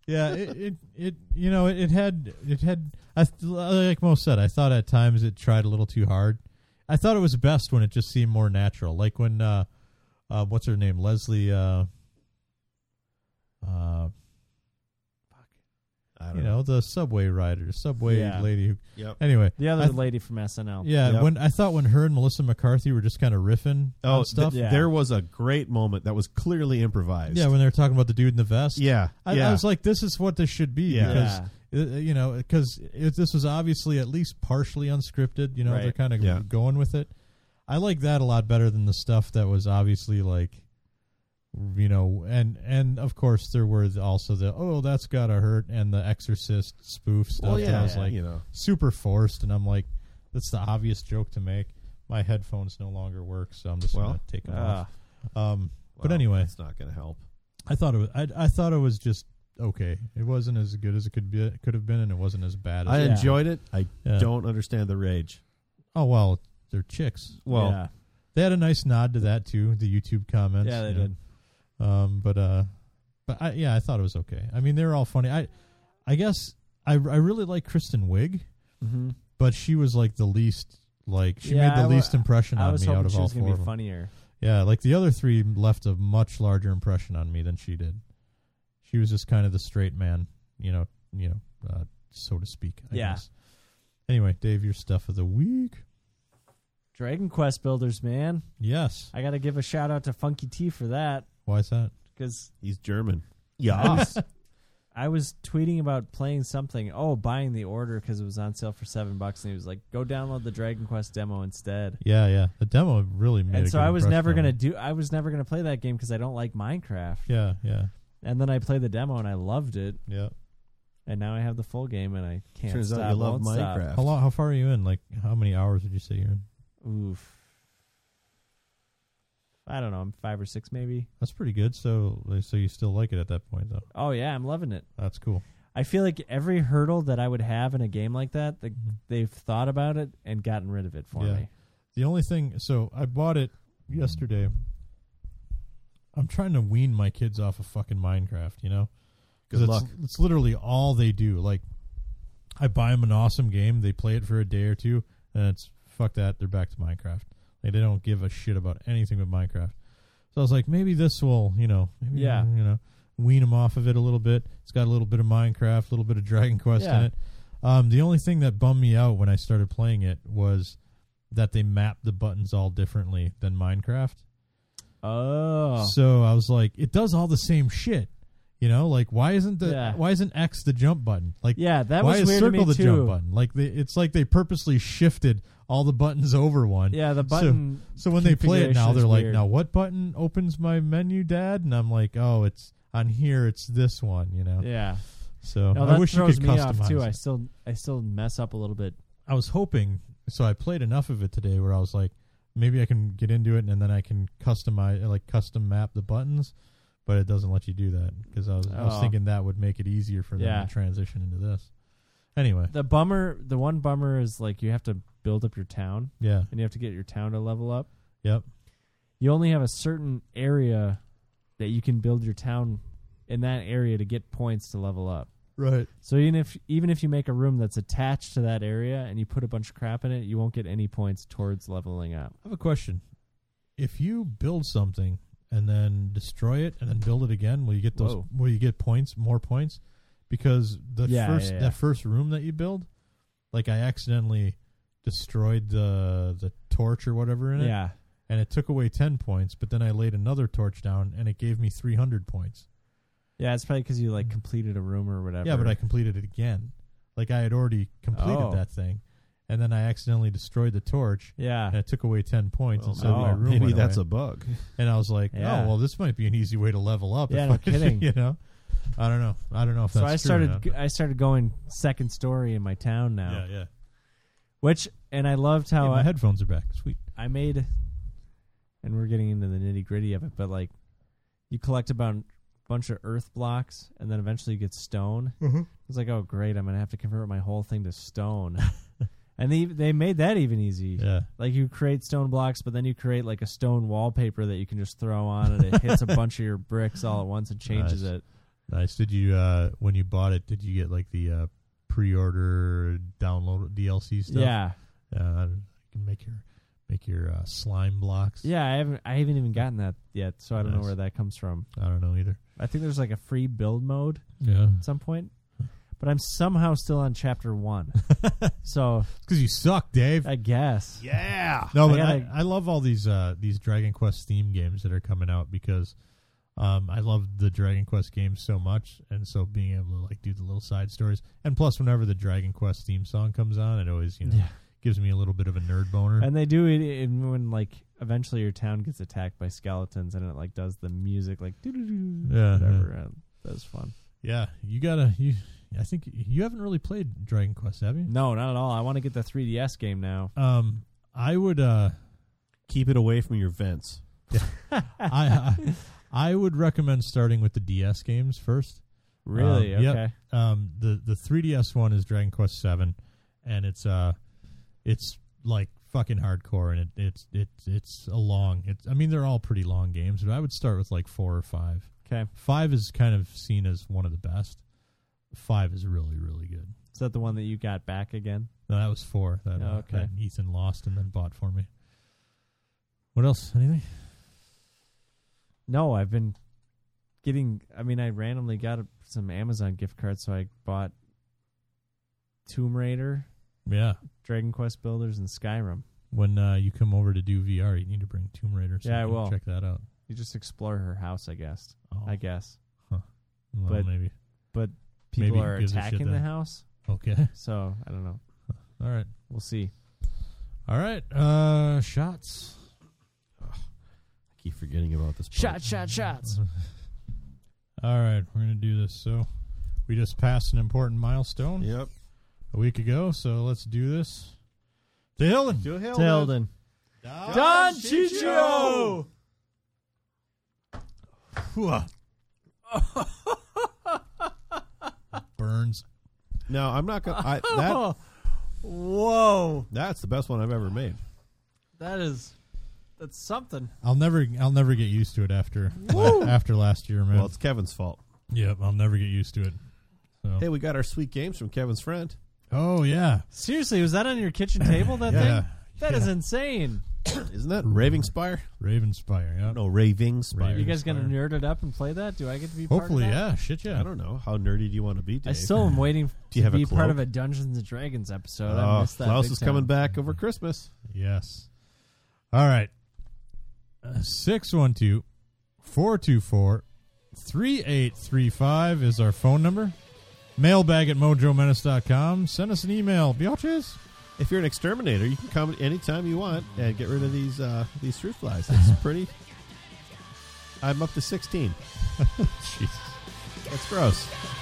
[SPEAKER 3] yeah, it, it it you know it, it had it had I th- like Mo said. I thought at times it tried a little too hard. I thought it was best when it just seemed more natural, like when uh, uh what's her name Leslie uh, uh
[SPEAKER 1] I don't
[SPEAKER 3] you
[SPEAKER 1] know.
[SPEAKER 3] know the subway rider, subway
[SPEAKER 2] Yeah.
[SPEAKER 3] lady. Who,
[SPEAKER 1] Yep.
[SPEAKER 3] Anyway,
[SPEAKER 2] The other
[SPEAKER 3] I-
[SPEAKER 2] lady from SNL.
[SPEAKER 3] yeah,
[SPEAKER 1] Yep.
[SPEAKER 3] when I thought when her and Melissa McCarthy were just kind of riffing
[SPEAKER 1] Oh,
[SPEAKER 3] on stuff.
[SPEAKER 1] th-
[SPEAKER 2] Yeah.
[SPEAKER 1] there was a great moment that was clearly improvised.
[SPEAKER 3] Yeah, when they were talking about the dude in the vest.
[SPEAKER 1] yeah,
[SPEAKER 3] I,
[SPEAKER 1] yeah.
[SPEAKER 3] I was like, this is what this should be
[SPEAKER 1] Yeah.
[SPEAKER 3] because uh, you know because this was obviously at least partially unscripted. You know,
[SPEAKER 2] Right.
[SPEAKER 3] they're kind of
[SPEAKER 1] Yeah.
[SPEAKER 3] going with it. I like that a lot better than the stuff that was obviously like, you know, and and of course there were the- also the oh that's gotta hurt and the Exorcist spoof stuff.
[SPEAKER 1] well,
[SPEAKER 3] that
[SPEAKER 1] Oh, yeah,
[SPEAKER 3] I was like
[SPEAKER 1] you know,
[SPEAKER 3] super forced, and I'm like, that's the obvious joke to make. My headphones no longer work, so I'm just
[SPEAKER 1] Well,
[SPEAKER 3] gonna take them
[SPEAKER 2] Ah,
[SPEAKER 3] off. Um, but
[SPEAKER 1] well,
[SPEAKER 3] anyway,
[SPEAKER 1] it's not going to help.
[SPEAKER 3] I thought it was. I, I thought it was just okay. It wasn't as good as it could be. Could have been, and it wasn't as bad. as
[SPEAKER 1] I
[SPEAKER 2] Yeah.
[SPEAKER 1] enjoyed it. I
[SPEAKER 3] Yeah.
[SPEAKER 1] don't understand the rage.
[SPEAKER 3] Oh well, they're chicks.
[SPEAKER 1] Well,
[SPEAKER 2] yeah.
[SPEAKER 3] They had a nice nod to that too. The YouTube comments.
[SPEAKER 2] Yeah, they
[SPEAKER 3] you know. Um, but uh, but I yeah, I thought it was okay. I mean, they were all funny. I, I guess I I really like Kristen Wiig,
[SPEAKER 2] hmm
[SPEAKER 3] but she was like the least like she
[SPEAKER 2] Yeah,
[SPEAKER 3] made the
[SPEAKER 2] I wa-
[SPEAKER 3] least impression
[SPEAKER 2] I
[SPEAKER 3] on
[SPEAKER 2] was
[SPEAKER 3] me out
[SPEAKER 2] hoping
[SPEAKER 3] of
[SPEAKER 2] she
[SPEAKER 3] all
[SPEAKER 2] was
[SPEAKER 3] four
[SPEAKER 2] gonna be
[SPEAKER 3] of them.
[SPEAKER 2] funnier.
[SPEAKER 3] Yeah, like the other three left a much larger impression on me than she did. She was just kind of the straight man, you know, you know, uh, so to speak. I
[SPEAKER 2] Yeah.
[SPEAKER 3] Guess. Anyway, Dave, your stuff of the week.
[SPEAKER 2] Dragon Quest builders, man.
[SPEAKER 3] Yes.
[SPEAKER 2] I got to give a shout out to Funky T for that
[SPEAKER 3] Why is that?
[SPEAKER 2] because
[SPEAKER 1] he's German.
[SPEAKER 3] Ah.
[SPEAKER 1] Yeah,
[SPEAKER 2] I was tweeting about playing something. Oh, buying the order because it was on sale for seven bucks, and he was like, "Go download the Dragon Quest demo instead."
[SPEAKER 3] Yeah, yeah. The demo really made.
[SPEAKER 2] and
[SPEAKER 3] a
[SPEAKER 2] so
[SPEAKER 3] good
[SPEAKER 2] I was
[SPEAKER 3] impression
[SPEAKER 2] never
[SPEAKER 3] on
[SPEAKER 2] gonna
[SPEAKER 3] me.
[SPEAKER 2] do. I was never gonna play that game because I don't like Minecraft.
[SPEAKER 3] Yeah, yeah,
[SPEAKER 2] And then I played the demo and I loved it,
[SPEAKER 3] yeah.
[SPEAKER 2] and now I have the full game and I can't.
[SPEAKER 1] turns
[SPEAKER 2] stop,
[SPEAKER 1] out you love
[SPEAKER 2] won't stop.
[SPEAKER 1] Minecraft.
[SPEAKER 3] How long? How far are you in? Like, how many hours would you say you're in?
[SPEAKER 2] Oof. I don't know. I'm five or six maybe.
[SPEAKER 3] That's pretty good. So, so you still like it at that point, though.
[SPEAKER 2] Oh yeah, I'm loving it.
[SPEAKER 3] That's cool.
[SPEAKER 2] I feel like every hurdle that I would have in a game like that, the, they've thought about it and gotten rid of it for
[SPEAKER 3] Mm-hmm. Yeah.
[SPEAKER 2] me.
[SPEAKER 3] The only thing, so I bought it yesterday. I'm trying to wean my kids off of fucking Minecraft, you know, because
[SPEAKER 1] Good
[SPEAKER 3] it's
[SPEAKER 1] luck.
[SPEAKER 3] it's literally all they do. Like, I buy them an awesome game, they play it for a day or two, and it's fuck that, they're back to Minecraft. Like they don't give a shit about anything but Minecraft. So I was like, maybe this will, you know, maybe,
[SPEAKER 2] Yeah.
[SPEAKER 3] you know, wean them off of it a little bit. It's got a little bit of Minecraft, a little bit of Dragon Quest in
[SPEAKER 2] Yeah.
[SPEAKER 3] it. Um, the only thing that bummed me out when I started playing it was that they mapped the buttons all differently than Minecraft.
[SPEAKER 2] Oh,
[SPEAKER 3] So I was like, it does all the same shit. You know, like why isn't the
[SPEAKER 2] Yeah.
[SPEAKER 3] why isn't X the jump button? Like
[SPEAKER 2] yeah, that was
[SPEAKER 3] why is
[SPEAKER 2] weird
[SPEAKER 3] circle
[SPEAKER 2] to me
[SPEAKER 3] the
[SPEAKER 2] too.
[SPEAKER 3] jump button? Like they, it's like they purposely shifted all the buttons over one.
[SPEAKER 2] Yeah, the
[SPEAKER 3] So-
[SPEAKER 2] button.
[SPEAKER 3] So when they play it now,
[SPEAKER 2] configuration is
[SPEAKER 3] they're like,
[SPEAKER 2] weird.
[SPEAKER 3] now what button opens my menu, Dad? And I'm like, oh, it's on here. It's this one. You know.
[SPEAKER 2] Yeah,
[SPEAKER 3] So
[SPEAKER 2] no, that
[SPEAKER 3] I wish you
[SPEAKER 2] throws
[SPEAKER 3] could
[SPEAKER 2] me
[SPEAKER 3] customize
[SPEAKER 2] off too.
[SPEAKER 3] it.
[SPEAKER 2] I still, I still mess up a little bit.
[SPEAKER 3] I was hoping so I played enough of it today where I was like maybe I can get into it and then I can customize like custom map the buttons but it doesn't let you do that because I was, I was
[SPEAKER 2] Oh.
[SPEAKER 3] thinking that would make it easier for them
[SPEAKER 2] Yeah.
[SPEAKER 3] to transition into this. Anyway,
[SPEAKER 2] The bummer, the one bummer is like you have to build up your town
[SPEAKER 3] yeah.
[SPEAKER 2] and you have to get your town to level up.
[SPEAKER 3] Yep.
[SPEAKER 2] You only have a certain area that you can build your town in that area to get points to level up.
[SPEAKER 3] Right.
[SPEAKER 2] So even if even if you make a room that's attached to that area and you put a bunch of crap in it, you won't get any points towards leveling up.
[SPEAKER 3] I have a question. If you build something and then destroy it and then build it again, will you get those
[SPEAKER 2] Whoa.
[SPEAKER 3] will you get points, more points? Because the
[SPEAKER 2] Yeah,
[SPEAKER 3] first
[SPEAKER 2] yeah, yeah.
[SPEAKER 3] that first room that you build, like I accidentally destroyed the the torch or whatever in it
[SPEAKER 2] Yeah.
[SPEAKER 3] and it took away 10 points, but then I laid another torch down and it gave me 300 points.
[SPEAKER 2] Yeah, it's probably because you like completed a room or whatever.
[SPEAKER 3] Mm-hmm. Yeah, but I completed it again. Like I had already completed
[SPEAKER 2] Oh.
[SPEAKER 3] that thing and then I accidentally destroyed the torch.
[SPEAKER 2] yeah, Oh,
[SPEAKER 3] And it took away ten points, and so
[SPEAKER 2] no.
[SPEAKER 3] my room
[SPEAKER 1] Maybe
[SPEAKER 3] went
[SPEAKER 1] that's
[SPEAKER 3] away.
[SPEAKER 1] a bug.
[SPEAKER 3] And I was like,
[SPEAKER 2] Yeah.
[SPEAKER 3] oh well, this might be an easy way to level up.
[SPEAKER 2] Yeah,
[SPEAKER 3] if
[SPEAKER 2] no
[SPEAKER 3] I- <laughs>
[SPEAKER 2] kidding.
[SPEAKER 3] you know, I don't know. I don't know if
[SPEAKER 2] So
[SPEAKER 3] that's
[SPEAKER 2] I
[SPEAKER 3] true or
[SPEAKER 2] started
[SPEAKER 3] not.
[SPEAKER 2] I started going second story in my town now,
[SPEAKER 3] yeah, yeah,
[SPEAKER 2] which and I loved
[SPEAKER 3] Hey,
[SPEAKER 2] how
[SPEAKER 3] my
[SPEAKER 2] I,
[SPEAKER 3] headphones are back. Sweet.
[SPEAKER 2] I made, and we're getting into the nitty gritty of it, but like, you collect about a bunch of earth blocks, and then eventually you get stone. Mm-hmm. It's like, oh great, I'm gonna have to convert my whole thing to stone, <laughs> and they they made that even easy.
[SPEAKER 3] Yeah.
[SPEAKER 2] Like you create stone blocks, but then you create like a stone wallpaper that you can just throw on, and it
[SPEAKER 3] <laughs>
[SPEAKER 2] hits a bunch of your bricks all at once and changes
[SPEAKER 3] Nice.
[SPEAKER 2] it.
[SPEAKER 3] Nice. Did you uh when you bought it? Did you get like the uh pre-order download DLC stuff?
[SPEAKER 2] Yeah,
[SPEAKER 3] Uh, you can make your make your uh, slime blocks.
[SPEAKER 2] yeah. I haven't I haven't even gotten that yet, so I don't know
[SPEAKER 3] Nice.
[SPEAKER 2] where that comes from.
[SPEAKER 3] I don't know either.
[SPEAKER 2] I think there's like a free build mode.
[SPEAKER 3] Yeah.
[SPEAKER 2] at some point. But I'm somehow still on chapter
[SPEAKER 3] <laughs>
[SPEAKER 2] one. so
[SPEAKER 3] Because you suck, Dave.
[SPEAKER 2] I guess.
[SPEAKER 1] Yeah.
[SPEAKER 3] No,
[SPEAKER 2] I
[SPEAKER 3] but I,
[SPEAKER 2] gotta-
[SPEAKER 3] I love all these uh, these Dragon Quest theme games that are coming out because um, I love the Dragon Quest games so much, and so being able to like do the little side stories, and plus whenever the Dragon Quest theme song comes on, it always you know
[SPEAKER 2] Yeah.
[SPEAKER 3] gives me a little bit of a nerd boner.
[SPEAKER 2] And they do it in when like eventually your town gets attacked by skeletons and it like does the music like doo-doo-doo,
[SPEAKER 3] Yeah,
[SPEAKER 2] whatever. Uh, that was fun.
[SPEAKER 3] yeah, you gotta you. I think you haven't really played Dragon Quest, have you?
[SPEAKER 2] No, not at all. I want to get the 3DS game now.
[SPEAKER 3] Um, I would uh,
[SPEAKER 1] Keep it away from your vents.
[SPEAKER 3] I,
[SPEAKER 2] <laughs>
[SPEAKER 3] I I would recommend starting with the DS games first.
[SPEAKER 2] Really?
[SPEAKER 3] Um, yep.
[SPEAKER 2] okay.
[SPEAKER 3] um the the 3ds one is dragon quest 7 and it's uh it's like fucking hardcore and it, it's it's it's a long it's i mean they're all pretty long games but i would start with like four or five
[SPEAKER 2] Okay.
[SPEAKER 3] five is kind of seen as one of the best five is really really good
[SPEAKER 2] Is that the one that you got back again?
[SPEAKER 3] no that was four that, uh,
[SPEAKER 2] Oh, okay.
[SPEAKER 3] that ethan lost and then bought for me what else anything
[SPEAKER 2] No, I've been getting. I mean, I randomly got a, some Amazon gift cards, so I bought Tomb Raider,
[SPEAKER 3] yeah
[SPEAKER 2] Dragon Quest Builders, and Skyrim.
[SPEAKER 3] when uh, you come over to do vr you need to bring tomb raider so
[SPEAKER 2] Yeah, I
[SPEAKER 3] you can
[SPEAKER 2] will.
[SPEAKER 3] check that out
[SPEAKER 2] You just explore her house, I guess.
[SPEAKER 3] oh,
[SPEAKER 2] I guess
[SPEAKER 3] well,
[SPEAKER 2] but-
[SPEAKER 3] maybe
[SPEAKER 2] but people
[SPEAKER 3] Maybe
[SPEAKER 2] are
[SPEAKER 3] gives a shit
[SPEAKER 2] attacking the
[SPEAKER 3] then.
[SPEAKER 2] house,
[SPEAKER 3] okay <laughs>
[SPEAKER 2] so I don't know.
[SPEAKER 3] all right
[SPEAKER 2] We'll see.
[SPEAKER 3] All right, uh, shots.
[SPEAKER 1] I keep forgetting about this. part.
[SPEAKER 2] shot, <laughs> shots.
[SPEAKER 3] All right, we're gonna do this. So, we just passed an important milestone
[SPEAKER 1] Yep.
[SPEAKER 3] a week ago. So let's do this. To Hilden.
[SPEAKER 1] To hell with-
[SPEAKER 2] Tilden, Don
[SPEAKER 1] Chicho!
[SPEAKER 2] Chicho.
[SPEAKER 3] Hua. <laughs> Burns.
[SPEAKER 1] No, I'm not gonna. I, that,
[SPEAKER 2] Oh, <laughs> whoa!
[SPEAKER 1] that's the best one I've ever made.
[SPEAKER 2] That is that's something.
[SPEAKER 3] I'll never. I'll never get used to it after <laughs> after last year, man.
[SPEAKER 1] Well, it's Kevin's fault.
[SPEAKER 3] yep, I'll never get used to it. So.
[SPEAKER 1] Hey, we got our sweet games from Kevin's friend.
[SPEAKER 3] oh yeah,
[SPEAKER 2] Seriously, was that on your kitchen table?
[SPEAKER 1] <laughs>
[SPEAKER 2] That
[SPEAKER 3] yeah.
[SPEAKER 2] thing? That is insane.
[SPEAKER 1] Isn't that Raving Spire?
[SPEAKER 3] Ravenspire. Yeah.
[SPEAKER 1] No, Raving Spire.
[SPEAKER 2] You guys gonna
[SPEAKER 3] Inspired.
[SPEAKER 2] nerd it up and play that? Do I get to be?
[SPEAKER 3] Hopefully,
[SPEAKER 2] part of that?
[SPEAKER 3] yeah. Shit, yeah.
[SPEAKER 1] I don't know. How nerdy do you want to be, Dave?
[SPEAKER 2] I still am waiting
[SPEAKER 1] you
[SPEAKER 2] to
[SPEAKER 1] have a
[SPEAKER 2] be part
[SPEAKER 1] cloak?
[SPEAKER 2] of a Dungeons and Dragons episode. I
[SPEAKER 1] Oh,
[SPEAKER 2] missed that.
[SPEAKER 1] Klaus
[SPEAKER 2] big
[SPEAKER 1] is
[SPEAKER 2] time.
[SPEAKER 1] coming back over Christmas.
[SPEAKER 3] Yes. All right. Uh, 612 424 3835 is our phone number. Mailbag at mojomenace.com. Send us an email. Biatches.
[SPEAKER 1] If you're an exterminator, you can come anytime you want and get rid of these uh, these fruit
[SPEAKER 2] <laughs>
[SPEAKER 1] flies. It's pretty. I'm up to 16. <laughs>
[SPEAKER 3] Jesus.
[SPEAKER 1] That's gross.